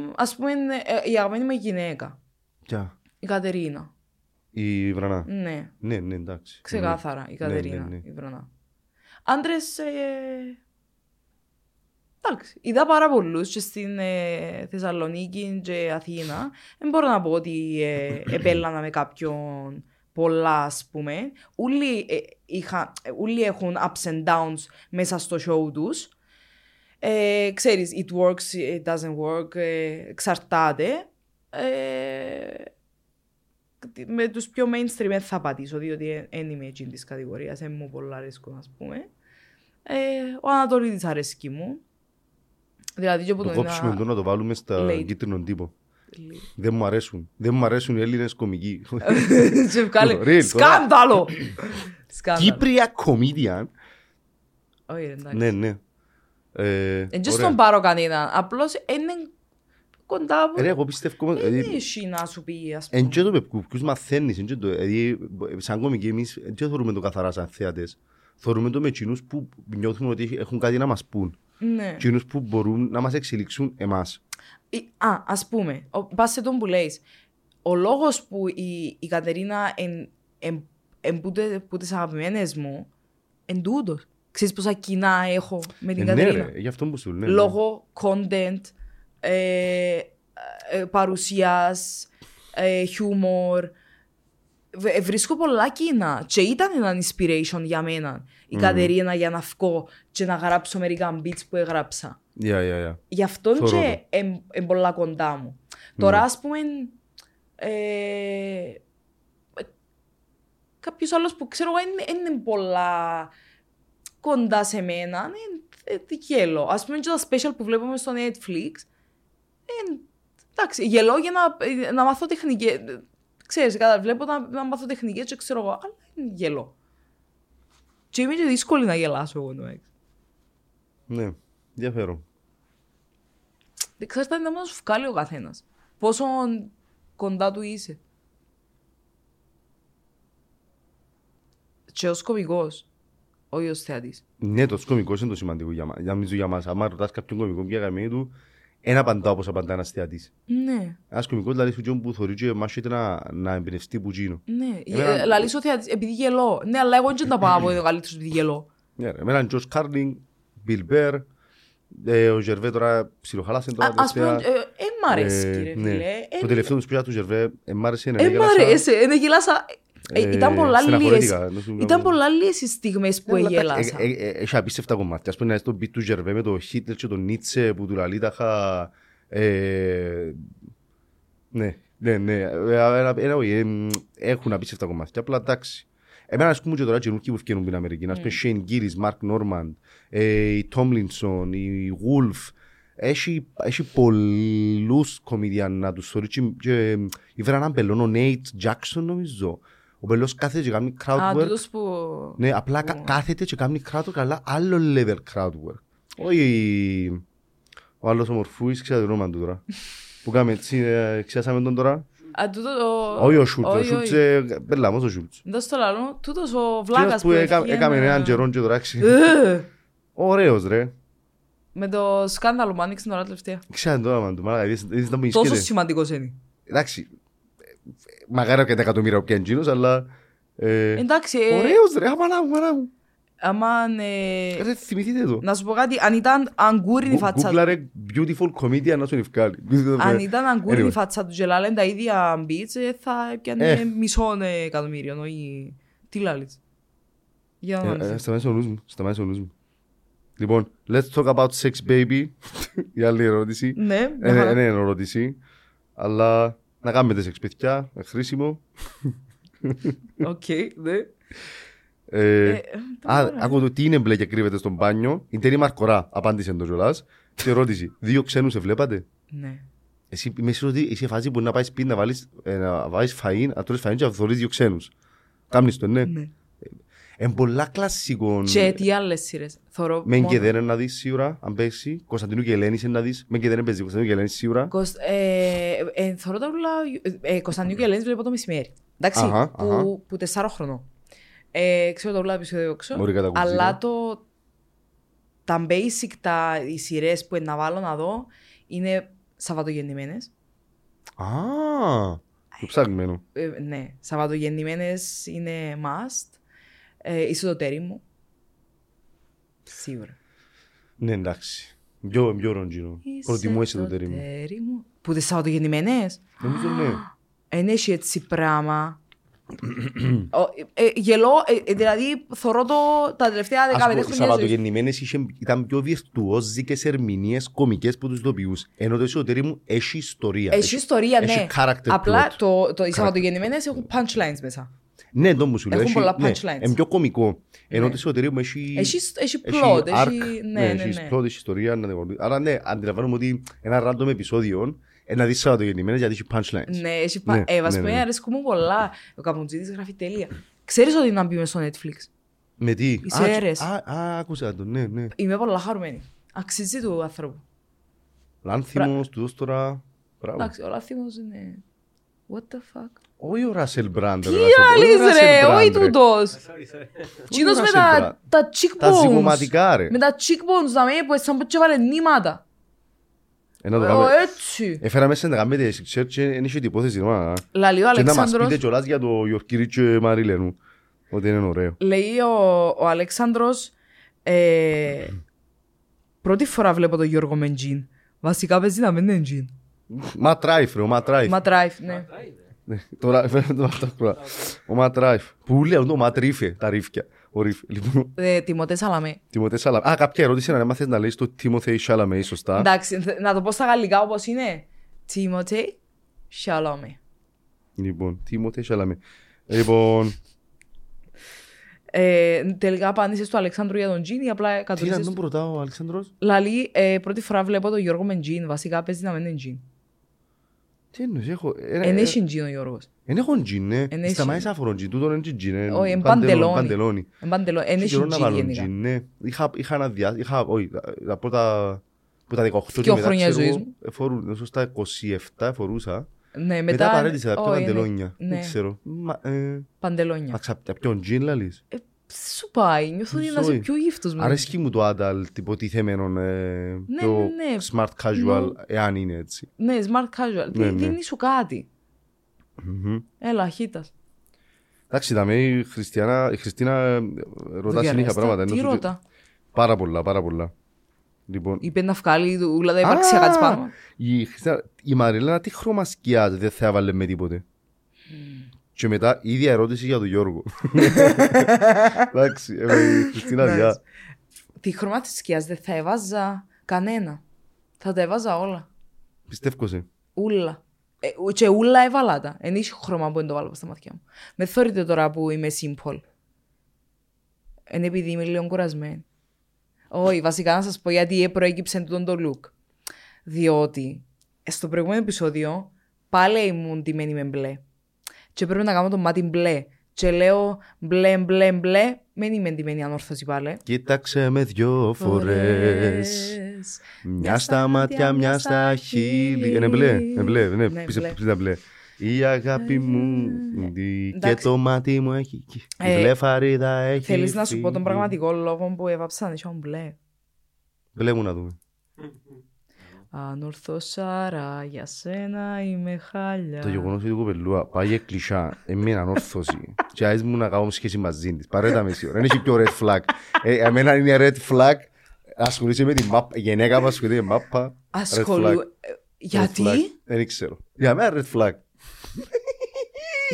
B: μ, ας πούμε, ε, η αγαπημένη μου γυναίκα,
A: Ποια,
B: η Κατερίνα.
A: η Βρανά.
B: Ναι,
A: Ναι, ναι, εντάξει.
B: ξεκάθαρα η
A: Ναι, ναι,
B: Κατερίνα,
A: ναι.
B: η Βρανά. Άντρες, ε, Εντάξει, είδα πάρα πολλούς και στην ε, Θεσσαλονίκη και Αθήνα. Δεν μπορώ να πω ότι ε, επέλανα με κάποιον πολλά, ας πούμε. Όλοι, ε, είχα, ε, όλοι έχουν ups and downs μέσα στο show τους. Ε, ξέρεις, it works, it doesn't work, ε, εξαρτάται. Ε, με τους πιο mainstream δεν θα πατήσω, διότι δεν είμαι εκείνης της κατηγορίας, δεν μου πολλά αρέσκουν, ας πούμε. Ε, ο Ανατολίτης αρέσκει μου. Δηλαδή και που
A: Ναι. Το
B: τον
A: κόψουμε το να το βάλουμε στα
B: Late.
A: κίτρινο τύπο. Δεν μου αρέσουν. Δεν μου αρέσουν οι Έλληνες
B: Ε,
A: κομικοί.
B: Σε
A: Real, τώρα.
B: βγάλε. Σκάνδαλο! Σκάνδαλο.
A: Κύπρια comedian.
B: Όχι, ρε, εντάξει.
A: Ναι, ναι. Ε,
B: Εν και
A: ωραία.
B: στον πάρω κανέναν. Απλώς είναι κοντά
A: Ρε,
B: από...
A: εγώ πιστεύω...
B: Δεν
A: δηλαδή,
B: έχει να σου πει, ας
A: Εν
B: πούμε.
A: και το με ποιου- ποιους μαθαίνεις, εν και το, δηλαδή, ε, σαν κομικοί εμείς εν και θεωρούμε το καθαρά σαν θέατες. Θεωρούμε το με εκείνους που νιώθουν ότι έχουν κάτι να μας πούν.
B: Ναι.
A: Εκείνους που μπορούν να μας εξελιξούν εμάς.
B: Η- Ε, Α, ας πούμε, ο- πας σε τον που λέει. Ο λόγος που η, η Κατερίνα εν, εν, εν πούτε, που τις αγαπημένες μου, εν τούτος. Ξέρεις πόσα κοινά έχω με την
A: Ε, Ναι
B: Κατερίνα.
A: ρε, γι' αυτό που σου λέω. ναι, ναι.
B: λόγω content, ε, ε, παρουσίας, ε, humor. Β- ε, Βρίσκω πολλά κοινά και ήταν ένα inspiration για μένα η Κατερίνα για να βγω και να γράψω μερικά beats που έγραψα.
A: Γεια, γεια, γεια.
B: Γι' αυτόν
A: Θωρώ
B: και εμ, εμ πολλά κοντά μου. Τώρα, ας πούμε, ε, κάποιος άλλος που ξέρω εγώ είναι πολλά κοντά σε μένα, είναι τι γέλο. Ας πούμε και τα special που βλέπουμε στο Netflix, εν, εντάξει, γελώ για να, ε, να μάθω τεχνικές. Ξέρεις, κατά, βλέπω να, να μάθω τεχνικές και ξέρω εγώ, αλλά εν γελώ. Και είμαι και δύσκολη να γελάσω εγώ, εντάξει.
A: Ναι, ενδιαφέρον.
B: Δεν ξέρεις τι να σου βγάλει ο καθένας. Πόσο κοντά του είσαι. Και ως κωμικός, όχι ως θεατής.
A: Ναι, το κωμικός είναι το σημαντικό για μα. Για, νομίζω για μας. Αν ρωτάς κάποιον κωμικό για γαμμένη του, Ένα απαντά όπως απαντά ένας θεατής.
B: Ναι,
A: Ένας κομικός λαλείς σου «Τζον που θωρεί και μάχεται να, να εμπνευστεί που τζίνο».
B: ναι.
A: Εμένα-
B: Ε, Λαλείς ο θεατής, επειδή γελώ. Ναι, αλλά εγώ δεν τα πάω από εδώ καλύτερος επειδή γελώ.
A: Ναι, ρε, Εμένα είναι Τζος Κάρλινγκ, Μπιλ Μπέρ, ε, ο Ζερβέ τώρα ψιλοχαλάσε τώρα
B: Α ας πούμε,
A: τελευταία.
B: ε, ε, μ' αρέσει,
A: Ε,
B: ρε
A: ναι.
B: φίλε.
A: Το τελευταίο τους σπίτι του Ζερβέ, ε, μ' άρεσε, ναι,
B: Ε, μ'
A: γέλασα.
B: αρέσει, ε, ναι, γελάσα. Ε,
A: Ε,
B: Ήταν πολλά λίες.
A: στεναχωρήθηκα, ενώ σου μιλάω.
B: Ήταν πολλά λίες οι στιγμές που
A: Ε, αλλά εντάξει,
B: γέλασα.
A: ε, ε, ε, Έχει απίστευτα κομμάτια. Ας πούμε να είσαι το beat του Ζερβέ με το Χίτλερ και τον Νίτσε που του λαλεί τα είχα... ε, Ναι, ναι, ναι. ε, ένα- ένα- ε, μ, Έχουν απίστευτα κομμάτια. Απλά εντάξει. Εμένα ας πούμε και τώρα καινούργοι που ευκαινούν την Αμερική. Ας πούμε
B: Ναι.
A: Shane Gillis, Mark Norman, ε, η Tomlinson, η Wolf. Έχει, έχει πολλούς κομιδιάν να τους θεωρεί και- ε, και ήβρε έναν πελόν, ο Nate Jackson νομίζω. Ο πελός κάθεται και κάνει crowd
B: Α,
A: work.
B: τούτος που...
A: Ναι, απλά κα- κάθεται και κάνει crowd work, αλλά άλλο level crowd work. Όχι ο άλλος ο Μορφούης, ξέρω το όνομα του τώρα. που κάμε έτσι, ε, ξέσαμε τον τώρα.
B: Α, τούτο το...
A: Όχι ο Σούλτς, ο
B: όχι,
A: Σούλτς,
B: όχι.
A: ε, μπελάμος ο Σούλτς.
B: Δεν στο λαλώ, τούτος ο
A: Κύριος
B: βλάκας
A: που έκα-
B: έφυγε
A: έκαμε
B: με-
A: έναν καιρόν και τώρα ξε-
B: Ε,
A: Ωραίος ρε.
B: Με το σκάνδαλο που άνοιξε τώρα τελευταία.
A: Ξέρω το όνομα του, μάλακα, είδες- είδες να μου
B: Τόσο
A: ισχύεται.
B: σημαντικός είναι.
A: Εντάξει, ε, ε, μακάρι αρκετά εκατομμύρια ο Κέντζινος, αλλά... ε,
B: Εντάξει, ε,
A: Ωραίος ρε, αμανά μου, αμανά μου.
B: άμα, ε,
A: Ρε, θυμηθείτε το.
B: να σου πω κάτι, αν ήταν αγκούρινη η
A: Γκου-
B: φάτσα
A: Γκούγκλα, ρε, beautiful comedian να σου ευκάλει.
B: Αν ήταν αγκούρινη η
A: ε. Anyway.
B: φάτσα του και λάλεν τα ίδια μπιτς, ε, θα έπιανε
A: Ε.
B: μισό ε, εκατομμύριο. όχι- Τι λάλης. Για να
A: Ε, ε,
B: δεις.
A: Σταμάτησε ο νους μου, σταμάτησε ο νους μου. Λοιπόν, let's talk about sex baby. Η άλλη ερώτηση.
B: Ναι, μια
A: Ε, ναι,
B: χαρά.
A: ναι, είναι ερώτηση. Αλλά να κάνετε σεξ παιδιά, ε, χρήσιμο.
B: Οκ, ναι.
A: Ε,
B: Ε,
A: Α, άκου το τι είναι μπλε και κρύβεται στον μπάνιο. Η Τέρι Μαρκορά, απάντησε το κιόλας. Και ερώτηση, δύο ξένους σε βλέπατε.
B: Ναι.
A: Εσύ με είσαι ότι είσαι φάση που να πάει σπίτι να βάλεις, ε, να βάλεις φαΐν, να τρώεις φαΐν και να θωρείς δύο ξένους. Κάμνεις το, ναι.
B: Ναι.
A: Εν πολλά κλασσικόν.
B: Και τι άλλες σειρές. Θωρώ
A: Μεν και
B: μόνο-
A: δεν να δεις σίγουρα, αν παίξει. Κωνσταντινού και Ελένης να δεις. Μεν και δεν παίζει Κωνσταντινού και Ελένης σίγουρα.
B: Κοσ- ε, ε, Θωρώ τα ούλα. ε, Κωνσταντινού και Ελένης βλέπω το μεσημέρι. Εντάξει,
A: Αχα,
B: που-
A: αχα.
B: που τεσσάρων χρονών. Ε, Ξέρω τα ούλα επεισόδιο έξω.
A: Μπορεί κατά ναι. κουζίνα.
B: Αλλά το, τα basic, τα, οι σειρές που να βάλω να δω είναι Σαββατογεννημένες.
A: Α, το ψάχνουμε.
B: Ε, ναι, Σαββατογεννημένες είναι must. Ε, είσαι το τέρι μου. Σίγουρα.
A: Ναι, εντάξει. Πιο, πιο ροντζίνο. Προτιμώ εσύ το τέρι μου.
B: τέρι μου. Που τις Σαββατογεννημένε.
A: Νομίζω ναι.
B: Εν έχει έτσι πράγμα. Ο- ε, ε, γελώ, ε, ε, δηλαδή θωρώ το τα τελευταία 15
A: Ας πούμε, οι
B: χρόνια. της ζωής μου.
A: Σαββατογεννημένες είχε- ήταν πιο βιρτουόζικες ερμηνείες κομικές που τους δοποιούς. Ενώ το εσωτερή μου έχει ιστορία.
B: Έχει ιστορία, ναι.
A: έχει character
B: Απλά
A: plot.
B: το, το, οι Σαββατογεννημένε έχουν punchlines μέσα.
A: Ναι, το μου σου λέω.
B: Έχουν
A: έχει- ναι,
B: πολλά punchlines.
A: Είναι πιο κομικό. Ενώ
B: Ναι.
A: το εσωτερή μου έχει...
B: Έχει, έχει plot, έχει.
A: arc,
B: Ναι, ναι,
A: έχει
B: ναι.
A: plot, έχει ιστορία. να την- Άρα ναι, αντιλαμβάνομαι ότι ένα random επεισόδιο ε, να δεις Σαββατογεννημένες γιατί έχει punchlines.
B: Ναι, έχει
A: Ναι,
B: πα... Ε,
A: ναι,
B: βασικά
A: ναι.
B: αρέσκουν μου πολλά. Ο Καπουτζίδης γράφει τέλεια. Ξέρεις ότι να μπει στο Netflix.
A: Με τι?
B: Οι
A: Α,
B: σέρες.
A: Α, α, άκουσα το, ναι, ναι.
B: Είμαι πολλά χαρούμενη. Αξίζει του ανθρώπου.
A: Λάνθιμος, του δώσ' τώρα... Μπράβο.
B: Εντάξει, ο Λάθιμος είναι... What the fuck.
A: Όχι ο Ράσελ Μπραντ. Τι
B: Άλλης ρε, όχι τούτος. Τσίνος με
A: Russell
B: τα,
A: Brand.
B: τα cheekbones.
A: Τα ζυγωματικά, ρε.
B: Με τα cheekbones, να με που έτσι σαν που έτσι έβαλε νήματα.
A: Ένα το
B: Ε,
A: κάνουμε.
B: ο, έτσι.
A: Έφεραμε σε να κάνουμε τη research και δεν είχε την υπόθεση. μα.
B: Λαλεί ο
A: Και να μας πείτε
B: Αλεξάνδρος,
A: κιόλας για το Γιορκύρι και Μαρίλενου. Ότι είναι ωραίο.
B: λέει ο, ο Αλεξάνδρος, ε, πρώτη φορά βλέπω τον Γιώργο Μεντζίν. Βασικά παίζει να μην είναι Τζιν.
A: Ματ Ράιφ, ρε, ο Ματ Ράιφ.
B: Μα τράιφ, ναι.
A: Ναι, Τώρα φέρνουμε το αυτοκρόα. Ο Ματ Ράιφ. Που λέει αυτό, ο Ματ Ρίφε, τα ρίφια. Ο Ρίφε. Λοιπόν,
B: Ε, Τιμωτέ Σαλαμέ.
A: Τιμωθέ Σαλαμέ. Α, κάποια ερώτηση να μάθεις να λέει το Τιμωθέ Σαλαμέ, σωστά.
B: Εντάξει, θε- να το πω στα γαλλικά όπως είναι. Τιμωτέ Σαλαμέ.
A: Λοιπόν, Τιμωθέ Σαλαμέ. Λοιπόν,
B: Ε, τελικά απάντησες του Αλεξάνδρου για τον Τζιν ή απλά
A: τι ήταν τον
B: κατορίσε.
A: που ρωτάω ο Αλεξάνδρος.
B: Λαλή, ε, πρώτη φορά βλέπω τον Γιώργο με Τζιν. Βασικά παίζει να μην είναι Τζιν.
A: Τι εννοείς, έχω... ε, ε,
B: Εν έχει Τζιν ο Γιώργος.
A: Εν έχω τζιν, ναι.
B: Εν έχει.
A: Σταμάτησα αφορών τζιν, τούτον είναι τζιν, ναι.
B: Όχι, εν
A: Παντελόνι,
B: παντελόνι.
A: παντελόνι.
B: Εν παντελώ, εν
A: Είχε
B: έχει
A: καιρό να
B: Τζιν
A: βάλω
B: γενικά.
A: τζιν, ναι. Είχα, είχα ένα διά... Είχα, όχι, τα- τα πρώτα... Που τα 18 και
B: Δυο
A: μετά,
B: χρόνια
A: ξέρω,
B: ζωής μου.
A: ε, φορούν, σωστά 27 φορούσα.
B: Ναι,
A: Μετά
B: μετά.
A: παρέτησα τα πιο
B: όχι, ναι.
A: παντελόνια. Δεν
B: Ναι,
A: ξέρω. Μα, ε,
B: παντελόνια.
A: τα ξα- τα πιο τζιν λαλείς.
B: σου πάει. Νιώθω ότι
A: Ζωή.
B: να είσαι πιο γύφτος με
A: Αρέσκει μου το adult υποτιθέμενο ε,
B: Ναι,
A: το
B: ναι, ναι.
A: smart casual,
B: Ναι.
A: εάν είναι έτσι.
B: Ναι, smart casual.
A: Ναι,
B: Ναι,
A: ναι.
B: Δίνει σου κάτι.
A: Μμμ.
B: Έλα, χίτα.
A: Εντάξει, τα με η Χριστιανά, η Χριστίνα ε, ρωτά συνέχεια πράγματα.
B: Τι
A: ενώ σου-
B: ρώτα.
A: Πάρα πολλά, πάρα πολλά. Λοιπόν,
B: Είπε να βγάλει δηλαδή, του ούλα τα υπαρξιακά της πάνω.
A: Η, Χριστίνα- η Μαριλένα τι χρώμα σκιάζει, δεν θα έβαλε με τίποτε. Και μετά η ίδια ερώτηση για τον Γιώργο. Εντάξει, ε, η Χριστίνα
B: Εντάξει.
A: διά.
B: Τη χρώμα της σκιάς δεν θα έβαζα κανένα. Θα τα έβαζα όλα.
A: Πιστεύω σε.
B: Ούλα. Ε, ου- και ούλα έβαλα τα. Εν είχε χρώμα που δεν το βάλω στα μάτια μου. Με θόρυτε τώρα που είμαι simple. Είναι επειδή είμαι λίγο κουρασμένη. Όχι, βασικά να σας πω γιατί ε, προέκυψε τούτον το look. Διότι ε, στο προηγούμενο επεισόδιο πάλι ήμουν ντυμένη με μπλε. Και πρέπει να κάνω το μάτι μπλε. Και λέω μπλε, μπλε, μπλε. Μην είμαι ντυμένη ανόρθωση πάλι.
A: Κοίταξε με δυο φορές. Μια στα μάτια, μια στα χείλη. Είναι μπλε, είναι μπλε, είναι
B: Ναι,
A: πίσε-
B: μπλε. Ε,
A: πίσε τα μπλε. Η αγάπη μου δι- και
B: εντάξει.
A: το μάτι μου έχει. Η
B: Ε,
A: μπλε φαρίδα έχει.
B: Θέλεις να σου πω τον
A: φύγει.
B: πραγματικό λόγο που έβαψα να είσαι μπλε.
A: Μπλε μου να δούμε.
B: Ανορθωσάρα, για σένα είμαι χάλια.
A: Το γεγονός ότι η κοπελούα πάει για κλεισά με έναν όρθωση. Και άι μου να κάνω σχέση μαζί της. Παρέτα με σίγουρα. Δεν έχει πιο red flag. Ε, Εμένα είναι red flag. Ασχολείσαι με τη μάπα. Η Γυναίκα που ασχολείται με μάπα. red flag. Red
B: Ασχολού... ε, Γιατί
A: flag. Δεν ξέρω. Για μένα red flag.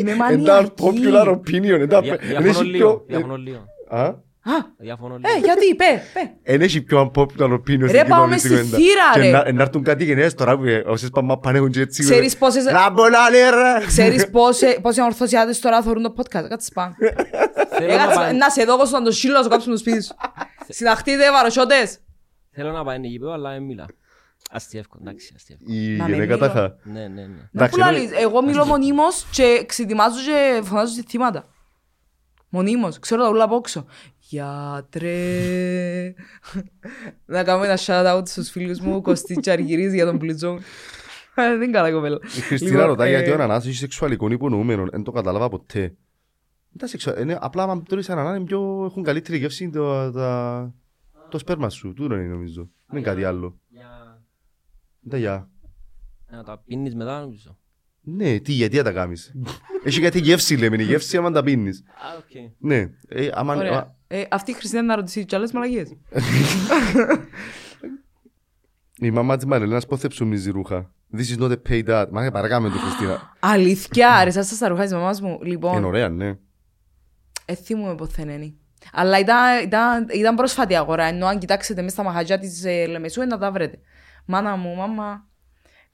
B: είμαι
A: Ένα
B: μανιακή.
A: popular opinion. εντά-
B: Ε,
G: Δια-
A: εν
G: Διαφωνώ
A: έχει πιο-
G: λίγο. Διαφωνώ λίγο.
A: Α?
B: Α,
G: Διαφωνώ λίγο.
B: ε, γιατί, πέ, πέ.
A: Εν έχει πιο unpopular opinion στην
B: Ρε, πάμε
A: κοινωνική
B: στη
A: κουβέντα.
B: θύρα,
A: Και
B: ρε.
A: να- να έρθουν κάτι γενναίες τώρα που ε, όσες πάμε μάπα έχουν και έτσι.
B: Ξέρεις
A: ρε.
B: πόσες-
A: Να μπω να λέει, ρε.
B: Ξέρεις πόσοι, πόσοι ανορθωσιάτες τώρα θεωρούν το podcast. Κάτσε πάνω.
G: Θέλω
B: Ε,
G: να
B: κάτσε,
G: πάει-
B: Να σε δώκω στον το σύλλο να σου κάψουν το σπίτι σου. Συναχτείτε βαροσιώτες.
G: Θέλω να πάει είναι γήπεδο, αλλά δεν μιλά. Αστιεύκω, εντάξει, αστιεύκω.
A: Η
B: Μα με
A: γυναίκα τα
B: μίλω.
A: χα.
G: Ναι, ναι, ναι.
B: Να
A: Εντάξει,
B: που λαλείς,
A: ρε.
B: εγώ μιλώ μονίμως και ξετοιμάζω και φωνάζω σε θύματα. Μονίμως, ξέρω τα ούλα από όξω. Γιατρέ. Να κάνω ένα shout-out στους φίλους μου, Κωστή Τσαργυρίζ για τον πλουτζό. Ε, Δεν είναι καλά κοπέλα.
A: Η Χριστίνα
B: Λοιπόν,
A: ρωτάει
B: ε,
A: γιατί ο Ανανάς έχει σεξουαλικός υπονοούμενος. Δεν το κατάλαβα ποτέ. Δεν τα σεξουα- είναι- Απλά αν τρώεις ανανά είναι πιο... έχουν καλύτερη γεύση το, τα- το σπέρμα σου. Τούτο είναι νομίζω. Δεν είναι κάτι άλλο. Δεν τα γεια.
G: Ε, Να τα πίνεις μετά, νομίζω.
A: Ναι, τι, γιατί να τα κάνεις. Έχει κάτι γεύση λέμε, είναι η γεύση άμα τα πίνεις.
G: Α, οκ.
A: Ναι, ε, άμα...
B: Ωραία.
A: α-
B: Ε, Αυτή η Χριστίνα να ρωτήσει κι άλλες μαλαγίες.
A: Η μαμά της Μαριλένας πότε ψουμίζει ρούχα. This is not a pay that. Μα παρακάμε το Χριστίνα.
B: Λοιπόν. Αλήθεια, ρε, σας τα ρουχά της μαμάς μου.
A: Είναι
B: Λοιπόν,
A: ωραία, ναι.
B: εθί μου εποθενένει. Αλλά ήταν, ήταν, ήταν πρόσφατη αγορά, ενώ αν κοιτάξετε μέσα στα μαχαζιά της ε, Λεμεσού, ε, να τα βρείτε. Μάνα μου, μάμα.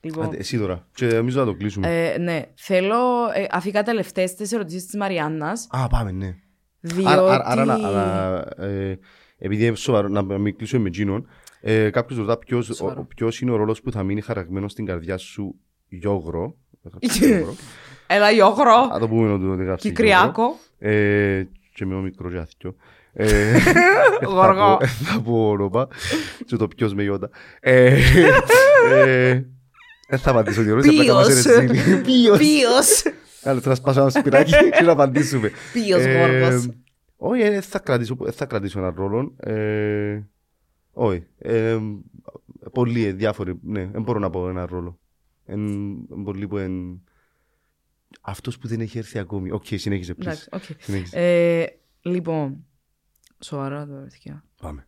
B: Λοιπόν,
A: Άντε, Εσύ τώρα. Και νομίζω να το κλείσουμε.
B: Ε, ναι, θέλω. Ε, αφήκα τελευταίε τι ερωτήσεις της Μαριάννας.
A: Α, πάμε, ναι.
B: Διότι.
A: Άρα, άρα, άρα, να- να- ε, επειδή είναι σοβαρό, να μην κλείσουμε με εκείνον, ε, κάποιος ρωτά ποιος, ο-
B: Σοβαρό.
A: ο- ποιος είναι ο ρόλος που θα μείνει χαραγμένος στην καρδιά σου Γιώγρο.
B: Έλα, Ιόχρο
A: Α το πούμε ότι το γράψει.
B: και Κριάκο.
A: Γιώγρο. Ε, Και με ο μικρός άθικιο. Ε,
B: Γοργό.
A: θα πω- Θα πω όνομα. Και το ποιος με γιόντα. Ε, ε, Δεν θα απαντήσω την ερώτηση, απλά
B: Ποιος.
A: κάμασε ρετσίνη. Ποιος.
B: Ποιος.
A: Άλλο θα σπάσω ένα σπυράκι και να απαντήσουμε.
B: Ποιος
A: Ε,
B: Γόργος?
A: Όχι, ε, θα κρατήσω, ε, θα κρατήσω έναν ρόλο. Ε, όχι. Ε, πολλοί ε, διάφοροι. Ναι, δεν μπορώ να πω έναν ρόλο. Εν, πολλοί που εν... Αυτός που δεν έχει έρθει ακόμη. Οκ, συνέχισε
B: Εντάξει,
A: please.
B: οκ.
A: Συνέχισε.
B: Ε, Λοιπόν. Σοβαρά το ερωτικό.
A: Πάμε.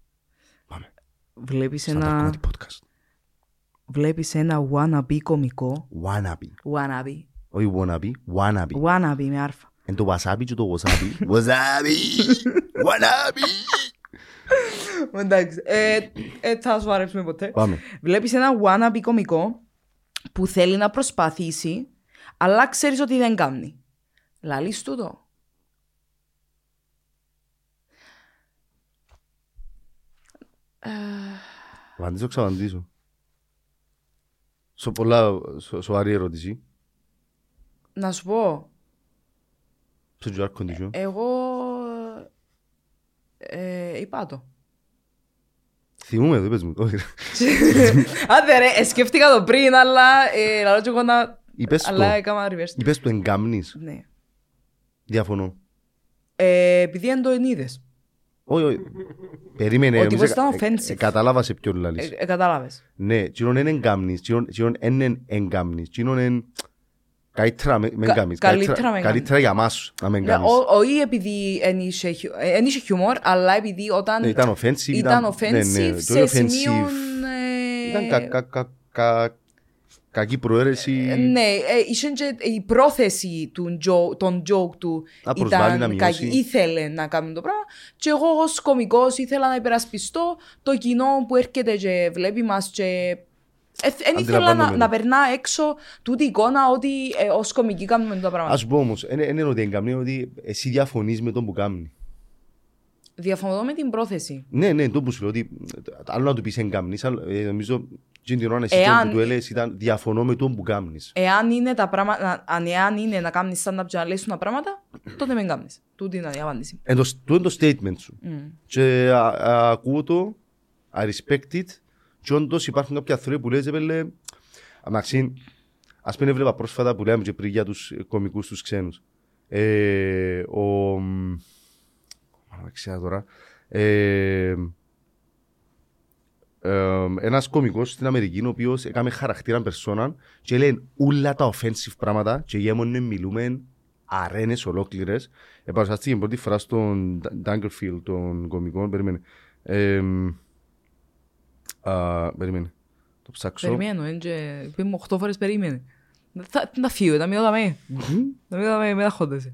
A: Πάμε.
B: Βλέπει
A: Σαν τα
B: ένα,
A: κομμάτι podcast.
B: βλέπεις ένα wannabe κωμικό.
A: Wannabe.
B: Wannabe.
A: Όχι wannabe, wannabe.
B: Wannabe με άρφα.
A: Εν το wasabi και το wasabi. Wasabi! Wannabe!
B: Εντάξει. ε, ε, Θα σου αρέσουμε ποτέ.
A: Πάμε.
B: Βλέπεις ένα wannabe κωμικό που θέλει να προσπαθήσει, αλλά ξέρεις ότι δεν κάνει. Λαλείς του το.
A: Απαντήσω, ξαπαντήσω. Σε πολλά σο- σοβαρή ερώτηση.
B: Να σου πω,
A: Σε air condition.
B: εγώ ε, είπα το.
A: Θυμούμε, δεν πες μου. Όχι, ρε.
B: Άντε ρε, ε, σκέφτηκα το πριν, αλλά ε, λαλώ και εγώ να...
A: Είπες το.
B: Αλλά ε, έκανα reverse.
A: Είπες του εγκάμνης.
B: Ναι.
A: Διαφωνώ.
B: Ε, επειδή δεν το ενίδες.
A: Όχι, όχι. Περίμενε.
B: Ο
A: εμείς
B: τύπος
A: ε-
B: ήταν
A: ε-
B: offensive. Ε,
A: ε, Κατάλαβα σε ποιον λαλείς.
B: Κατάλαβες.
A: Ναι, τσινόν εν εγκάμνεις, τσινόν- τσινόν εν εν εγκάμνεις, τσινόν εν... Καλύτερα με- με
B: Κα-
A: εγκάμνεις,
B: καλύτερα
A: καλύτερα-
B: με εγκάμνεις.
A: Καλύτερα για μας να με
B: Ναι,
A: εγκάμνεις.
B: ο- όχι επειδή εν είχε χιου- ε, εν είχε χιούμορ, αλλά επειδή όταν
A: Ναι, Ήταν offensive.
B: ήταν
A: ναι, ναι,
B: offensive
A: το
B: σε ε,
A: offensive
B: σημείο.
A: Ήταν κα- κα- κα- κα- κακή προαίρεση.
B: Ναι, ε, είχε και η πρόθεση του τζο- των joke του
A: Να προσβάλλει, να
B: ήταν
A: μειώσει.
B: κακή. Ήθελε να κάνει το πράγμα. Και εγώ ως κωμικός ήθελα να υπερασπιστώ το κοινό που έρχεται και βλέπει μας και... Ε, εν ήθελα να,
A: Αντιλαμβάνομαι.
B: να περνά έξω τούτη η εικόνα ότι ε, ως κωμικοί κάνουμε το πράγμα.
A: Ας πω όμως, δεν είναι ότι εγκαμνεί, ότι εσύ διαφωνείς με τον που κάνει.
B: Διαφωνώ με την πρόθεση.
A: Ναι, ναι, το που σου λέω, ότι ε, άλλο να του πεις εγκαμνείς, άλλο- ε, νομίζω την την ώρα εσύ
B: Εάν-
A: που του έλεγες ήταν διαφωνώ με τον που κάνεις.
B: Εάν είναι τα πράγματα, αν εάν είναι να κάνεις stand-up και να λες σου τα πράγματα, τότε μην κάνεις. Τούτη είναι η απάντηση.
A: Εν το- Τούτο είναι το statement σου.
B: Μμ.
A: Και α, α, ακούω το, I respect it. Και όντως υπάρχουν κάποια θεωρία που λες, «Ε, έπελε, αμαξίν, ας πούμε έβλεπα πρόσφατα που λέμε και πριν για τους ε, κομικούς τους ξένους. Ε, ο... μ, μάνα, ξέρω τώρα. Ε, ε, ένας κομικός στην Αμερική ο οποίος έκαμε χαρακτήρα περσόνα και έλεγε όλα τα offensive πράγματα και γέμονε μιλούμε αρένες ολόκληρες ε, παρουσιάστηκε πρώτη φορά στον Dun- Dunkerfield των κομικών περίμενε ε, α, περίμενε το ψάξω
B: Περιμένω, εν και πει μου 8 φορές περίμενε. Θα, να φύγω, να μην δαμέ. Να μην δαμέ, μην αχόντεσαι.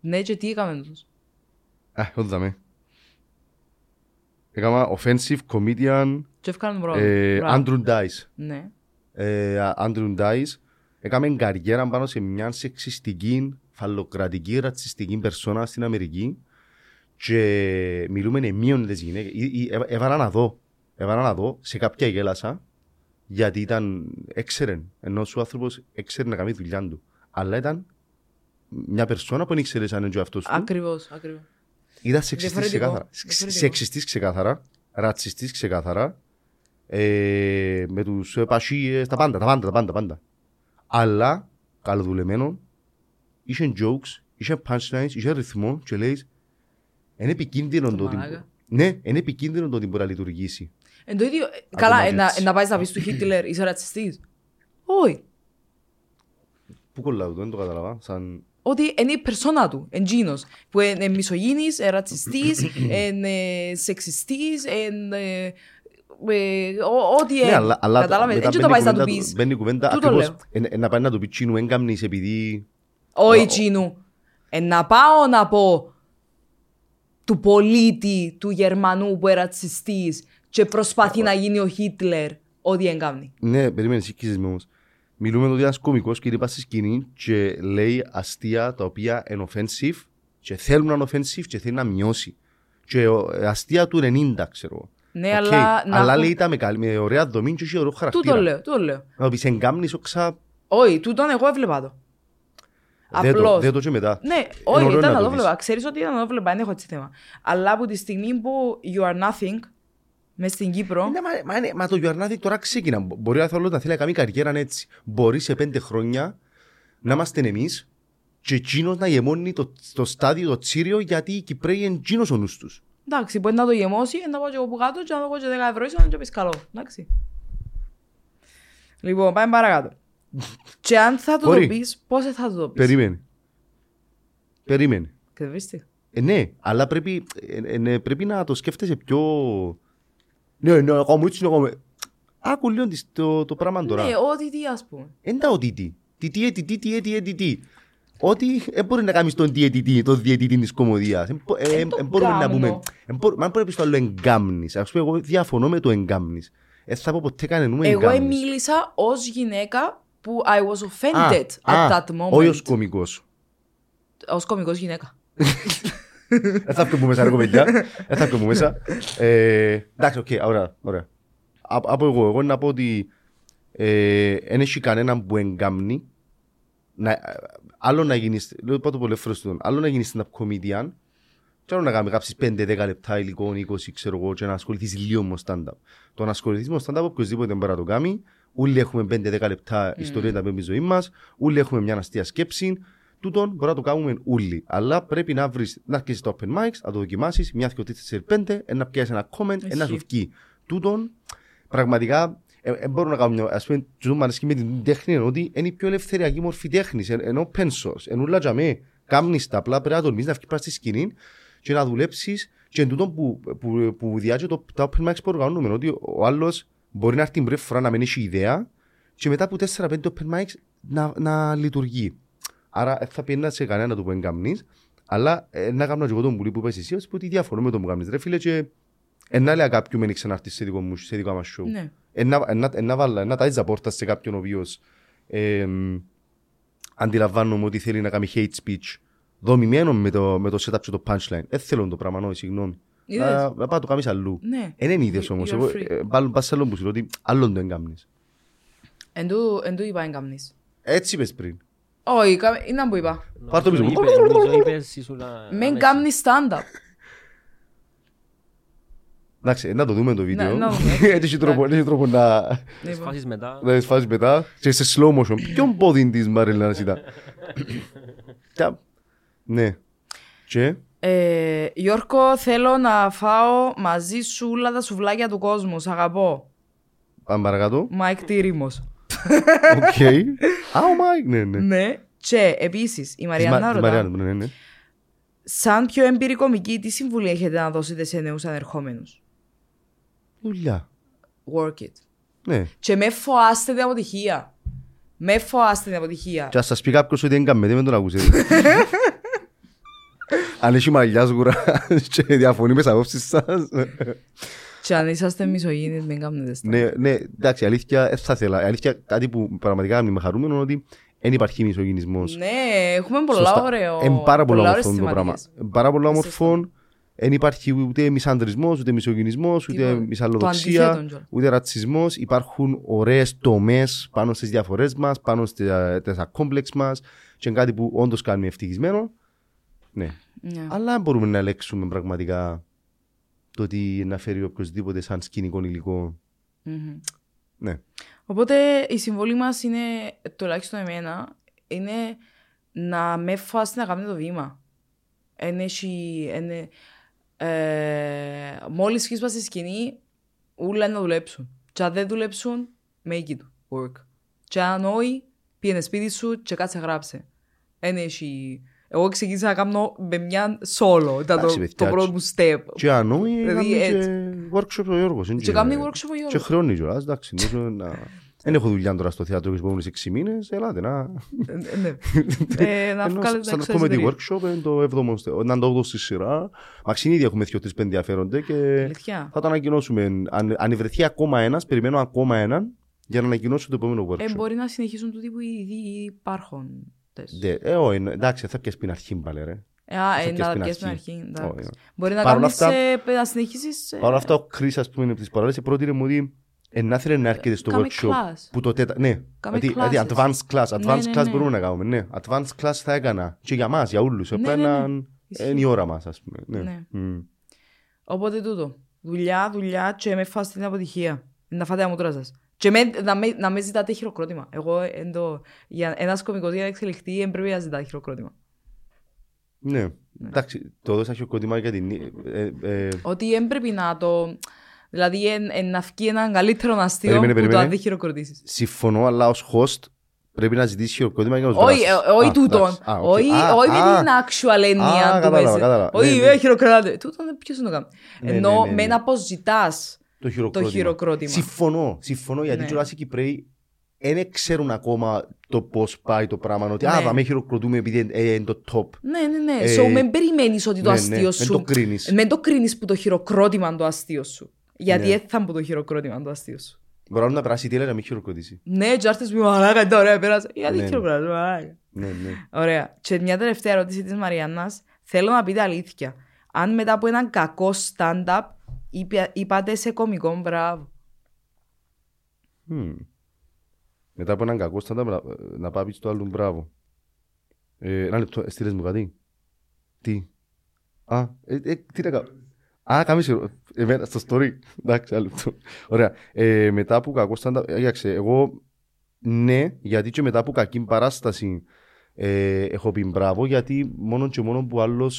B: Ναι, και τι έκαμε τους.
A: α, ό,τι δαμε έκανα offensive comedian
B: Και έφκαναν τον
A: ε,
B: πρόβλημα.
A: Andrew Dice
B: Ναι.
A: ε, Άντρου Ντάις έκαμε καριέρα πάνω σε μια σεξιστική, φαλοκρατική, ρατσιστική περσόνα στην Αμερική και μιλούμε εμείων τις γυναίκες. Ή- ή- ε- Έβαλα να δω, έβαλα να δω, σε κάποια γέλασα γιατί ήταν, έξερε, ενώ ο άνθρωπος έξερε να κάνει τη δουλειά του. Αλλά ήταν μια περσόνα που δεν ήξερες αν είναι και ο αυτός του.
B: Ακριβώς, ακριβώς.
A: Ήταν σεξιστής
B: Διαφορετικό.
A: ξεκάθαρα.
B: Διαφορετικό.
A: Σεξιστής ξεκάθαρα. Ρατσιστής ξεκάθαρα. Ε, με τους ε, πασίες, τα πάντα, τα πάντα, τα πάντα, τα πάντα. Αλλά, καλοδουλεμένο, είχε jokes, είχε punchlines, είχε ρυθμό και λέει, είναι επικίνδυνο
B: Το
A: το ότι...
B: μαλάκα.
A: Ναι, είναι επικίνδυνο το ότι μπορεί να λειτουργήσει.
B: Εν το ίδιο, ε, καλά,
A: το
B: ε, να,
A: Μάγκετς.
B: ε, να πάεις να πεις του Χίτλερ, είσαι ρατσιστής. Όχι.
A: Πού κολλάω το, δεν το καταλαβα. Σαν...
B: Ότι είναι η περσόνα του, εν τζίνος, που είναι μισογίνης, ε, ρατσιστής, εν, ε, σεξιστής, εν, ε, ε, ο- ό,τι
A: Ναι,
B: εν.
A: αλλά, αλλά
B: Κατάλαβες,
A: μετά
B: εν τζ' το
A: μπαίνει
B: πάεις να
A: κουβέντα
B: του
A: του-
B: πεις.
A: Μπαίνει η κουβέντα,
B: Τούτο
A: ακριβώς,
B: λέω.
A: ε, ε, να πάει να του πει τσίνου έγκαμνης επειδή...
B: Όχι τσίνου. Ε, να πάω να πω του πολίτη του Γερμανού που είναι ρατσιστής και προσπαθεί να γίνει ο Χίτλερ ό,τι εγκάμνει.
A: Ναι, περίμενε, σύγχυσες με όμως. Μιλούμε ότι ένας κωμικός και είπα στη σκηνή και λέει αστεία τα οποία είναι offensive και θέλουν να είναι offensive και θέλει να μειώσει. Και ο- ε, αστεία του 90, ξέρω εγώ.
B: Ναι,
A: Οκ,
B: αλλά... να
A: αλλά
B: έχουν-
A: λέει τα με, καλ- με ωραία δομή και έχει ωραίο χαρακτήρα.
B: Τούτο λέω, τούτο λέω.
A: Να το πεις εγκάμνης όξα,
B: Όχι, τούτον εγώ έβλεπα το.
A: δεν το,
B: Απλώς.
A: δεν το και μετά.
B: Ναι,
A: ωραίο Ε,
B: όχι,
A: να
B: ήταν να
A: το
B: το
A: δεις.
B: βλέπα. Ξέρεις ότι ήταν να το βλέπα, δεν έχω έτσι θέμα. Αλλά από τη στιγμή που you are nothing, μες στην Κύπρο,
A: Ναι, μα, μα, ναι, μα το Γιουαρνάδη τώρα ξεκινά. Μπο- Μπορεί ο θέλω να θέλει να κάνει καριέρα έτσι. Μπορεί σε πέντε χρόνια να είμαστε εμείς και εκείνος να γεμώνει το, το στάδιο, το τσίριο, γιατί οι Κυπρέοι είναι εκείνος ο νους τους.
B: εντάξει, μπορεί να το γεμώσει, να πάω και εγώ που κάτω και να δω και 10 ευρώ ίσως να το πεις καλό, εντάξει. Λοιπόν, πάμε παρακάτω. και αν θα του το
A: Μπορεί.
B: πεις, πώς θα του το πεις.
A: Περίμενε. Περίμενε.
B: Κρυβίστη.
A: Ε, ναι, αλλά πρέπει, ε, ε, ναι, πρέπει να το σκέφτεσαι πιο. Ναι, ναι, εγώ μου έτσι, εγώ μου. Άκου λίγο τις- το, το πράγμα τώρα.
B: Ναι, ό,τι τι ας πούμε.
A: Εν τα ότι τι. Τι, τι, ε, τι, τι, τι, ε, τι, ε, τι, τι. Ότι δεν μπορεί να κάνεις τον διαιτητή, τον διαιτητή της κομμωδίας. Δεν
B: το
A: ε, μπορούμε να
B: κάνω.
A: πούμε. εν μπο- Μα αν πρέπει να πεις το άλλο εγκάμνης. Ας πούμε, εγώ διαφωνώ με το εγκάμνης. Δεν θα πω ποτέ κανένα
B: Εγώ ε,
A: εγκάμνης.
B: μίλησα ως γυναίκα που I was offended at that moment.
A: Όχι ω κωμικό.
B: Ως κωμικός γυναίκα.
A: Δεν Ε, θα πούμε μέσα, ρε κοπελιά. Δεν θα πούμε μέσα. Ε, Εντάξει, οκ, ωραία. ωραία. Α- Από εγώ, εγώ να πω ότι δεν έχει κανέναν που εγκάμνει. Να- Άλλο να γίνεις, λέω πάντα πολλές φορές στον, άλλο να γίνεις stand-up comedian και άλλο να κάνεις κάψεις 5-10 λεπτά υλικό, 20 ξέρω εγώ και να ασχοληθείς λίγο με το stand-up. Το να ασχοληθείς με το stand-up οποιοςδήποτε μπορεί να το κάνει, όλοι έχουμε 5-10 λεπτά ιστορία να πούμε στη ζωή μας, όλοι έχουμε μια αστεία σκέψη, Τούτον μπορεί να το κάνουμε όλοι. Αλλά πρέπει να βρεις, να αρχίσεις το open mics, να το δοκιμάσεις, μια, δυο, τρει, πέντε, να πιάσεις ένα comment, ένα σου βγει. Τούτον πραγματικά ε, ε, μπορώ να κάνω. Ας πούμε, τους μου αρέσει με την τέχνη είναι ότι είναι η πιο ελευθεριακή μορφή τέχνης. Ενώ open source, ενώ όλα για μέ, κάμνεις τα απλά, πρέπει να τολμήσει να βγει πα στη σκηνή και να δουλέψεις. Και εν τούτον που, που, που διάγει το, τα open mics που οργανώνουμε, ότι ο άλλος μπορεί να έρθει την πρώτη φορά να μην έχει ιδέα και μετά από 4-5 open mics να, να λειτουργεί. Άρα ε, θα πιένα σε κανένα να του πει καμνείς, αλλά ε, να κάνω και εγώ τον πουλί που είπες εσύ, ας πω ότι διαφωνώ με τον που κάνεις ρε φίλε και ε, να λέω κάποιου μεν ξανάρθεις σε δικό μου, σε δικό μας show.
B: Ναι.
A: Ε, να- ε, να- ε, να βάλω, να ταΐζα πόρτα σε κάποιον ο οποίος ε, μ, αντιλαμβάνομαι ότι θέλει να κάνει hate speech δομημένο με το, με το setup και το punchline. Δεν θέλω το πράγμα, νόη, συγγνώμη.
B: Είδες.
A: Να, να πάω το κάνεις αλλού.
B: Ναι.
A: Ε, δεν είδες
B: You-
A: όμως,
B: you are
A: εγώ
B: free.
A: ε, πάλι πας σε άλλον που σου λέω ότι άλλον το εγκάμνεις.
B: Εν τούτου- εν τούτου είπα εν κάμνεις.
A: Έτσι είπες πριν.
B: Όχι, κα- είναι να που είπα.
A: Πάρ' το πίσω μου.
G: Νομίζω είπες- νομίζω είπες εσύ σου να-
B: Μεν
G: αμέσως.
B: κάμνεις stand-up.
A: Εντάξει, να το δούμε το βίντεο.
B: Ναι, να δούμε.
A: Έτσι έχει τρόπο, έχει τρόπο να,
G: Τις
B: Λοιπόν.
G: φάσεις μετά.
A: να τις φάσεις μετά. Και σε slow motion. Ποιον πόδι της Μαριλάνα ήταν. Κα- Ναι. Και
B: Ε, Γιώργο, θέλω να φάω μαζί σου όλα τα σουβλάκια του κόσμου. Σ' αγαπώ.
A: πάμε παρακάτω.
B: Μάικ Τύριμος.
A: Οκ. Α, ο Μάικ, ναι, ναι.
B: Ναι. Και επίσης η
A: Της
B: Μαριάννα
A: Μα- της
B: ρωτά.
A: Μαριάννα, ναι, ναι.
B: Σαν πιο εμπειρικομική, τι συμβουλή έχετε να δώσετε σε νέους ανερχόμενους.
A: Δουλειά.
B: Work it.
A: Ναι.
B: Και με φοάστε την αποτυχία. Με φοάστε την αποτυχία.
A: Και ας σας πει κάποιος ότι δεν κάνετε, δεν τον ακούσετε. Αν έχει μαλλιά σγουρά και διαφωνεί με τις απόψεις σας.
B: Και αν είσαστε μισογίνες, μην κάνετε στα.
A: Ναι, ναι, εντάξει, αλήθεια, ε, θα ήθελα. Αλήθεια, κάτι που πραγματικά με χαρούμενο είναι ότι δεν υπάρχει μισογυνισμός.
B: Ναι, έχουμε πολλά
A: Σωστά.
B: ωραίο.
A: Εν πάρα πολύ
B: πολλά ωραίες
A: όμορφο το πράγμα.
B: θεματικές.
A: Εν πάρα πολύ όμορφο.
B: Σωστά.
A: Δεν υπάρχει ούτε μισανδρισμό, ούτε μισογυνισμό, ούτε
B: Τίποτα. Το
A: μισαλλοδοξία,
B: αντίθετο κιόλας.
A: ούτε ρατσισμός. Υπάρχουν ωραίες τομές πάνω στις διαφορές μας, πάνω στα κόμπλεξ μας. Και είναι κάτι που όντως κάνουμε ευτυχισμένο. Ναι.
B: Ναι.
A: Αλλά μπορούμε να ελέγξουμε πραγματικά το ότι να φέρει οποιοδήποτε σαν σκηνικό υλικό.
B: Μμμ.
A: Ναι.
B: Οπότε η συμβολή μας είναι, τουλάχιστον εμένα, είναι να με φάσει να κάνει το βήμα. Εν έχει- εν- ε, μόλις χύσπα στη σκηνή, ούλα να δουλέψουν. Και αν δεν δουλέψουν, make it work. Και αν όχι, πήγαινε σπίτι σου και κάτσε γράψε. Εν έχει... Εγώ ξεκίνησα να κάνω με μια solo, ήταν
A: Εντάξει,
B: το, το
A: παιδιά,
B: πρώτο μου step.
A: Και αν όχι,
B: Δηλαδή,
A: έκαμε και workshop ο Γιώργος. είναι
B: Και κάνει workshop ο Γιώργος.
A: Και χρόνι κιόλας, εντάξει. νομίζω να- Δεν έχω δουλειά τώρα στο θέατρο τους επόμενους 6 μήνες. Ελάτε να...
B: Ε, ναι. Ε, να
A: Ενώ
B: βγάλετε
A: Σαν
B: τα
A: το comedy
B: εξωτερικά.
A: workshop, είναι το 7ο, στε- να είναι το 8ο στη σειρά. Μαξίν ήδη έχουμε 2-3 πέντε ενδιαφέρονται και
B: Αλήθεια.
A: θα το ανακοινώσουμε. Αν, αν βρεθεί ακόμα ένας, περιμένω ακόμα έναν για να ανακοινώσω το επόμενο
B: Ε,
A: workshop.
B: μπορεί να συνεχίσουν τούτοι που ήδη υπάρχουν.
A: Ναι, ε, όχι, εντάξει, θα πιάσει την αρχή μπαλέ, ρε.
B: Ε, α, ε,
A: πιάσεις
B: να
A: την
B: πιάσεις την
A: αρχή.
B: αρχή. εντάξει.
A: Όχι, όχι.
B: Μπορεί να
A: Παρ' όλα
B: κάνεις,
A: αυτά-
B: ε, να συνεχίσεις... ε,
A: Παρ' όλα αυτά, ο Κρι, ας πούμε, από τις παράλληλε, πρότεινε μου ότι ε, να θέλει να έρχεται στο
B: Κάμε
A: workshop.
B: class.
A: Που το τέτα... Ναι,
B: Κάμε
A: δηλαδή, δηλαδή
B: classes.
A: advanced class. Advanced
B: Ναι, ναι,
A: class
B: ναι.
A: μπορούμε να κάνουμε. Ναι, advanced class θα έκανα. Και για μας, για όλους.
B: Ναι,
A: Απλά
B: ναι, ναι.
A: έναν-
B: Ισχύει.
A: Είναι η ώρα μας, ας πούμε. Ναι.
B: Ναι.
A: Μμ.
B: Οπότε τούτο. Δουλειά, δουλειά και με φάστε την αποτυχία. Να φάτε τα μούτρα σας. Και με, να, με, να με ζητάτε χειροκρότημα. Εγώ, ε, εν το, για ένας κωμικός για να εξελιχθεί, εν πρέπει να ζητάτε χειροκρότημα.
A: Ναι. Εντάξει, το δώσα χειροκρότημα για την. Ε, ε,
B: Ότι εν πρέπει να το... Δηλαδή, εν, εν να βγει έναν καλύτερο αστείο
A: Περίμενε,
B: που το
A: περίμενε.
B: αν δεν χειροκροτήσεις.
A: συμφωνώ, αλλά ως host πρέπει να ζητήσεις χειροκρότημα για να τους
B: Όχι,
A: δράσεις.
B: ε, όχι
A: Α,
B: τούτον.
A: εντάξει. Α, οκ.
B: Όχι
A: Α,
B: όχι
A: α,
B: με την actual
A: Α,
B: έννοια του
A: κατάλαβα,
B: μέσα.
A: κατάλαβα.
B: Όχι,
A: Ναι, ναι.
B: ε, χειροκράτε. Τούτον ποιος να το κάνει.
A: Ναι, ναι,
B: Ενώ
A: ναι, ναι.
B: με να αποζητά
A: Το χειροκρότημα.
B: το χειροκρότημα.
A: Συμφωνώ, συμφωνώ γιατί
B: Ναι.
A: ναι. οι Κυπρέοι δεν ξέρουν ακόμα το πώς πάει το πράγμα. Ότι
B: Ναι.
A: α, θα με χειροκροτούμε επειδή είναι ε, είναι το top.
B: Ναι, ναι, ναι.
A: Ε,
B: So, μην περιμένεις ότι το
A: ναι, ναι.
B: αστείο
A: Εν
B: σου.
A: το κρίνεις.
B: Μην το κρίνεις που το χειροκρότημα είναι το αστείο σου. Γιατί
A: Ναι.
B: έθαν που το χειροκρότημα είναι το αστείο σου.
A: Μπορεί να περάσει τέλεια να μην χειροκροτήσει.
B: Ναι, τζάρτε μου, μαλάκα, είναι ωραία, πέρασε. Γιατί
A: Ναι, ναι.
B: χειροκρότημα, μαλάκα.
A: Ναι, ναι.
B: Ωραία. Και μια τελευταία ερώτηση της Μαριάννας. Θέλω να πείτε αλήθεια. Αν μετά από έναν κακό stand-up είπε- είπατε σε κωμικός μπράβο.
A: Μμμ. Μετά από έναν κακό στάντα να, ε, να πάει στο άλλο μπράβο. Ε, ένα λεπτό, στείλες μου κάτι. Τι. Α, ε, ε, τι να κάνω. Α, κάμεις ερω- εμένα στο story. Εντάξει, άλλο λεπτό. Ωραία. Ε, μετά από κακό stand-up, ε, κοίταξε, εγώ ναι, γιατί και μετά από κακή παράσταση Ε, έχω πει μπράβο γιατί μόνο και μόνο που άλλος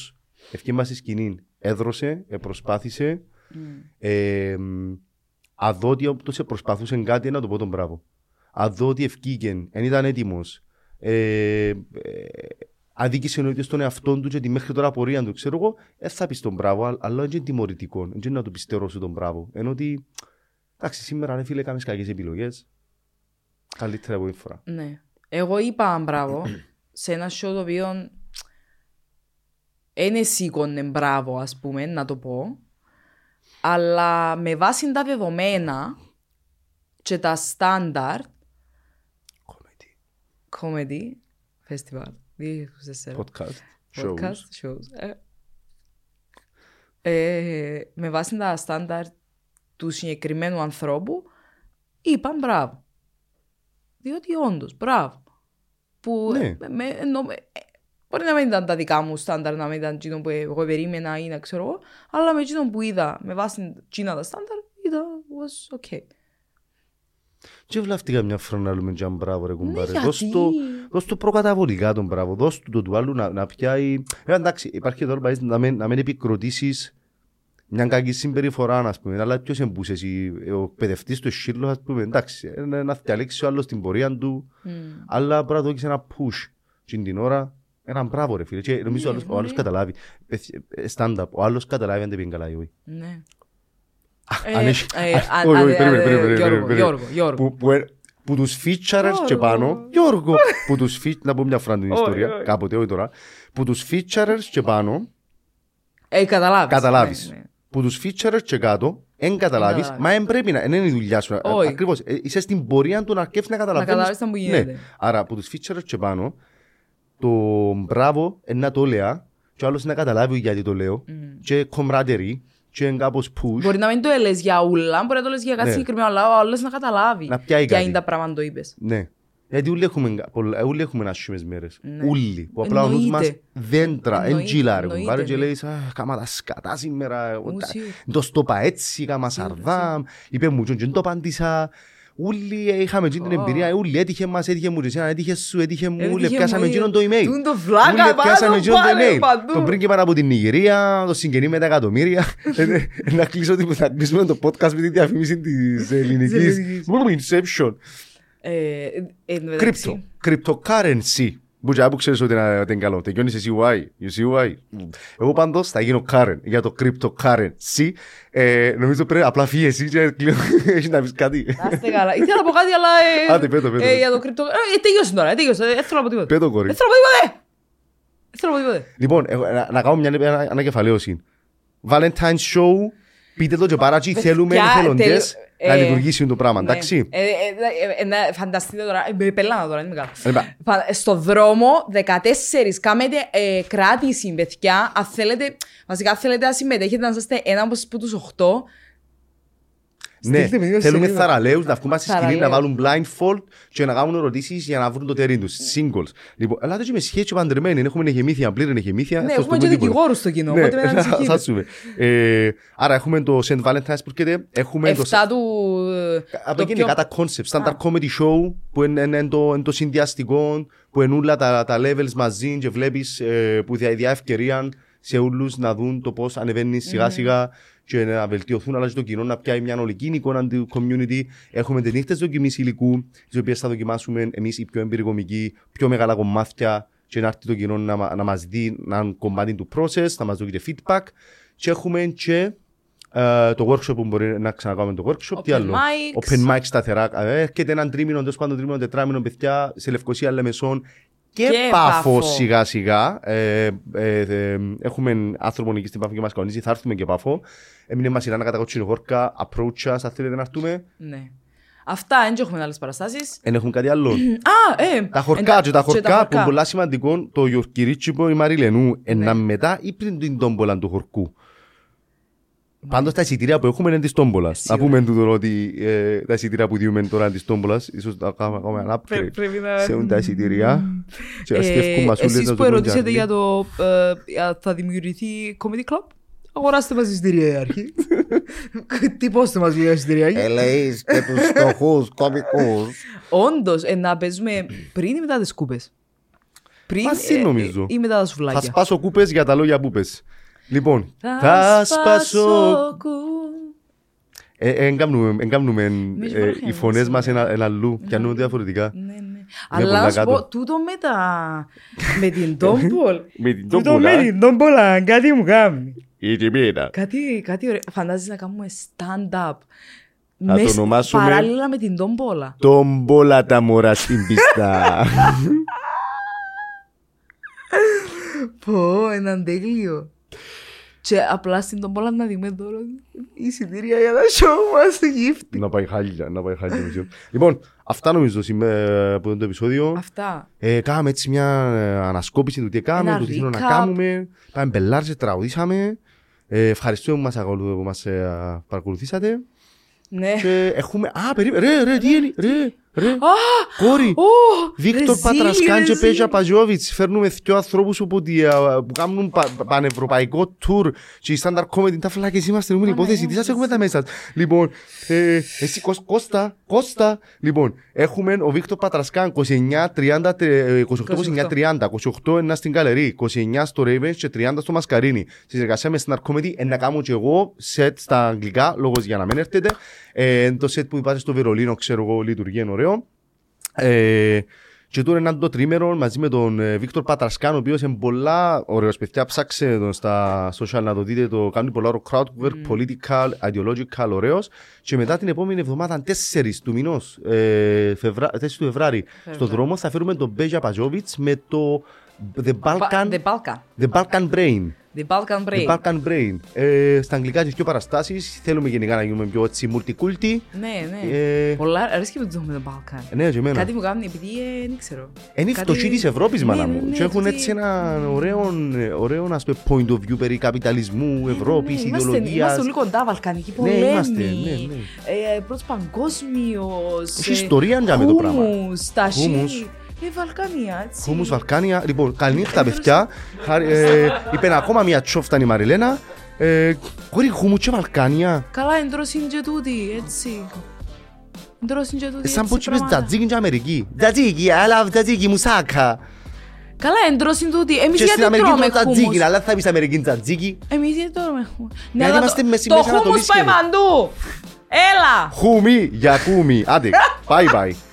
A: ευκαιρία στη σκηνή έδρωσε, ε, προσπάθησε.
B: Mm.
A: Ε, μ, αν δω ότι όποτε προσπαθούσε κάτι να το πω τον μπράβο. Αν δω ότι ευκήκεν, δεν ήταν έτοιμος. Ε, ε, αδίκησε ο ίδιος τον εαυτό του και τη μέχρι τώρα πορεία του, ξέρω εγώ, ε, θα πεις τον μπράβο, α- αλλά δεν είναι τιμωρητικό. Δεν είναι να του πιστερώσω τον μπράβο. Ενώ ότι, εντάξει, σήμερα ρε φίλε, κάνεις κακές επιλογές. Καλύτερα από μια φορά.
B: Ναι. Εγώ είπα μπράβο σε ένα show το οποίο είναι σήκωνε μπράβο ας πούμε να το πω αλλά με βάση τα δεδομένα και τα στάνταρτ
A: Comedy,
B: comedy festival 2004
A: podcast, shows.
B: podcast shows ε, ε, με βάση τα στάνταρτ του συγκεκριμένου ανθρώπου είπαν μπράβο διότι όντως, μπράβο που
A: Ναι.
B: ε, με, ενώ, ε, ε, μπορεί να μην ήταν τα δικά μου στάνταρ να μην ήταν εκείνο που εγώ περίμενα ή να ξέρω εγώ αλλά με εκείνο που είδα με βάση εκείνα τα στάνταρ είδα was okay
A: Και βλάφτηκα μια φορά να λέμε τζαμ μπράβο ρε κουμπάρε.
B: Ναι, γιατί?
A: Δώσ' το, δώσ' το προκαταβολικά τον μπράβο. Δώσ' του το του άλλου να, να πιάει. Ε, εντάξει, υπάρχει εδώ πέρα να μην, να μην επικροτήσεις μια κακή συμπεριφορά, ας πούμε. Αλλά ποιος εμπούσε εσύ, ε, ο παιδευτής του σύλλο, ας πούμε. Εντάξει, ε, να διαλέξει ο άλλος την πορεία του.
B: Mm.
A: Αλλά πρέπει να δώσεις ένα push την την ώρα. Ένα μπράβο ρε φίλε. Και νομίζω ο
B: Ναι,
A: άλλος- ο άλλος καταλάβει. Ε, ε, Stand-up. Ο άλλος καταλάβει αν δεν πήγαινε καλά ή όχι.
B: ναι
A: Ε, αν έχει-
B: ε,
A: α,
B: αν-
A: όχι,
B: αν-
A: όχι, περίμενε,
B: ε,
A: περίμενε,
B: Γιώργο,
A: περίμενε.
B: Γιώργο, Γιώργο.
A: Που- που ε- Που τους featurers και πάνω, Γιώργο, που τους feat- να πω μια φορά την ιστορία, κάποτε, όχι τώρα, που τους featurers και πάνω,
B: ε, καταλάβεις
A: καταλάβεις.
B: Ναι, ναι.
A: Που τους featurers και κάτω, εν καταλάβεις,
B: καταλάβεις.
A: μα εν πρέπει να, εν είναι η δουλειά σου,
B: Όχι.
A: ακριβώς, ε, είσαι στην πορεία του να αρκεύσεις να καταλαβαίνεις.
B: καταλάβεις τα που
A: Ναι.
B: γίνεται.
A: Άρα, που τους featurers και πάνω, το μπράβο, ε, να το λέω, και ο άλλος να καταλάβει γιατί το λέω, και κομράτερη, και κάπως push.
B: Mm. Μπορεί να μην το έλεγες για ούλα, μπορεί να το λες για κάτι
A: Ναι.
B: συγκεκριμένο, αλλά ο άλλος να καταλάβει
A: Να πιάει
B: ποια
A: κάτι.
B: είναι τα πράγματα που το είπες.
A: Ναι. Γιατί όλοι έχουμε, κα- πολλά- όλοι έχουμε άσχημες μέρες. Όλοι. Που απλά ο νους μας
B: Ναι. Εννοείται.
A: δέντρα, εν
B: Εννοείται,
A: τζίλα ρε
B: εννοείται,
A: κουμπάρε και
B: ναι.
A: λέεις «Α, κάμα τα σκατά σήμερα, ο, τα-
B: σίγουρα.
A: το στόπα έτσι, κάμα σαρδάμ, είπε μου «τζον, τζον, το απάντησα». Όλοι ε, είχαμε τζιν την εμπειρία, ε, όλοι έτυχε μας, έτυχε μου και εσένα, έτυχε σου, έτυχε μου, όλοι
B: Έτυχε
A: πιάσαμε
B: Ε, μου,
A: εκείνον το email.
B: τούν το βλάκα,
A: Όλοι
B: πάνω,
A: πιάσαμε εκείνον το
B: πάλι,
A: email.
B: παντού.
A: Τον πρίγκιπα από την Νιγηρία, το συγγενή με τα εκατομμύρια. Ε, ναι, Να κλείσω τη- να κλείσουμε το podcast με τη διαφήμιση της ελληνικής.
B: ελληνικής.
A: Μμμ, Inception.
B: Ε, εν- εν τω μεταξύ,
A: Κρυπτο. Cryptocurrency. Που και άπου ξέρεις ότι είναι ότι είναι καλό. Τελειώνεις εσύ Y. You see Y. Εγώ πάντως θα γίνω current για το cryptocurrency. Ε, νομίζω πρέπει απλά φύγει εσύ και κλείνω. έχεις να πεις κάτι.
B: να είστε καλά. Ήθελα να πω κάτι, αλλά. ε,
A: Άντε, πέτω, πέτω.
B: ε, για το κρυπτο. Ε, τελείωσε τώρα, ε, τελείωσε. Ε, Δεν θέλω να πω τίποτα.
A: Πέτω, κορί.
B: Δεν θέλω να πω τίποτα. ε. Δεν θέλω να πω τίποτα.
A: Λοιπόν, εγώ- να- να κάνω μια ανα- ανακεφαλαίωση. Valentine's Show. Πείτε το και παράτσι. Θέλουμε
B: Ποια-
A: εθελοντές
B: τελ-
A: να
B: ε,
A: λειτουργήσουν το πράγμα.
B: Ναι.
A: Εντάξει.
B: Ε, ε, ε, ε, να- Φανταστείτε τώρα. ε, με Πελάνα τώρα, είναι μεγάλο.
A: Λοιπόν,
B: Πα- ε, Στο δρόμο 14 κάνετε ε, κράτηση, παιδιά. Αν θέλετε, βασικά αν θέλετε να συμμετέχετε, να είστε ένα από του 8.
A: Ναι,
D: Στείλτε με δύο
A: θέλουμε
D: σελίδα.
A: θαραλέους να βγούμε στη σκηνή, να
B: Θαραλέους.
A: βάλουν blindfold και να κάνουν ερωτήσεις για να βρουν το τέρι τους, singles. Λοιπόν, ελάτε και με σχέση και παντρεμένοι, έχουμε γεμήθεια, πλήρη γεμήθεια.
B: Ναι, έχουμε και δικηγόρους στο κοινό.
A: Ναι,
B: Οπότε με
A: θα- θα
B: ανησυχείτε.
A: σούμε. Ε, άρα έχουμε το St. Valentine's που έρχεται, έχουμε το...
B: 7 του.
A: Από
B: το
A: εκεί
B: πιο-
A: γενικά τα concept, standard comedy show που είναι, είναι το, είναι το συνδυαστικό, που είναι όλα τα, τα levels μαζί και βλέπεις ε, που δια, δια ευκαιρία σε όλους να δουν το πώς ανεβαίνει σιγά σιγά και να βελτιωθούν αλλά και το κοινό να πιάει μια ολική εικόνα του community. Έχουμε τις νύχτες δοκιμής υλικού, τις οποίες θα δοκιμάσουμε εμείς οι πιο εμπειρικομικοί, πιο μεγάλα κομμάτια και να έρθει το κοινό να, μα- να μας δει έναν κομμάτι του process, να μας δώσει και feedback και έχουμε και ε, το workshop που μπορεί να ξανακάμε το workshop. Τι
B: Open
A: άλλο.
B: mics.
A: Open mic σταθερά. Ε, Έρχεται έναν τρίμηνο, τέλος πάντων τρίμηνο, τετράμινο παιδιά σε Λευκοσία, Λεμεσόν και,
B: Και
A: πάφος
B: Πάφο.
A: σιγά σιγά. Ε, ε, ε, έχουμε άνθρωπο εκεί στην πάφο και μας κανονίζει, θα έρθουμε και πάφο. Έμεινε μας η Ράνα κατά κότσινο χόρκα, approach us, αν θέλετε να έρθουμε.
B: Ναι. Αυτά, δεν έχουμε άλλες παραστάσεις.
A: Δεν έχουμε κάτι άλλο.
B: Α, ε!
A: Τα χορκά, και τα χορκά που είναι πολλά σημαντικό, το γιορκυρίτσικο η Μαριλενού,
B: Ναι.
A: ένα μετά ή πριν την τόμπολα του χορκού. Πάντως τα εισιτήρια που έχουμε είναι της τόμπολας. Να
B: Σίγουρα.
A: πούμε τούτο ότι ε, τα εισιτήρια που διούμε τώρα είναι της τόμπολας, ίσως τα κάνουμε ακόμα ένα upgrade.
B: Πρέπει να.
A: Σε ούν τα εισιτήρια. Και ας σκεφτούμε ας ούλες να
B: Εσεί
A: τους
B: Ε, που
A: πούμε
B: ερωτήσατε
A: Τζάρλι.
B: για το. ε, για- Θα δημιουργηθεί comedy club. Αγοράστε μας εισιτήρια, η αρχή. Τυπώστε μα λίγα εισιτήρια.
A: Ε,
C: Ελεείς και τους στοχούς κομικούς.
B: ε, Όντω, να παίζουμε πριν ή μετά τις κούπες. πριν
A: Μαζί
B: ε,
A: νομίζω.
B: ε, ή μετά τα
A: Θα
B: σουβλάκια.
A: σπάσω κούπες για τα λόγια που πες. Λοιπόν, θα σπάσω.
B: κου-
A: Ε, Εγκάμνουμε ε,
B: Μη βρέχει,
A: οι φωνέ
B: έτσι.
A: μας ένα αλλού, πιανούν διαφορετικά.
B: Ναι, ναι.
A: πολλά
B: Αλλά να σου
A: κάτω.
B: πω, τούτο με τα... με την Ντόμπολ.
A: Με την
D: Του το μείνει, τον πολλά, κάτι μου κάνει.
A: η τιμήρα.
B: κάτι, κάτι ωραίο. Φαντάζεσαι να κάνουμε stand-up.
A: το
B: Μες-
A: ονομάσουμε-
B: Παράλληλα με την Ντόμπολα.
A: Τον μπόλα τα μωρά στην πίστα.
B: Πω, έναν τέλειο. Και απλά στην Ντόμπολα να δούμε τώρα εισιτήρια για τα show μας στο gift.
A: Να πάει χάλια, να πάει χάλια. νομίζω. Λοιπόν, αυτά νομίζω σήμερα από το επεισόδιο.
B: Αυτά.
A: Ε, κάναμε έτσι μια ε, ανασκόπηση του τι κάνουμε,
B: Ένα
A: του τι θέλουμε να
B: recap.
A: κάνουμε. Πάμε μπελάρσε, τραγουδήσαμε. Ε, ευχαριστούμε που μας, ακολου- που μας ε, παρακολουθήσατε.
B: Ναι.
A: Και έχουμε... Α, περίπου... Ρε, ρε, τι είναι... Ρε, ρε, κόρη.
B: Ω,
A: Βίκτορ
B: Ρεζίλη,
A: Πατρασκάν και
B: Ρεζίλη.
A: Πέζα Παζιόβιτς. Φέρνουμε δυο ανθρώπους που, τη, ε, που κάνουν πα, πανευρωπαϊκό tour και οι standard comedy. Τα φλάκες είμαστε νούμερη υπόθεση. Τι σας έχουμε τα μέσα σας. Λοιπόν, ε, εσύ Κωσ- Κώστα, Κώστα. Λοιπόν, έχουμε ο Βίκτορ Πατρασκάν 29-30, 28-29-30, 28 ένα στην Καλερί, 29 στο Ravens και 30 στο Μασκαρίνι. Στη συνεργασία με standard comedy ε, να κάνω και εγώ σετ στα αγγλικά, λόγος για να μην έρθετε. Ε, το σετ που υπάρχει στο Βερολίνο, ξέρω εγώ, λειτουργεί είναι ωραίο. Ε, και τώρα έναν το τρίμερο μαζί με τον ε, Βίκτορ Πατρασκάν, ο οποίος είναι πολλά ωραίος παιδιά. Ψάξε τον στα social να το δείτε. Το κάνει πολλά ωραίο crowd work, political, ideological, ωραίος. Και μετά την επόμενη εβδομάδα, 4 του μηνός, ε, Φεβρά- 4 του Φεβράρι, στο δρόμο θα φέρουμε τον Μπέζα Παζόβιτ με το The Balkan,
B: The Balkan.
A: the Balkan Brain.
B: The Balkan
A: The
B: Brain.
A: Balkan Brain. Ε, στα αγγλικά και πιο παραστάσεις. Θέλουμε γενικά να γίνουμε πιο έτσι multiculti.
B: Ναι, ναι.
A: Ε,
B: Πολλά, αρέσκει με το με το Balkan.
A: ναι, και εμένα.
B: Κάτι μου κάνει επειδή ε, δεν ξέρω.
A: Είναι η
B: Κάτι-
A: φτωχή της Ευρώπης, μάνα
B: Ναι, ναι,
A: μου.
B: ναι,
A: Και έχουν
B: κάτι-
A: έτσι ένα ωραίο, ωραίο ας πούμε, point of view περί καπιταλισμού, Ευρώπης,
B: Ναι, είμαστε-
A: ιδεολογίας.
B: Είμαστε όλοι κοντά, Βαλκανική
A: Ναι,
B: πολέμη.
A: είμαστε. Ναι, ναι.
B: ε, πρώτος παγκόσμιος. ε,
A: Έχεις ιστορία για με το πράγμα.
B: Χούμους, τα
A: Χούμους.
B: χι. Ε, Βαλκάνια, έτσι.
A: Χούμους, Βαλκάνια. Λοιπόν, καληνύχτα, παιδιά. Χάρη- ε, Είπε ακόμα μια τσόφτανη Μαριλένα. Ε, Κόρη χούμου και Βαλκάνια.
B: Καλά, εντρώσιν και τούτη, έτσι. Εντρώσιν και τούτη,
A: Ε, Σαν
B: έτσι
A: πω και είπες
B: πράγματα.
A: Τζατζίκι και Αμερική. Τζατζίκι, αλλά Τζατζίκι μουσάκα.
B: Καλά, εντρώσιν τούτη. Εμείς
A: Και στην
B: γιατί
A: Αμερική
B: τρώμε
A: το Τζατζίκι,
B: χούμους.
A: αλλά θα πεις Αμερική Τζατζίκι.
B: Εμείς γιατί τρώμε χούμους. Ναι,
A: Γιατί
B: αλλά
A: είμαστε
B: το-
A: μεσημέρι
B: Το
A: Ανατολής
B: χούμους
A: και
B: πάει
A: είναι.
B: παντού. Έλα.
A: Χούμι για κούμι. Άντε, bye bye.